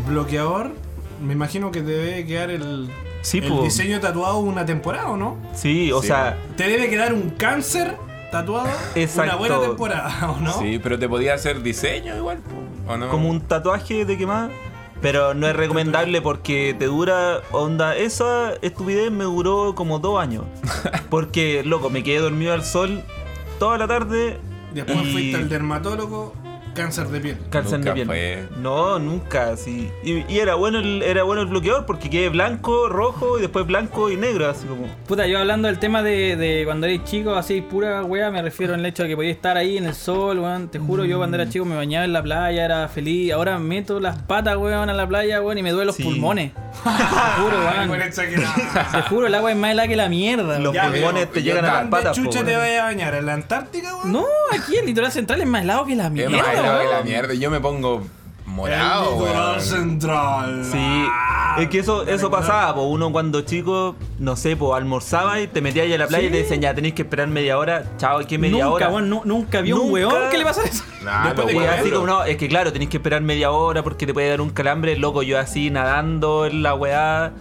[SPEAKER 2] bloqueador, me imagino que te debe quedar el,
[SPEAKER 4] Sí,
[SPEAKER 2] el
[SPEAKER 4] po.
[SPEAKER 2] diseño tatuado una temporada, ¿o no?
[SPEAKER 4] Sí, o
[SPEAKER 1] Sí.
[SPEAKER 4] sea,
[SPEAKER 2] Te debe quedar un cáncer tatuado una
[SPEAKER 4] Exacto.
[SPEAKER 2] buena temporada, ¿o no?
[SPEAKER 1] Sí, pero te podía hacer diseño igual, po, ¿o no?
[SPEAKER 4] como un tatuaje de quemada. Pero no es recomendable porque te dura onda. Esa estupidez me duró como dos años. Porque, loco, me quedé dormido al sol toda la tarde.
[SPEAKER 2] Después
[SPEAKER 4] y-
[SPEAKER 2] fuiste al dermatólogo, cáncer de piel.
[SPEAKER 4] Cáncer
[SPEAKER 1] Nunca
[SPEAKER 4] de piel.
[SPEAKER 1] fue.
[SPEAKER 4] No, nunca. Sí. Y, y era bueno el, era bueno el bloqueador porque quedé blanco, rojo y después blanco y negro, así como.
[SPEAKER 3] Puta, yo hablando del tema de, de cuando eres chico, así pura wea, me refiero al hecho de que podía estar ahí en el sol, weón. Te juro, yo cuando era chico me bañaba en la playa, era feliz. Ahora meto las patas, weón, a la playa, weón, y me duelen los
[SPEAKER 4] Sí.
[SPEAKER 3] pulmones. Te juro,
[SPEAKER 2] Ay, bueno,
[SPEAKER 3] weón.
[SPEAKER 2] exagerado.
[SPEAKER 3] Te juro, el agua es más helada que la mierda.
[SPEAKER 4] Los
[SPEAKER 3] weón.
[SPEAKER 2] Ya,
[SPEAKER 4] pulmones
[SPEAKER 2] pero,
[SPEAKER 4] te llegan a las
[SPEAKER 2] ¿dónde
[SPEAKER 4] patas. po,
[SPEAKER 2] chucha te
[SPEAKER 4] weón.
[SPEAKER 2] vaya a bañar? ¿En la Antártica, weón?
[SPEAKER 3] No, aquí el litoral central es más helado que la
[SPEAKER 1] Es
[SPEAKER 3] mierda,
[SPEAKER 1] más helado que la
[SPEAKER 3] weón.
[SPEAKER 1] mierda. Yo me pongo
[SPEAKER 2] El
[SPEAKER 1] morado,
[SPEAKER 2] litoral
[SPEAKER 1] weón.
[SPEAKER 2] central.
[SPEAKER 4] Sí, es que eso, eso pasaba, po. uno cuando chico, no sé, po, almorzaba y te metías ahí a la playa y te decían, ya tenéis que esperar media hora, chao, ¿qué media
[SPEAKER 3] Nunca,
[SPEAKER 4] hora?
[SPEAKER 3] weón, nu- nunca vi un
[SPEAKER 4] Nunca.
[SPEAKER 3] weón que le pasara eso.
[SPEAKER 1] Nah,
[SPEAKER 2] Después
[SPEAKER 1] los
[SPEAKER 2] de
[SPEAKER 4] Y
[SPEAKER 1] weones,
[SPEAKER 4] así
[SPEAKER 1] bro.
[SPEAKER 4] como, no, es que claro, tenéis que esperar media hora porque te puede dar un calambre, loco, yo así nadando en la weá,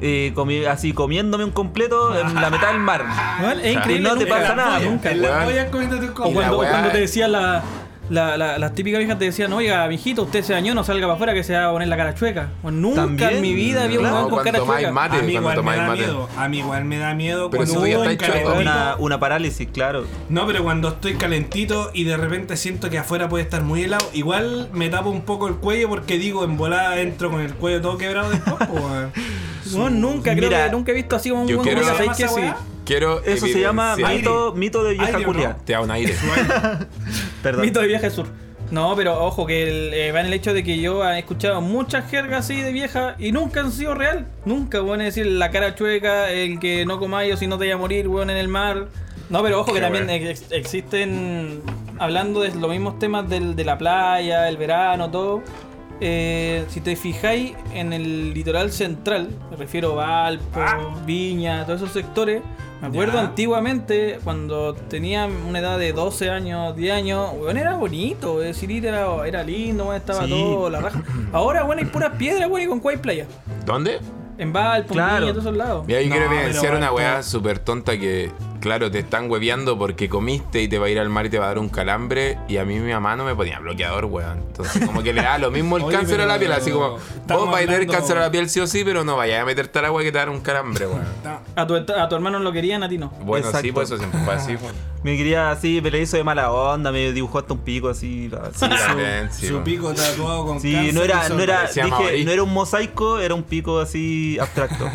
[SPEAKER 4] eh, comi- así comiéndome un completo en la mitad del mar.
[SPEAKER 3] Weón, es
[SPEAKER 1] sea,
[SPEAKER 3] increíble.
[SPEAKER 4] no te
[SPEAKER 3] nunca-
[SPEAKER 4] pasa nada,
[SPEAKER 3] Nunca,
[SPEAKER 2] En la
[SPEAKER 1] weón.
[SPEAKER 2] polla comiendo tus
[SPEAKER 1] Y
[SPEAKER 3] O
[SPEAKER 1] la
[SPEAKER 2] cosas.
[SPEAKER 3] cuando,
[SPEAKER 1] weá-
[SPEAKER 3] cuando te decía la, la, la- las típicas viejas te decían, oiga, mijito, usted se dañó, no salga para afuera que se va a poner la cara chueca. O nunca
[SPEAKER 4] También,
[SPEAKER 3] en mi vida vi un
[SPEAKER 1] claro,
[SPEAKER 3] weón con
[SPEAKER 1] cuando
[SPEAKER 3] cara
[SPEAKER 1] tomáis
[SPEAKER 3] chueca.
[SPEAKER 1] mate.
[SPEAKER 2] A mí
[SPEAKER 1] Ah, cuando
[SPEAKER 2] igual me
[SPEAKER 1] tomáis
[SPEAKER 2] da
[SPEAKER 1] mate.
[SPEAKER 2] miedo. A mí igual me da miedo
[SPEAKER 1] Pero
[SPEAKER 2] cuando
[SPEAKER 1] si tú ya
[SPEAKER 2] un
[SPEAKER 1] estás hecho
[SPEAKER 2] calentito-
[SPEAKER 4] Una, una parálisis, claro.
[SPEAKER 2] No, pero cuando estoy calentito y de repente siento que afuera puede estar muy helado, igual me tapo un poco el cuello porque digo, en volada entro con el cuello todo quebrado después, pues, weón.
[SPEAKER 3] Weón, nunca, creo
[SPEAKER 4] Mira,
[SPEAKER 3] que nunca he visto así como un
[SPEAKER 1] yo
[SPEAKER 3] weón
[SPEAKER 1] quiero-
[SPEAKER 3] que diga,
[SPEAKER 2] ¿Cómo
[SPEAKER 3] "¿Sabes
[SPEAKER 2] se
[SPEAKER 3] qué?
[SPEAKER 2] llama
[SPEAKER 3] Sí".
[SPEAKER 2] esa
[SPEAKER 1] Quiero
[SPEAKER 4] Eso se llama
[SPEAKER 1] evidenciar-
[SPEAKER 4] mito, mito de vieja
[SPEAKER 2] Aire, ¿o no?
[SPEAKER 4] culia.
[SPEAKER 1] Te da un aire.
[SPEAKER 4] Perdón.
[SPEAKER 3] Mito de vieja del sur. No, pero ojo, que el, eh, va en el hecho de que yo he escuchado muchas jergas así de vieja y nunca han sido real. Nunca, weón, es decir, la cara chueca, el que no comáis o si no te vaya a morir, weón, en el mar. No, pero ojo
[SPEAKER 1] Qué
[SPEAKER 3] que también
[SPEAKER 1] bueno.
[SPEAKER 3] ex- existen, hablando de los mismos temas del- de la playa, el verano, todo. eh, si te fijáis en el litoral central, me refiero a Valpo, Viña, todos esos sectores, me acuerdo
[SPEAKER 2] Ya.
[SPEAKER 3] Antiguamente, cuando tenía una edad de 12 años, 10 años, weón, era bonito, es decir, era, era lindo, weón, estaba
[SPEAKER 4] Sí.
[SPEAKER 3] todo, la raja. Ahora, bueno, hay puras piedras, weón, y con cuál playa.
[SPEAKER 1] ¿Dónde?
[SPEAKER 3] En Valpo, en
[SPEAKER 4] Claro.
[SPEAKER 3] Viña, todos esos lados.
[SPEAKER 1] Mira, yo
[SPEAKER 2] No,
[SPEAKER 1] quiero
[SPEAKER 2] pero
[SPEAKER 1] evidenciar una
[SPEAKER 2] bueno,
[SPEAKER 1] weá
[SPEAKER 2] está-
[SPEAKER 1] súper tonta que, claro, te están hueveando porque comiste y te va a ir al mar y te va a dar un calambre. Y a mí mi mamá no me ponía bloqueador, weón. Entonces, como que le da lo mismo el
[SPEAKER 2] Oye,
[SPEAKER 1] cáncer a la
[SPEAKER 2] pero
[SPEAKER 1] piel. Así como,
[SPEAKER 2] estamos
[SPEAKER 1] vos vais a tener
[SPEAKER 2] hablando-
[SPEAKER 1] cáncer a la piel sí o sí, pero no vayas a meterte al agua que te va a dar un calambre, weón.
[SPEAKER 2] Está-
[SPEAKER 3] A tu, a tu hermano lo querían, a ti no.
[SPEAKER 1] Bueno, sí,
[SPEAKER 4] Exacto.
[SPEAKER 1] por eso siempre fue así. weón.
[SPEAKER 4] Me quería así, me le hizo de mala onda, me dibujó hasta un pico así. así.
[SPEAKER 1] También, sí,
[SPEAKER 2] Su
[SPEAKER 1] weón.
[SPEAKER 2] pico tatuado con
[SPEAKER 4] Sí,
[SPEAKER 2] cáncer
[SPEAKER 4] no
[SPEAKER 2] y
[SPEAKER 4] era,
[SPEAKER 2] sol.
[SPEAKER 4] no era,
[SPEAKER 1] Se llama
[SPEAKER 4] dije,
[SPEAKER 1] Boris.
[SPEAKER 4] no era un mosaico, era un pico así abstracto.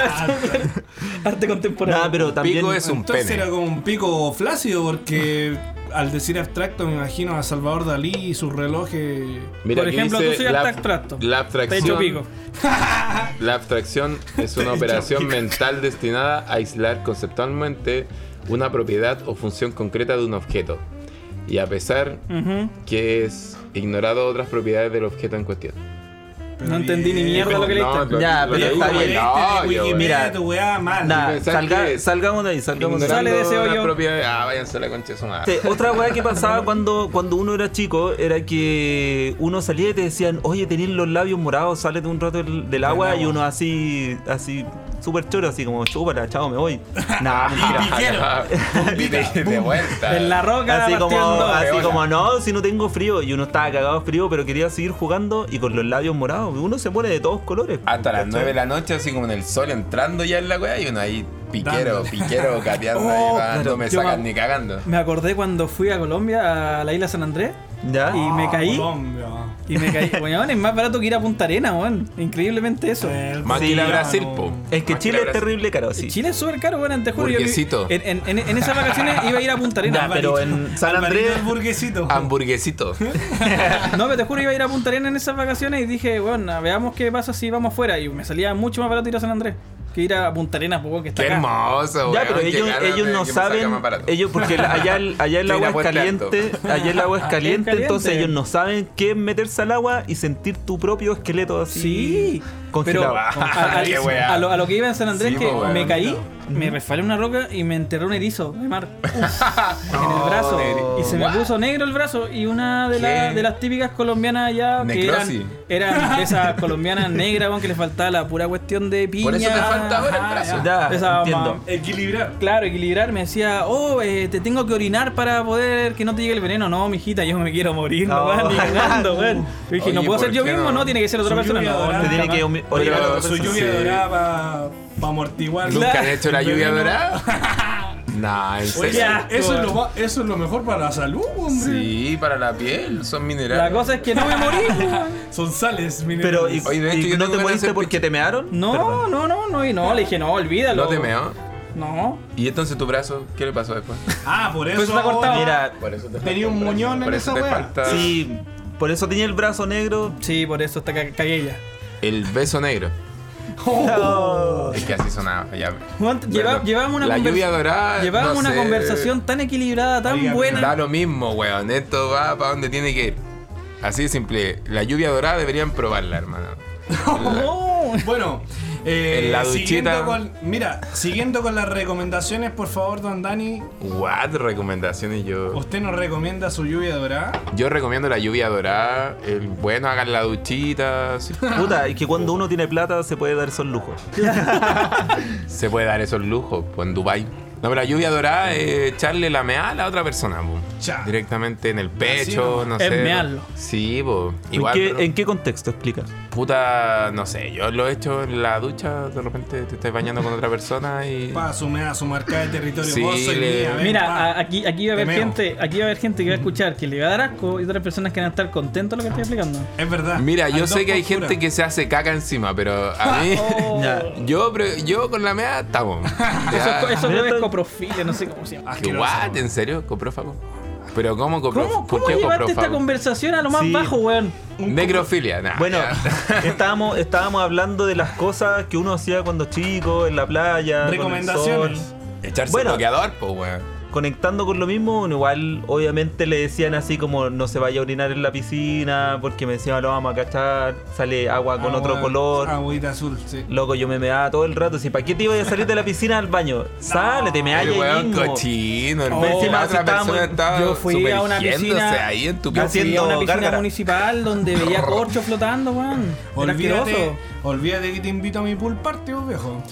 [SPEAKER 3] Arte contemporáneo.
[SPEAKER 4] Nada, pero también.
[SPEAKER 1] pico es un
[SPEAKER 2] Entonces
[SPEAKER 1] pene.
[SPEAKER 2] era como un pico flácido porque al decir abstracto me imagino a Salvador Dalí y sus relojes...
[SPEAKER 1] Mira,
[SPEAKER 3] Por
[SPEAKER 1] aquí
[SPEAKER 3] ejemplo,
[SPEAKER 1] dice
[SPEAKER 3] tú soy
[SPEAKER 1] la-
[SPEAKER 3] abstracto.
[SPEAKER 1] La
[SPEAKER 3] Te echo
[SPEAKER 1] abstracción.
[SPEAKER 3] pico.
[SPEAKER 1] La abstracción es una operación mental destinada a aislar conceptualmente una propiedad o función concreta de un objeto. Y a pesar
[SPEAKER 3] Ujú.
[SPEAKER 1] que es ignorado otras propiedades del objeto en cuestión.
[SPEAKER 2] Pero
[SPEAKER 3] No entendí ni
[SPEAKER 2] bien,
[SPEAKER 3] mierda lo que leíste.
[SPEAKER 1] pero-
[SPEAKER 4] Ya,
[SPEAKER 1] lo
[SPEAKER 4] pero
[SPEAKER 1] leí
[SPEAKER 4] está
[SPEAKER 1] como
[SPEAKER 4] bien.
[SPEAKER 1] el
[SPEAKER 2] Este de
[SPEAKER 1] hoyo, weón.
[SPEAKER 2] Wikimedia,
[SPEAKER 4] Mira,
[SPEAKER 2] tu weá mal.
[SPEAKER 4] Nada,
[SPEAKER 1] Pensar
[SPEAKER 4] salga-
[SPEAKER 1] que es-
[SPEAKER 4] salgamos de ahí, salgamos de ahí.
[SPEAKER 3] Sale de ese
[SPEAKER 1] Ignorando
[SPEAKER 3] hoyo.
[SPEAKER 1] las propiedades- Ah, váyanse a la concha de su madre.
[SPEAKER 4] Este, otra weá que pasaba cuando, cuando uno era chico era que uno salía y te decían, oye, tenés los labios morados, sales de un rato del, del agua y uno así, así, súper choro, así como, chúpala, chao, me voy. Nah, mentira.
[SPEAKER 1] Y de- de vuelta.
[SPEAKER 3] En la roca,
[SPEAKER 4] Así como,
[SPEAKER 3] partiendo.
[SPEAKER 4] así
[SPEAKER 1] Weona.
[SPEAKER 4] como, no, si no tengo frío. Y uno estaba cagado de frío, pero quería seguir jugando y con los labios morados. Uno se pone de todos colores.
[SPEAKER 1] Hasta las
[SPEAKER 4] ¿cachai?
[SPEAKER 1] 9 de la noche, así como en el sol entrando ya en la weá, y uno ahí piquero,
[SPEAKER 2] Dándole.
[SPEAKER 1] piquero, cateando
[SPEAKER 3] Oh,
[SPEAKER 1] ahí,
[SPEAKER 3] claro,
[SPEAKER 1] no me
[SPEAKER 3] yo
[SPEAKER 1] sacan
[SPEAKER 3] me-
[SPEAKER 1] ni cagando.
[SPEAKER 3] Me acordé cuando fui a Colombia, a la isla San Andrés,
[SPEAKER 4] ¿Ya?
[SPEAKER 2] ah,
[SPEAKER 3] y me caí.
[SPEAKER 2] Colombia.
[SPEAKER 3] Y me caí. Weón, es más barato que ir a Punta Arena, weón. Increíblemente eso.
[SPEAKER 2] El
[SPEAKER 1] Más que ir a
[SPEAKER 2] cubano.
[SPEAKER 1] Brasil, po.
[SPEAKER 4] Es que
[SPEAKER 1] Más ir a
[SPEAKER 4] Chile es
[SPEAKER 1] Brasil.
[SPEAKER 4] terrible caro, sí.
[SPEAKER 3] Chile es súper caro, weón. Te juro, yo vi-
[SPEAKER 1] Burguesito.
[SPEAKER 3] en, en- en- en esas vacaciones iba a ir a Punta
[SPEAKER 4] Ya,
[SPEAKER 3] Arena.
[SPEAKER 4] pero en San
[SPEAKER 2] Alvarito
[SPEAKER 4] Andrés.
[SPEAKER 2] el burguesito.
[SPEAKER 1] Ah. Hamburguesito.
[SPEAKER 3] No, pero te juro, iba a ir a Punta Arena en esas vacaciones y dije, bueno, veamos qué pasa si vamos afuera. Y me salía mucho más barato ir a San Andrés que ir a Punta Arena, pues, weón, que está
[SPEAKER 1] Qué
[SPEAKER 3] acá.
[SPEAKER 1] hermoso,
[SPEAKER 4] Ya,
[SPEAKER 1] weón,
[SPEAKER 4] pero
[SPEAKER 1] qué
[SPEAKER 4] ellos,
[SPEAKER 1] ganas
[SPEAKER 4] ellos
[SPEAKER 1] de
[SPEAKER 4] no
[SPEAKER 1] que me salga
[SPEAKER 4] saben.
[SPEAKER 1] más barato.
[SPEAKER 4] Ellos, porque la- allá, el- allá el
[SPEAKER 1] Que ir
[SPEAKER 4] agua
[SPEAKER 1] a
[SPEAKER 4] es
[SPEAKER 1] Puente Alto.
[SPEAKER 4] caliente, allá el agua es
[SPEAKER 3] Es
[SPEAKER 4] caliente, entonces
[SPEAKER 3] caliente.
[SPEAKER 4] ellos no saben qué es meterse al agua y sentir tu propio esqueleto así.
[SPEAKER 3] Sí, pero
[SPEAKER 4] congelado.
[SPEAKER 3] a, a-
[SPEAKER 1] Qué weá.
[SPEAKER 3] a lo, a lo que iba en San Andrés,
[SPEAKER 1] Sí,
[SPEAKER 3] que
[SPEAKER 1] po, weón.
[SPEAKER 3] me caí, me resbalé en una roca y me enterró un erizo de mar Uf, en el brazo.
[SPEAKER 1] neri-
[SPEAKER 3] Y se me
[SPEAKER 1] What?
[SPEAKER 3] puso negro el brazo. Y una de,
[SPEAKER 1] ¿Qué?
[SPEAKER 3] la- de las típicas colombianas allá que
[SPEAKER 1] Necrosis.
[SPEAKER 3] eran, eran de esas colombianas negras, weón, que les faltaba la pura cuestión de piña.
[SPEAKER 1] Por eso te falta ahora el
[SPEAKER 2] Ah,
[SPEAKER 1] brazo.
[SPEAKER 4] Ya,
[SPEAKER 3] Esa
[SPEAKER 4] entiendo.
[SPEAKER 3] ma-
[SPEAKER 2] Equilibrar.
[SPEAKER 3] Claro, equilibrar, me decía, oh, eh, te tengo que orinar para poder que no te llegue el veneno. No, mijita, yo me quiero morir, no,
[SPEAKER 4] No.
[SPEAKER 3] weón, ni cagando, weón. Yo dije,
[SPEAKER 1] Oye,
[SPEAKER 3] no puedo
[SPEAKER 1] ¿por
[SPEAKER 3] ser yo
[SPEAKER 1] qué
[SPEAKER 3] mismo,
[SPEAKER 1] no?
[SPEAKER 3] no? tiene que ser otra
[SPEAKER 2] Su
[SPEAKER 3] persona.
[SPEAKER 2] lluvia
[SPEAKER 3] No,
[SPEAKER 2] dorada.
[SPEAKER 4] Te
[SPEAKER 3] no,
[SPEAKER 4] tiene que
[SPEAKER 3] jamás.
[SPEAKER 4] humi- obligar a
[SPEAKER 1] Pero
[SPEAKER 4] la
[SPEAKER 2] Su
[SPEAKER 4] persona.
[SPEAKER 2] lluvia
[SPEAKER 1] Sí.
[SPEAKER 2] dorada para amortiguar.
[SPEAKER 1] Nunca han hecho la lluvia
[SPEAKER 2] Veneno.
[SPEAKER 1] dorada. Nah, en
[SPEAKER 2] Oye,
[SPEAKER 1] serio.
[SPEAKER 3] Ya.
[SPEAKER 2] eso, es lo, va- eso es lo mejor para la salud, hombre.
[SPEAKER 1] Sí, para la piel, son
[SPEAKER 3] La
[SPEAKER 1] minerales.
[SPEAKER 3] cosa es que no me morí, weón.
[SPEAKER 2] Son sales, minerales.
[SPEAKER 4] Pero, ¿y,
[SPEAKER 1] Oye, de hecho,
[SPEAKER 4] y
[SPEAKER 1] yo tengo
[SPEAKER 4] no te
[SPEAKER 1] ganas de
[SPEAKER 4] moriste
[SPEAKER 1] hacer
[SPEAKER 4] porque te mearon?
[SPEAKER 3] No,
[SPEAKER 4] Perdón.
[SPEAKER 3] no, no, no, y no, le dije, no, olvídalo.
[SPEAKER 1] No te meo.
[SPEAKER 3] No.
[SPEAKER 1] ¿Y entonces tu brazo? ¿Qué le pasó después?
[SPEAKER 2] ah, por
[SPEAKER 4] Pues
[SPEAKER 2] eso.
[SPEAKER 3] eso está cortado.
[SPEAKER 2] ahora-
[SPEAKER 4] Mira,
[SPEAKER 1] Por eso te
[SPEAKER 2] Tenía un muñón
[SPEAKER 1] Por
[SPEAKER 2] en
[SPEAKER 1] eso
[SPEAKER 2] esa
[SPEAKER 1] te
[SPEAKER 2] weá.
[SPEAKER 1] falta
[SPEAKER 4] sí, por eso tenía el brazo negro.
[SPEAKER 3] Sí, por eso está ca- cagué ya.
[SPEAKER 1] el beso negro.
[SPEAKER 2] Oh.
[SPEAKER 1] Es que así sonaba. Ya.
[SPEAKER 3] Juan, lleva-
[SPEAKER 1] Bueno,
[SPEAKER 3] llevábamos una,
[SPEAKER 1] la
[SPEAKER 3] conver-
[SPEAKER 1] lluvia dorada.
[SPEAKER 3] llevábamos
[SPEAKER 1] Ah, no
[SPEAKER 3] una
[SPEAKER 1] sé,
[SPEAKER 3] conversación tan equilibrada, tan
[SPEAKER 2] Oiga,
[SPEAKER 3] buena.
[SPEAKER 1] Da lo mismo, weón. Esto va para donde tiene que ir. Así de simple. La lluvia dorada deberían probarla, hermano.
[SPEAKER 3] No.
[SPEAKER 2] Bueno, eh,
[SPEAKER 1] En la
[SPEAKER 2] siguiendo
[SPEAKER 1] duchita.
[SPEAKER 2] con, mira, siguiendo con las recomendaciones, por favor, don Dani,
[SPEAKER 1] What recomendaciones yo.
[SPEAKER 2] ¿usted nos recomienda su lluvia dorada?
[SPEAKER 1] Yo recomiendo la lluvia dorada. El bueno, hagan la duchita. sí.
[SPEAKER 4] Puta, es que cuando uno tiene plata se puede dar esos lujos.
[SPEAKER 1] Se puede dar esos lujos pues, en Dubai. No, pero la lluvia dorada es echarle la meada a la otra persona, po.
[SPEAKER 2] Cha.
[SPEAKER 1] directamente en el pecho,
[SPEAKER 2] nomás.
[SPEAKER 1] no
[SPEAKER 3] Es
[SPEAKER 1] sé.
[SPEAKER 3] mearlo.
[SPEAKER 1] Sí, po.
[SPEAKER 4] ¿En
[SPEAKER 1] Igual.
[SPEAKER 4] qué,
[SPEAKER 1] pero-
[SPEAKER 4] en qué contexto? Explica.
[SPEAKER 1] Puta, no sé, yo lo he hecho en la ducha, de repente te estás bañando con otra persona y.
[SPEAKER 2] Pa, su mea, su marca de territorio,
[SPEAKER 1] Sí,
[SPEAKER 2] vos soy
[SPEAKER 1] le-
[SPEAKER 2] mía, ven,
[SPEAKER 3] Mira,
[SPEAKER 2] pa.
[SPEAKER 3] a- aquí, aquí va a
[SPEAKER 2] Te
[SPEAKER 3] haber
[SPEAKER 2] meo.
[SPEAKER 3] gente, aquí va a haber gente que va a escuchar que le va a dar asco y otras personas que van a estar contentos de lo que estoy explicando.
[SPEAKER 2] es verdad.
[SPEAKER 1] Mira, yo
[SPEAKER 2] Hay
[SPEAKER 1] sé
[SPEAKER 2] dos
[SPEAKER 1] que hay
[SPEAKER 2] posturas.
[SPEAKER 1] gente que se hace caca encima, pero a mí.
[SPEAKER 3] Oh.
[SPEAKER 4] Ya.
[SPEAKER 1] yo, pre- yo con la mea estamos.
[SPEAKER 3] Eso, es co- eso creo que es
[SPEAKER 4] Neta.
[SPEAKER 3] coprofilia, no sé cómo se llama.
[SPEAKER 1] ¿Qué
[SPEAKER 2] Asqueroso.
[SPEAKER 1] what? ¿En serio? ¿Coprófago? ¿Pero cómo coprófago?
[SPEAKER 3] ¿Cómo, cómo llevaste esta conversación a lo más
[SPEAKER 4] Sí.
[SPEAKER 3] bajo, weón?
[SPEAKER 1] Necrofilia,
[SPEAKER 2] Ah,
[SPEAKER 1] nah,
[SPEAKER 4] Bueno,
[SPEAKER 1] ya.
[SPEAKER 4] estábamos, estábamos hablando de las cosas que uno hacía cuando chico, en la playa. con el
[SPEAKER 2] Recomendaciones.
[SPEAKER 4] sol.
[SPEAKER 1] Echarse
[SPEAKER 4] bueno.
[SPEAKER 1] bloqueador, pues, weón.
[SPEAKER 4] Conectando con lo mismo, uno igual obviamente le decían así como no se vaya a orinar en la piscina porque me decían lo vamos a cachar, sale agua con otro
[SPEAKER 2] Agua-
[SPEAKER 4] color.
[SPEAKER 2] Agüita azul, sí.
[SPEAKER 4] Loco, yo me meaba todo el rato. Si, ¿para qué te ibas a salir de la piscina al baño? Sálete, te meaba
[SPEAKER 1] El
[SPEAKER 4] ahí
[SPEAKER 1] weón
[SPEAKER 4] mismo.
[SPEAKER 1] cochino, el
[SPEAKER 4] Oh,
[SPEAKER 1] weón.
[SPEAKER 4] encima
[SPEAKER 1] la otra
[SPEAKER 4] así estábamos-
[SPEAKER 1] persona estaba
[SPEAKER 3] Yo fui a una
[SPEAKER 1] sumergiéndose
[SPEAKER 3] piscina.
[SPEAKER 1] ahí en tu
[SPEAKER 3] yo
[SPEAKER 1] piel.
[SPEAKER 3] fui a una
[SPEAKER 4] haciendo
[SPEAKER 3] piscina
[SPEAKER 4] gárgara.
[SPEAKER 3] municipal donde veía corcho flotando, weón. Era
[SPEAKER 2] Olvídate,
[SPEAKER 3] asqueroso.
[SPEAKER 2] olvídate que te invito a mi pool party, vos, viejo.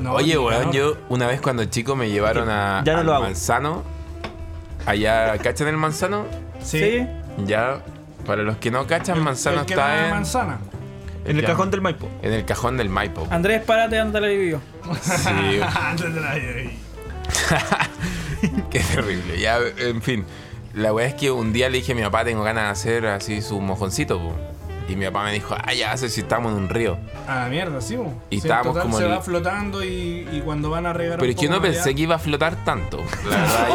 [SPEAKER 2] No,
[SPEAKER 1] Oye,
[SPEAKER 2] ni
[SPEAKER 1] weón,
[SPEAKER 2] calor.
[SPEAKER 1] yo una vez cuando chico me llevaron a,
[SPEAKER 4] Ya no
[SPEAKER 1] al
[SPEAKER 4] lo hago.
[SPEAKER 1] manzano. Allá, ¿cachan el manzano?
[SPEAKER 2] Sí.
[SPEAKER 3] Sí.
[SPEAKER 1] Ya, para los que no cachan, manzano
[SPEAKER 2] El que no
[SPEAKER 1] está
[SPEAKER 2] da
[SPEAKER 1] en,
[SPEAKER 2] manzana.
[SPEAKER 4] En el
[SPEAKER 1] Ya.
[SPEAKER 4] cajón del Maipo.
[SPEAKER 1] en el cajón del Maipo.
[SPEAKER 3] Andrés, párate, ándale vivió.
[SPEAKER 1] Sí,
[SPEAKER 2] Ándale,
[SPEAKER 1] qué terrible. Ya, en fin. La weá es que un día le dije a mi papá, tengo ganas de hacer así su mojoncito, po". Y mi papá me dijo, ah, ya hace si estamos en un río.
[SPEAKER 2] A la mierda, sí. bo.
[SPEAKER 1] Y
[SPEAKER 2] Sí,
[SPEAKER 1] estábamos
[SPEAKER 2] total,
[SPEAKER 1] como
[SPEAKER 2] se
[SPEAKER 1] el-
[SPEAKER 2] va flotando y, y cuando van a regar.
[SPEAKER 1] Pero
[SPEAKER 2] un
[SPEAKER 1] es que
[SPEAKER 2] poco
[SPEAKER 1] no
[SPEAKER 2] más
[SPEAKER 1] pensé
[SPEAKER 2] allá-
[SPEAKER 1] que iba a flotar tanto. La verdad,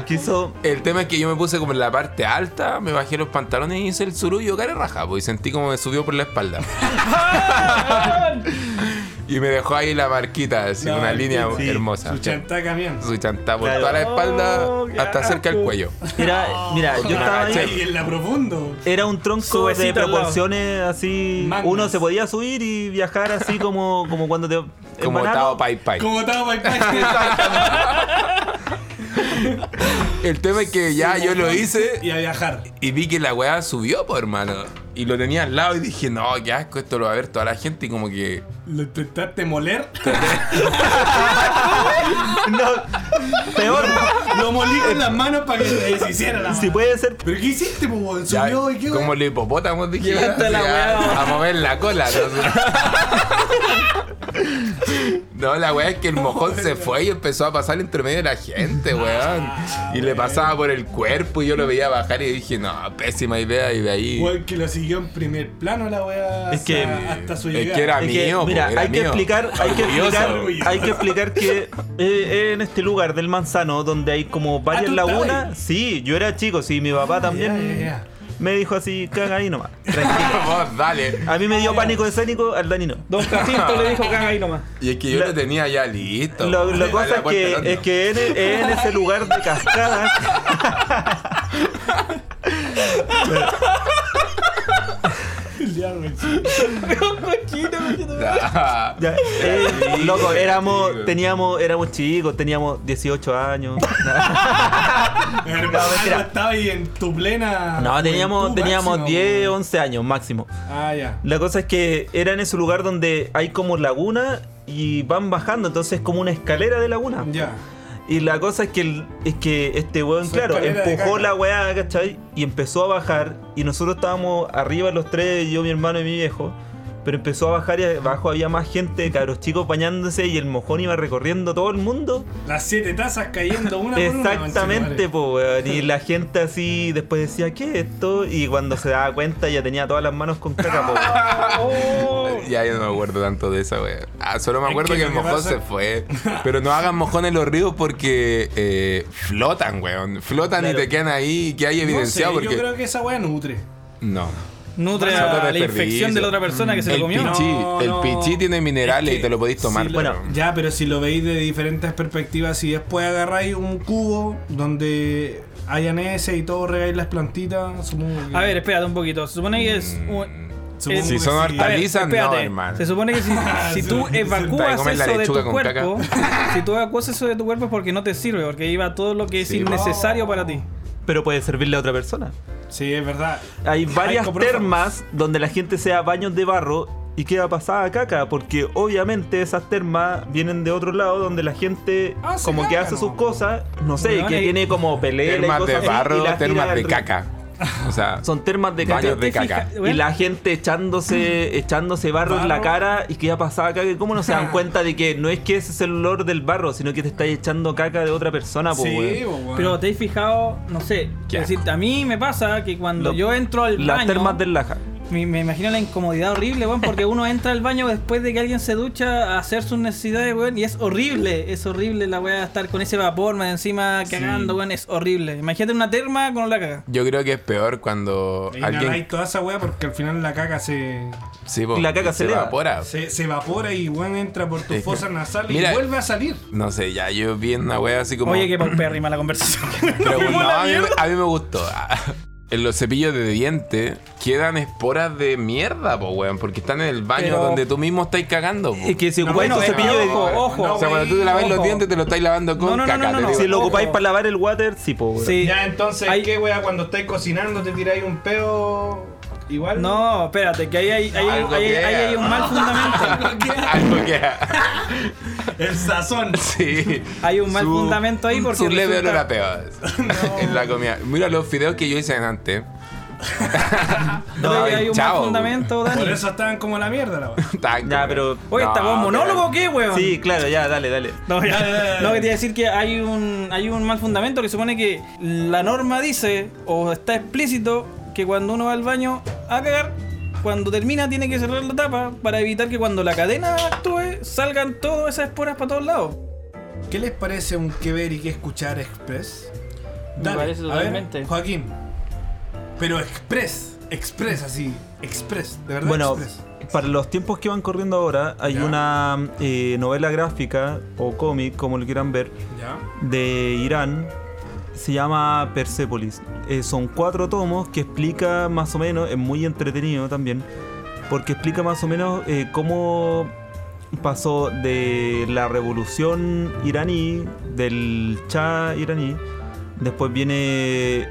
[SPEAKER 1] yo-
[SPEAKER 4] Quiso
[SPEAKER 1] El tema es que yo me puse como en la parte alta, me bajé los pantalones y hice el surullo cara raja, po, y sentí como me subió por la espalda.
[SPEAKER 3] Ah,
[SPEAKER 1] y me dejó ahí la marquita, así,
[SPEAKER 2] No,
[SPEAKER 1] una línea
[SPEAKER 4] sí,
[SPEAKER 1] hermosa.
[SPEAKER 2] Su chanta camión.
[SPEAKER 1] Su chantá por
[SPEAKER 4] Claro.
[SPEAKER 1] toda la
[SPEAKER 3] Oh, qué
[SPEAKER 1] espalda hasta cerca del
[SPEAKER 3] asco.
[SPEAKER 1] cuello.
[SPEAKER 4] Era, mira, yo
[SPEAKER 1] Una
[SPEAKER 4] estaba
[SPEAKER 1] gacha.
[SPEAKER 4] ahí,
[SPEAKER 2] Y en la profundo.
[SPEAKER 4] era un tronco
[SPEAKER 3] Suavecito
[SPEAKER 4] de
[SPEAKER 3] al lado.
[SPEAKER 4] proporciones así.
[SPEAKER 2] Magnas.
[SPEAKER 4] Uno se podía subir y viajar así como, como cuando te. en
[SPEAKER 1] Como
[SPEAKER 4] banano.
[SPEAKER 1] estaba Pai Pai.
[SPEAKER 2] Como estaba para
[SPEAKER 1] El tema es que ya yo lo
[SPEAKER 2] Y
[SPEAKER 1] hice
[SPEAKER 2] a viajar.
[SPEAKER 1] y vi que la weá subió, pues hermano. Y lo tenía al lado y dije, no, qué asco, esto lo va a ver toda la gente y como que...
[SPEAKER 2] Lo intentaste moler.
[SPEAKER 4] No, peor.
[SPEAKER 2] Lo molí con las manos para que se deshiciera la
[SPEAKER 4] Si
[SPEAKER 2] mano.
[SPEAKER 4] puede ser.
[SPEAKER 2] ¿Pero qué hiciste, po? weón?
[SPEAKER 1] pues. ya,
[SPEAKER 2] Subió y qué weón?
[SPEAKER 1] como los hipopótamos dije,
[SPEAKER 3] Llevaste
[SPEAKER 1] así,
[SPEAKER 3] la
[SPEAKER 1] a,
[SPEAKER 3] weá.
[SPEAKER 1] a mover la cola. No, No, la weá es que el mojón se fue y empezó a pasar entre medio de la gente, weón. Y le pasaba por el cuerpo y yo lo veía bajar y dije, no, pésima idea. Y de ahí.
[SPEAKER 2] Weón, que lo siguió en primer plano la weá.
[SPEAKER 4] Es que-
[SPEAKER 2] hasta, hasta su
[SPEAKER 1] Es
[SPEAKER 2] llegada.
[SPEAKER 1] que era
[SPEAKER 4] es que,
[SPEAKER 1] mío, po,
[SPEAKER 4] mira,
[SPEAKER 1] era
[SPEAKER 4] hay que
[SPEAKER 1] mío.
[SPEAKER 4] explicar, hay que
[SPEAKER 1] Orgulloso.
[SPEAKER 4] explicar,
[SPEAKER 2] orgulloso.
[SPEAKER 4] hay que explicar que eh, en este lugar del Manzano, donde hay como varias
[SPEAKER 2] tú estabas ahí.
[SPEAKER 4] lagunas, sí, yo era chico, sí, mi papá también
[SPEAKER 2] Ah, ya, ya, ya.
[SPEAKER 4] me dijo así, caga ahí nomás, tranquilo.
[SPEAKER 1] Vos, dale.
[SPEAKER 4] A mí me
[SPEAKER 2] Ah,
[SPEAKER 4] dio pánico escénico, al Dani no.
[SPEAKER 3] Don Jacinto le dijo caga ahí nomás.
[SPEAKER 1] Y es que yo
[SPEAKER 4] La-
[SPEAKER 1] lo tenía ya listo.
[SPEAKER 4] Lo,
[SPEAKER 1] Dale
[SPEAKER 4] lo
[SPEAKER 1] la
[SPEAKER 4] cosa es
[SPEAKER 1] vuelta al hondo.
[SPEAKER 4] que, es que en, en ese lugar de cascadas.
[SPEAKER 2] El diablo,
[SPEAKER 1] Ah,
[SPEAKER 4] ya, eh, loco, éramos, teníamos, éramos chicos, teníamos 18 años.
[SPEAKER 2] Hermano,
[SPEAKER 4] mentira.
[SPEAKER 2] estaba ahí en tu plena.
[SPEAKER 4] No, teníamos,
[SPEAKER 2] juventud
[SPEAKER 4] teníamos
[SPEAKER 2] máxima,
[SPEAKER 4] 10,
[SPEAKER 2] weón.
[SPEAKER 4] 11 años máximo.
[SPEAKER 2] Ah, ya.
[SPEAKER 4] La cosa es que era en ese lugar donde hay como laguna y van bajando, entonces es como una escalera de laguna.
[SPEAKER 2] Ya.
[SPEAKER 4] Y la cosa es que, el- es que este weón,
[SPEAKER 2] Su
[SPEAKER 4] claro,
[SPEAKER 2] escalera de
[SPEAKER 4] empujó
[SPEAKER 2] caca.
[SPEAKER 4] la weá, ¿cachai? Y empezó a bajar. Y nosotros estábamos arriba los tres, yo, mi hermano y mi viejo. pero empezó a bajar y abajo había más gente, cabros chicos bañándose y el mojón iba recorriendo todo el mundo.
[SPEAKER 2] Las siete tazas cayendo una por una.
[SPEAKER 1] pues,
[SPEAKER 4] Exactamente, po, weón. Y la gente así después decía, ¿qué es esto? Y cuando se daba cuenta ya tenía todas las manos con caca, po, weón.
[SPEAKER 1] Oh. Ya yo no me acuerdo tanto de esa, wea. Ah, solo me
[SPEAKER 2] Es
[SPEAKER 1] acuerdo
[SPEAKER 2] que
[SPEAKER 1] que,
[SPEAKER 2] lo
[SPEAKER 1] el
[SPEAKER 2] que
[SPEAKER 1] mojón
[SPEAKER 2] pasa-
[SPEAKER 1] se fue. Pero no hagan mojón en los ríos porque eh, flotan, weón. Flotan
[SPEAKER 4] Claro.
[SPEAKER 1] y te quedan ahí y que hay
[SPEAKER 2] No sé,
[SPEAKER 1] evidenciado
[SPEAKER 2] Yo
[SPEAKER 1] porque.
[SPEAKER 2] creo que esa weá nutre.
[SPEAKER 1] No.
[SPEAKER 3] Nutre
[SPEAKER 1] Bueno,
[SPEAKER 3] a la
[SPEAKER 1] desperdicio.
[SPEAKER 3] infección de la otra persona que se
[SPEAKER 1] el
[SPEAKER 3] lo comió.
[SPEAKER 1] pichí,
[SPEAKER 2] No,
[SPEAKER 1] el
[SPEAKER 2] no.
[SPEAKER 1] pichí tiene minerales
[SPEAKER 2] Es que
[SPEAKER 1] y eh, te lo podéis tomar.
[SPEAKER 2] si
[SPEAKER 4] lo-
[SPEAKER 1] pero-
[SPEAKER 2] Ya, pero si lo veis de diferentes perspectivas, si después agarráis un cubo donde hay ese y todo, regáis las plantitas, supongo que-
[SPEAKER 3] A ver, espérate un poquito. Se supone que es un.
[SPEAKER 2] Supongo
[SPEAKER 3] si
[SPEAKER 2] que
[SPEAKER 1] son
[SPEAKER 2] sí.
[SPEAKER 3] A ver,
[SPEAKER 1] hortalizas. Paliza, no,
[SPEAKER 3] espérate.
[SPEAKER 1] hermano.
[SPEAKER 3] Se supone que si, si tú
[SPEAKER 2] Se
[SPEAKER 1] senta y
[SPEAKER 3] evacúas
[SPEAKER 1] come la
[SPEAKER 3] eso de
[SPEAKER 1] lechuga
[SPEAKER 3] tu
[SPEAKER 1] con
[SPEAKER 3] cuerpo, si tú evacúas eso de tu cuerpo es porque no te sirve, porque iba todo lo que es
[SPEAKER 1] Sí.
[SPEAKER 3] innecesario para ti.
[SPEAKER 4] Pero puede servirle a otra persona.
[SPEAKER 2] Sí, es verdad.
[SPEAKER 1] Ah,
[SPEAKER 4] Hay varias
[SPEAKER 2] coprófagos.
[SPEAKER 4] termas donde la gente se da baños de barro y queda pasada a caca, porque obviamente esas termas vienen de otro lado donde la gente
[SPEAKER 2] Ah, se
[SPEAKER 4] como que
[SPEAKER 2] caga,
[SPEAKER 4] hace
[SPEAKER 2] no.
[SPEAKER 4] sus cosas, no sé,
[SPEAKER 3] Bueno,
[SPEAKER 4] que
[SPEAKER 3] y-
[SPEAKER 4] tiene como peleas
[SPEAKER 1] Termas de barro, termas de
[SPEAKER 4] caca
[SPEAKER 1] caca. O sea,
[SPEAKER 4] Son termas de caca.
[SPEAKER 1] baños de caca.
[SPEAKER 4] Y la gente echándose, echándose barro, en la
[SPEAKER 2] Barro.
[SPEAKER 4] cara y que ya pasaba caca. ¿Cómo no se dan cuenta de que no es que ese es el olor del barro, sino que te estás echando caca de otra persona,
[SPEAKER 1] pues,
[SPEAKER 4] po,
[SPEAKER 2] Sí,
[SPEAKER 4] weón?
[SPEAKER 2] po, weón.
[SPEAKER 3] Pero te has fijado, no sé,
[SPEAKER 1] Qué
[SPEAKER 3] es decir, a mí me pasa que cuando
[SPEAKER 4] Lo-
[SPEAKER 3] yo entro al
[SPEAKER 4] Las
[SPEAKER 3] baño,
[SPEAKER 4] termas del Laja.
[SPEAKER 3] me, me imagino la incomodidad horrible, weón, porque uno entra al baño después de que alguien se ducha a hacer sus necesidades, weón, y es horrible, es horrible la weá estar con ese vapor más encima cagando, weón, es horrible. Imagínate una terma con la caga.
[SPEAKER 1] yo creo que es peor cuando
[SPEAKER 2] E Inhaláis
[SPEAKER 1] alguien.
[SPEAKER 2] toda esa weá porque al final la caca se,
[SPEAKER 1] Sí, po,
[SPEAKER 4] La caca se eleva.
[SPEAKER 1] evapora.
[SPEAKER 2] se, se evapora y weón entra por tus
[SPEAKER 1] Es que-
[SPEAKER 2] fosas nasales
[SPEAKER 1] Ah. Mira.
[SPEAKER 2] y vuelve a salir.
[SPEAKER 1] No sé, ya yo vi una wea así como.
[SPEAKER 3] Oye, qué paupérrima la conversación.
[SPEAKER 1] Pero bueno, a, mí, a mí me gustó. En los cepillos de dientes quedan esporas de mierda, po, weón. Porque están en el baño
[SPEAKER 3] Pero-
[SPEAKER 1] donde tú mismo estáis cagando, po.
[SPEAKER 4] Es que si
[SPEAKER 2] No,
[SPEAKER 4] ocupáis
[SPEAKER 2] bueno,
[SPEAKER 4] tu
[SPEAKER 2] es que
[SPEAKER 4] cepillo de
[SPEAKER 3] ojo,
[SPEAKER 4] dientes-
[SPEAKER 3] ojo.
[SPEAKER 1] O sea, cuando tú te laváis los
[SPEAKER 3] Ojo.
[SPEAKER 1] dientes, te lo estáis lavando con
[SPEAKER 3] No, no, no,
[SPEAKER 1] caca.
[SPEAKER 3] no, no,
[SPEAKER 1] te
[SPEAKER 3] no.
[SPEAKER 4] Si
[SPEAKER 1] digo.
[SPEAKER 4] lo
[SPEAKER 3] ojo.
[SPEAKER 4] ocupáis para lavar el water, sí, po, weón.
[SPEAKER 3] Sí.
[SPEAKER 2] Ya, entonces,
[SPEAKER 3] Hay-
[SPEAKER 2] ¿qué weá? Cuando estáis cocinando te tiráis un peo igual.
[SPEAKER 3] No, espérate, que ahí hay, ahí hay-
[SPEAKER 1] Algo
[SPEAKER 3] ahí hay-
[SPEAKER 1] que-
[SPEAKER 3] ahí hay un mal fundamento.
[SPEAKER 1] Algo que.
[SPEAKER 2] El sazón.
[SPEAKER 1] Sí.
[SPEAKER 3] Hay un mal fundamento ahí porque
[SPEAKER 1] Su leve
[SPEAKER 3] resulta-
[SPEAKER 1] olor a peo. en la comida. Mira los fideos que yo hice antes.
[SPEAKER 3] No,
[SPEAKER 1] No,
[SPEAKER 3] hay un
[SPEAKER 1] chao.
[SPEAKER 3] mal fundamento,
[SPEAKER 2] Por
[SPEAKER 3] Dani.
[SPEAKER 2] eso estaban como la mierda la weá.
[SPEAKER 1] Tan-
[SPEAKER 4] Ya, pero-
[SPEAKER 3] Oye, ¿está vos
[SPEAKER 1] No,
[SPEAKER 3] monólogo o qué, weón?
[SPEAKER 4] Sí, claro, ya, dale, dale.
[SPEAKER 3] No, ya-
[SPEAKER 2] Dale, dale, dale.
[SPEAKER 3] no, que te iba a decir que hay un, hay un mal fundamento que supone que la norma dice, o está explícito, que cuando uno va al baño a cagar, cuando termina tiene que cerrar la tapa para evitar que cuando la cadena actúe salgan todas esas esporas para todos lados.
[SPEAKER 2] ¿Qué les parece un que ver y que escuchar express?
[SPEAKER 3] Me
[SPEAKER 2] Dale,
[SPEAKER 3] parece
[SPEAKER 2] a ver,
[SPEAKER 3] totalmente.
[SPEAKER 2] Joaquín. Pero express, express así, express, de verdad
[SPEAKER 4] Bueno,
[SPEAKER 2] express.
[SPEAKER 4] para los tiempos que van corriendo ahora, hay
[SPEAKER 2] Ya.
[SPEAKER 4] una eh, novela gráfica o cómic, como lo quieran ver,
[SPEAKER 2] Ya.
[SPEAKER 4] de Irán se llama Persepolis. Eh, son cuatro tomos que explica más o menos, es muy entretenido también, porque explica más o menos eh, cómo pasó de la revolución iraní, del Shah iraní, después viene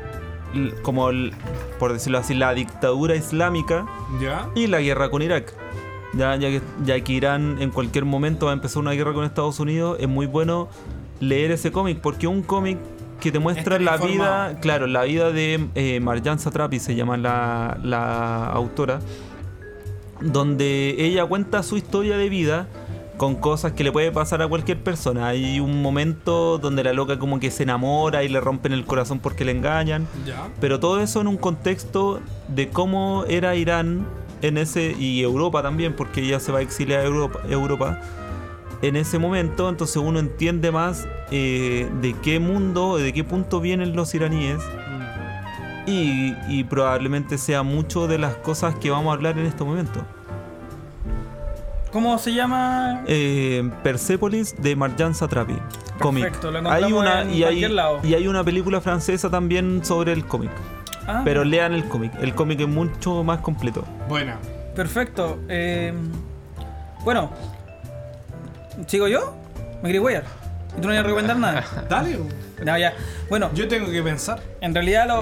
[SPEAKER 4] l- como, el- por decirlo así, la dictadura islámica
[SPEAKER 2] Ya.
[SPEAKER 4] y la guerra con Irak. Ya, ya, que, ya que Irán en cualquier momento va a empezar una guerra con Estados Unidos, es muy bueno leer ese cómic, porque es un cómic que te muestra
[SPEAKER 2] Estar
[SPEAKER 4] la
[SPEAKER 2] informado.
[SPEAKER 4] vida, claro, la vida de eh, Marjan Satrapi, se llama la, la autora, donde ella cuenta su historia de vida con cosas que le puede pasar a cualquier persona. Hay un momento donde la loca como que se enamora y le rompen el corazón porque le engañan.
[SPEAKER 2] Ya.
[SPEAKER 4] Pero todo eso en un contexto de cómo era Irán en ese y Europa también, porque ella se va a exiliar a Europa, Europa en ese momento, entonces uno entiende más eh, de qué mundo, de qué punto vienen los iraníes y, y probablemente sea mucho de las cosas que vamos a hablar en este momento.
[SPEAKER 3] ¿Cómo se llama?
[SPEAKER 4] Eh, Persepolis de Marjan Satrapi. Cómic.
[SPEAKER 3] Perfecto, lo encontramos
[SPEAKER 4] Hay una,
[SPEAKER 3] en
[SPEAKER 4] y, hay,
[SPEAKER 3] cualquier lado.
[SPEAKER 4] y hay una película francesa también sobre el cómic.
[SPEAKER 3] Ah,
[SPEAKER 4] Pero lean el cómic. El cómic es mucho más completo.
[SPEAKER 2] Buena.
[SPEAKER 3] Perfecto. eh, bueno, ¿sigo yo? Me quería guayar. ¿Y tú no ibas a recomendar nada?
[SPEAKER 2] Dale. bo.
[SPEAKER 3] No, ya. Bueno,
[SPEAKER 2] Yo tengo que pensar.
[SPEAKER 3] en realidad lo, lo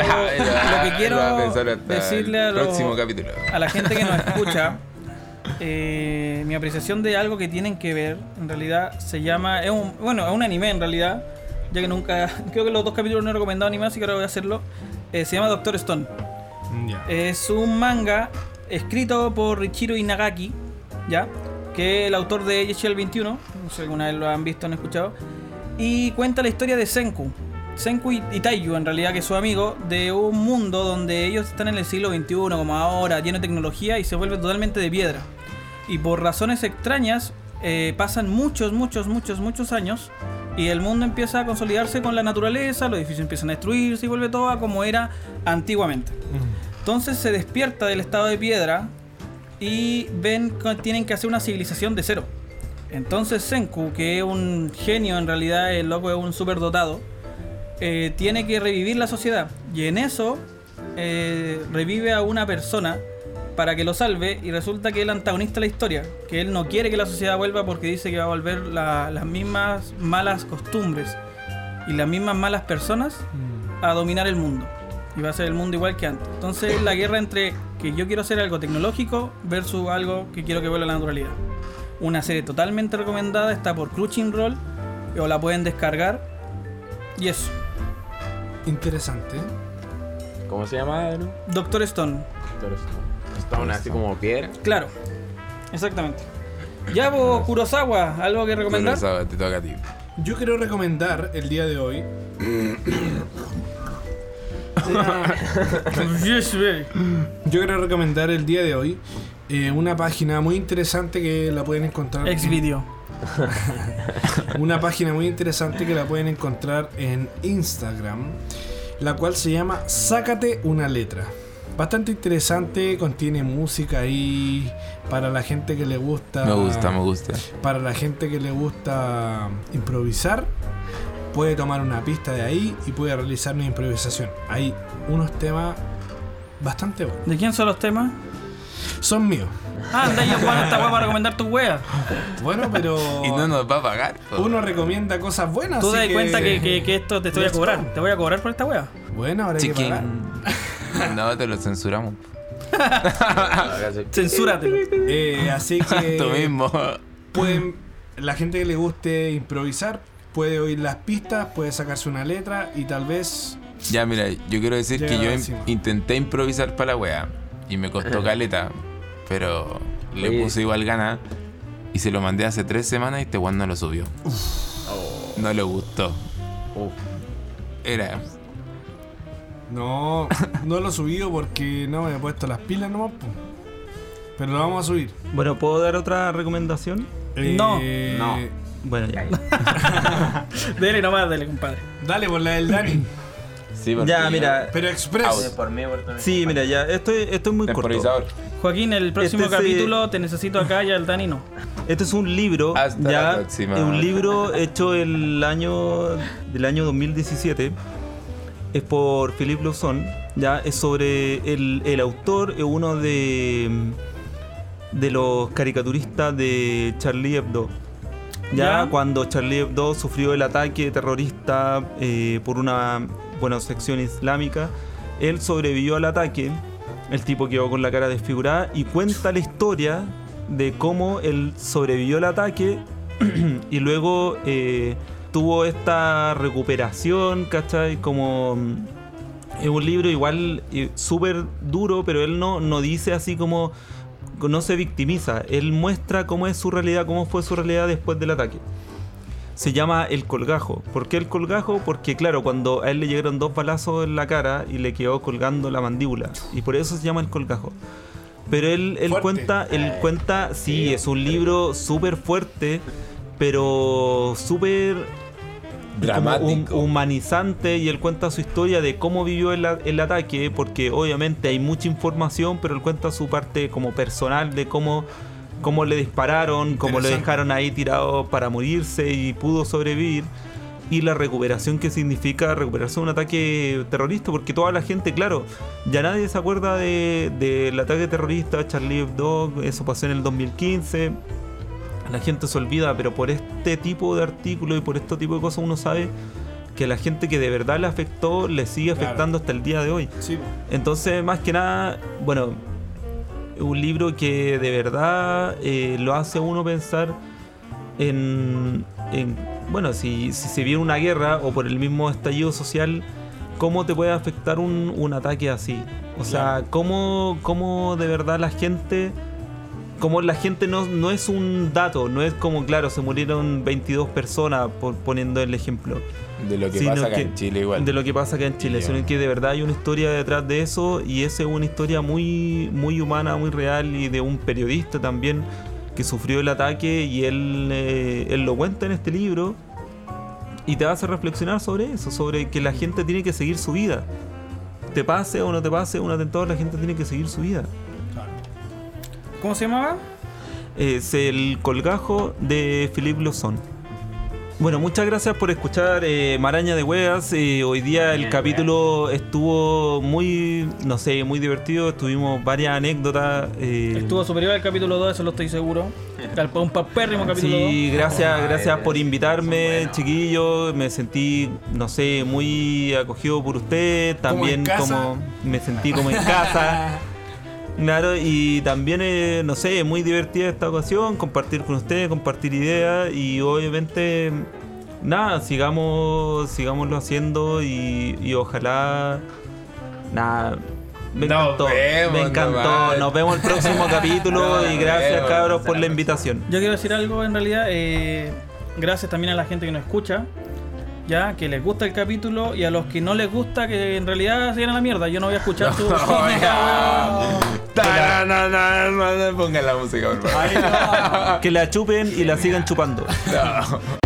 [SPEAKER 3] que quiero
[SPEAKER 1] Lo voy a pensar hasta
[SPEAKER 3] decirle
[SPEAKER 1] el
[SPEAKER 3] a, los-
[SPEAKER 1] Próximo capítulo.
[SPEAKER 3] a la gente que nos escucha, eh, mi apreciación de algo que tienen que ver, en realidad, se llama... Es un, bueno, es un anime en realidad, ya que nunca... Creo que los dos capítulos no he recomendado anime, así que ahora voy a hacerlo. Eh, se llama Doctor Stone.
[SPEAKER 2] Ya.
[SPEAKER 3] Es un manga escrito por Richiro Inagaki, ¿ya? Que es el autor de Yeshiel 21, no sé si alguna vez lo han visto o han escuchado, y cuenta la historia de Senku. Senku y y Taiyu, en realidad, que es su amigo, de un mundo donde ellos están en el siglo XXI, como ahora, lleno de tecnología y se vuelve totalmente de piedra. Y por razones extrañas, eh, pasan muchos, muchos, muchos, muchos años y el mundo empieza a consolidarse con la naturaleza, los edificios empiezan a destruirse y vuelve todo a como era antiguamente. Entonces se despierta del estado de piedra y ven que tienen que hacer una civilización de cero. Entonces Senku, que es un genio en realidad, el loco es un superdotado, eh, tiene que revivir la sociedad. Y en eso eh, revive a una persona para que lo salve y resulta que es el antagonista de la historia, que él no quiere que la sociedad vuelva porque dice que va a volver la- las mismas malas costumbres y las mismas malas personas a dominar el mundo. Y va a ser el mundo igual que antes. Entonces la guerra entre que yo quiero hacer algo tecnológico versus algo que quiero que vuelva a la naturalidad. Una serie totalmente recomendada, está por Crunchyroll Roll, o la pueden descargar. Y eso,
[SPEAKER 2] Interesante.
[SPEAKER 5] ¿Cómo se llama, Danu?
[SPEAKER 3] Doctor Stone.
[SPEAKER 5] Doctor Stone.
[SPEAKER 1] Pues,
[SPEAKER 5] Stone, así como piedra.
[SPEAKER 3] Claro, exactamente. Ya, vos, Kurosawa, ¿algo que recomendar?
[SPEAKER 1] Pero, te toca a ti.
[SPEAKER 2] Yo quiero recomendar el día de hoy. Una- Yo quiero recomendar el día de hoy eh, una página muy interesante que la pueden encontrar. en-
[SPEAKER 3] Ex video.
[SPEAKER 2] una página muy interesante que la pueden encontrar en Instagram, la cual se llama Sácate una letra. Bastante interesante, contiene música ahí para la gente que le gusta.
[SPEAKER 1] Me gusta, me gusta.
[SPEAKER 2] Para la gente que le gusta improvisar, puede tomar una pista de ahí y puede realizar una improvisación. Hay unos temas bastante buenos.
[SPEAKER 3] ¿De quién son los temas?
[SPEAKER 2] Son míos.
[SPEAKER 3] Ah, anda yo Juan esta weá para recomendar tus weas.
[SPEAKER 2] Bueno, pero
[SPEAKER 1] Y no nos va a pagar. po.
[SPEAKER 2] Oh. uno recomienda cosas buenas.
[SPEAKER 3] Tú
[SPEAKER 2] así
[SPEAKER 3] das cuenta que, que- que esto te estoy a
[SPEAKER 2] Let's
[SPEAKER 3] cobrar. Te voy a cobrar por esta wea.
[SPEAKER 2] Bueno, ahora hay que pagar.
[SPEAKER 1] Chiquín. No, te lo censuramos.
[SPEAKER 3] Censúrate.
[SPEAKER 2] Eh, así que
[SPEAKER 1] Tú mismo.
[SPEAKER 2] pueden la gente que le guste improvisar puede oír las pistas, puede sacarse una letra y tal vez
[SPEAKER 1] Ya, mira, yo quiero decir
[SPEAKER 2] Llega
[SPEAKER 1] que yo
[SPEAKER 2] la
[SPEAKER 1] in-
[SPEAKER 2] décima.
[SPEAKER 1] intenté improvisar para la wea y me costó caleta, pero le
[SPEAKER 5] Oye.
[SPEAKER 1] puse igual gana y se lo mandé hace tres semanas y este weón no lo subió. No le gustó.
[SPEAKER 5] Uf.
[SPEAKER 1] Era.
[SPEAKER 2] no no lo he subido porque no me he puesto las pilas nomás. po. Pero lo vamos a subir.
[SPEAKER 4] Bueno, ¿puedo dar otra recomendación?
[SPEAKER 3] No.
[SPEAKER 2] Eh,
[SPEAKER 5] No.
[SPEAKER 4] Bueno, ya.
[SPEAKER 3] Dele nomás, dele, compadre.
[SPEAKER 2] Dale por la del Dani,
[SPEAKER 1] Sí, porque
[SPEAKER 4] Ya,
[SPEAKER 1] yo-
[SPEAKER 4] mira.
[SPEAKER 2] pero express.
[SPEAKER 5] Por mí, por
[SPEAKER 4] Sí, mira, ya. Esto es, esto es muy corto.
[SPEAKER 1] Temporizador.
[SPEAKER 3] Joaquín, el próximo
[SPEAKER 4] Este se-
[SPEAKER 3] capítulo te necesito acá y al Dani no.
[SPEAKER 4] Este es un libro.
[SPEAKER 1] Hasta
[SPEAKER 4] ya,
[SPEAKER 1] la próxima.
[SPEAKER 4] Es un libro hecho el año del año 2017. Es por Philippe Lawson. Ya es sobre el, el autor es uno de de los caricaturistas de Charlie Hebdo. Ya
[SPEAKER 3] Ya.
[SPEAKER 4] cuando Charlie Hebdo sufrió el ataque terrorista eh, por una bueno, sección islámica, él sobrevivió al ataque. El tipo quedó con la cara desfigurada y cuenta la historia de cómo él sobrevivió al ataque y luego eh, tuvo esta recuperación, ¿cachai? Como mm, es un libro igual eh, súper duro, pero él no, no dice así como no se victimiza, él muestra cómo es su realidad, cómo fue su realidad después del ataque. Se llama El Colgajo. ¿Por qué el colgajo? Porque claro, cuando a él le llegaron dos balazos en la cara y le quedó colgando la mandíbula. Y por eso se llama el colgajo. Pero él, él
[SPEAKER 2] Fuerte.
[SPEAKER 4] cuenta, él cuenta, sí, es un libro súper fuerte, pero súper como hum-
[SPEAKER 1] Dramático.
[SPEAKER 4] humanizante y él cuenta su historia de cómo vivió el, a- el ataque, porque obviamente hay mucha información, pero él cuenta su parte como personal de cómo, cómo le dispararon, cómo le
[SPEAKER 2] Interesante.
[SPEAKER 4] dejaron ahí tirado para morirse y pudo sobrevivir. Y la recuperación que significa recuperarse de un ataque terrorista, porque toda la gente, claro, ya nadie se acuerda de- del ataque terrorista, Charlie Hebdo, eso pasó en el 2015 la gente se olvida, pero por este tipo de artículos y por este tipo de cosas uno sabe que la gente que de verdad le afectó le sigue
[SPEAKER 2] Claro.
[SPEAKER 4] afectando hasta el día de hoy.
[SPEAKER 2] Sí.
[SPEAKER 4] Entonces, más que nada, bueno, un libro que de verdad eh, lo hace a uno pensar en, en, bueno, si, si se viene una guerra o por el mismo estallido social, cómo te puede afectar un, un ataque así. O sea, cómo, cómo de verdad la gente. Como la gente no, no es un dato, no es como, claro, se murieron 22 personas, por, poniendo el ejemplo.
[SPEAKER 1] De lo que
[SPEAKER 4] sino
[SPEAKER 1] pasa acá
[SPEAKER 4] que-
[SPEAKER 1] en Chile igual.
[SPEAKER 4] De lo que pasa acá en Chile,
[SPEAKER 1] Ya.
[SPEAKER 4] sino que de verdad hay una historia detrás de eso y esa es una historia muy, muy humana, muy real y de un periodista también que sufrió el ataque y él, eh, él lo cuenta en este libro y te hace reflexionar sobre eso, sobre que la gente tiene que seguir su vida. Te pase o no te pase un atentado, la gente tiene que seguir su vida.
[SPEAKER 3] ¿Cómo se llamaba?
[SPEAKER 4] es el colgajo de Philippe Lozón. Bueno, muchas gracias por escuchar eh, Maraña de Huevas. Eh, hoy día el capítulo estuvo muy, no sé, muy divertido. Tuvimos varias anécdotas. eh,
[SPEAKER 3] Estuvo superior al capítulo 2, eso lo estoy seguro. Al pa- un papérrimo capítulo 2.
[SPEAKER 4] Sí, gracias,
[SPEAKER 5] Ah,
[SPEAKER 4] gracias
[SPEAKER 5] eh,
[SPEAKER 4] por
[SPEAKER 5] son
[SPEAKER 4] invitarme,
[SPEAKER 5] buenos.
[SPEAKER 4] chiquillo. Me sentí, no sé, muy acogido por usted. También
[SPEAKER 2] en casa.
[SPEAKER 4] como me sentí como en casa. Claro, y también, eh, no sé, muy divertida esta ocasión, compartir con ustedes, compartir ideas y obviamente, nada, sigamos, sigámoslo haciendo y, y ojalá, nada, me
[SPEAKER 1] Nos
[SPEAKER 4] encantó,
[SPEAKER 1] vemos,
[SPEAKER 4] me encantó,
[SPEAKER 1] nomás.
[SPEAKER 4] nos vemos el próximo capítulo
[SPEAKER 1] Nos
[SPEAKER 4] y gracias
[SPEAKER 1] vemos,
[SPEAKER 4] cabros por
[SPEAKER 5] hasta
[SPEAKER 4] la
[SPEAKER 5] la
[SPEAKER 4] invitación.
[SPEAKER 3] Yo quiero decir algo en realidad. eh, gracias también a la gente que nos escucha. Ya, que les gusta el capítulo y a los que no les gusta, que en realidad se vayan a la mierda. Yo no voy a escuchar tu.
[SPEAKER 1] Tarana, Pongan la música, por favor.
[SPEAKER 4] Que la chupen y la sigan chupando.
[SPEAKER 1] No.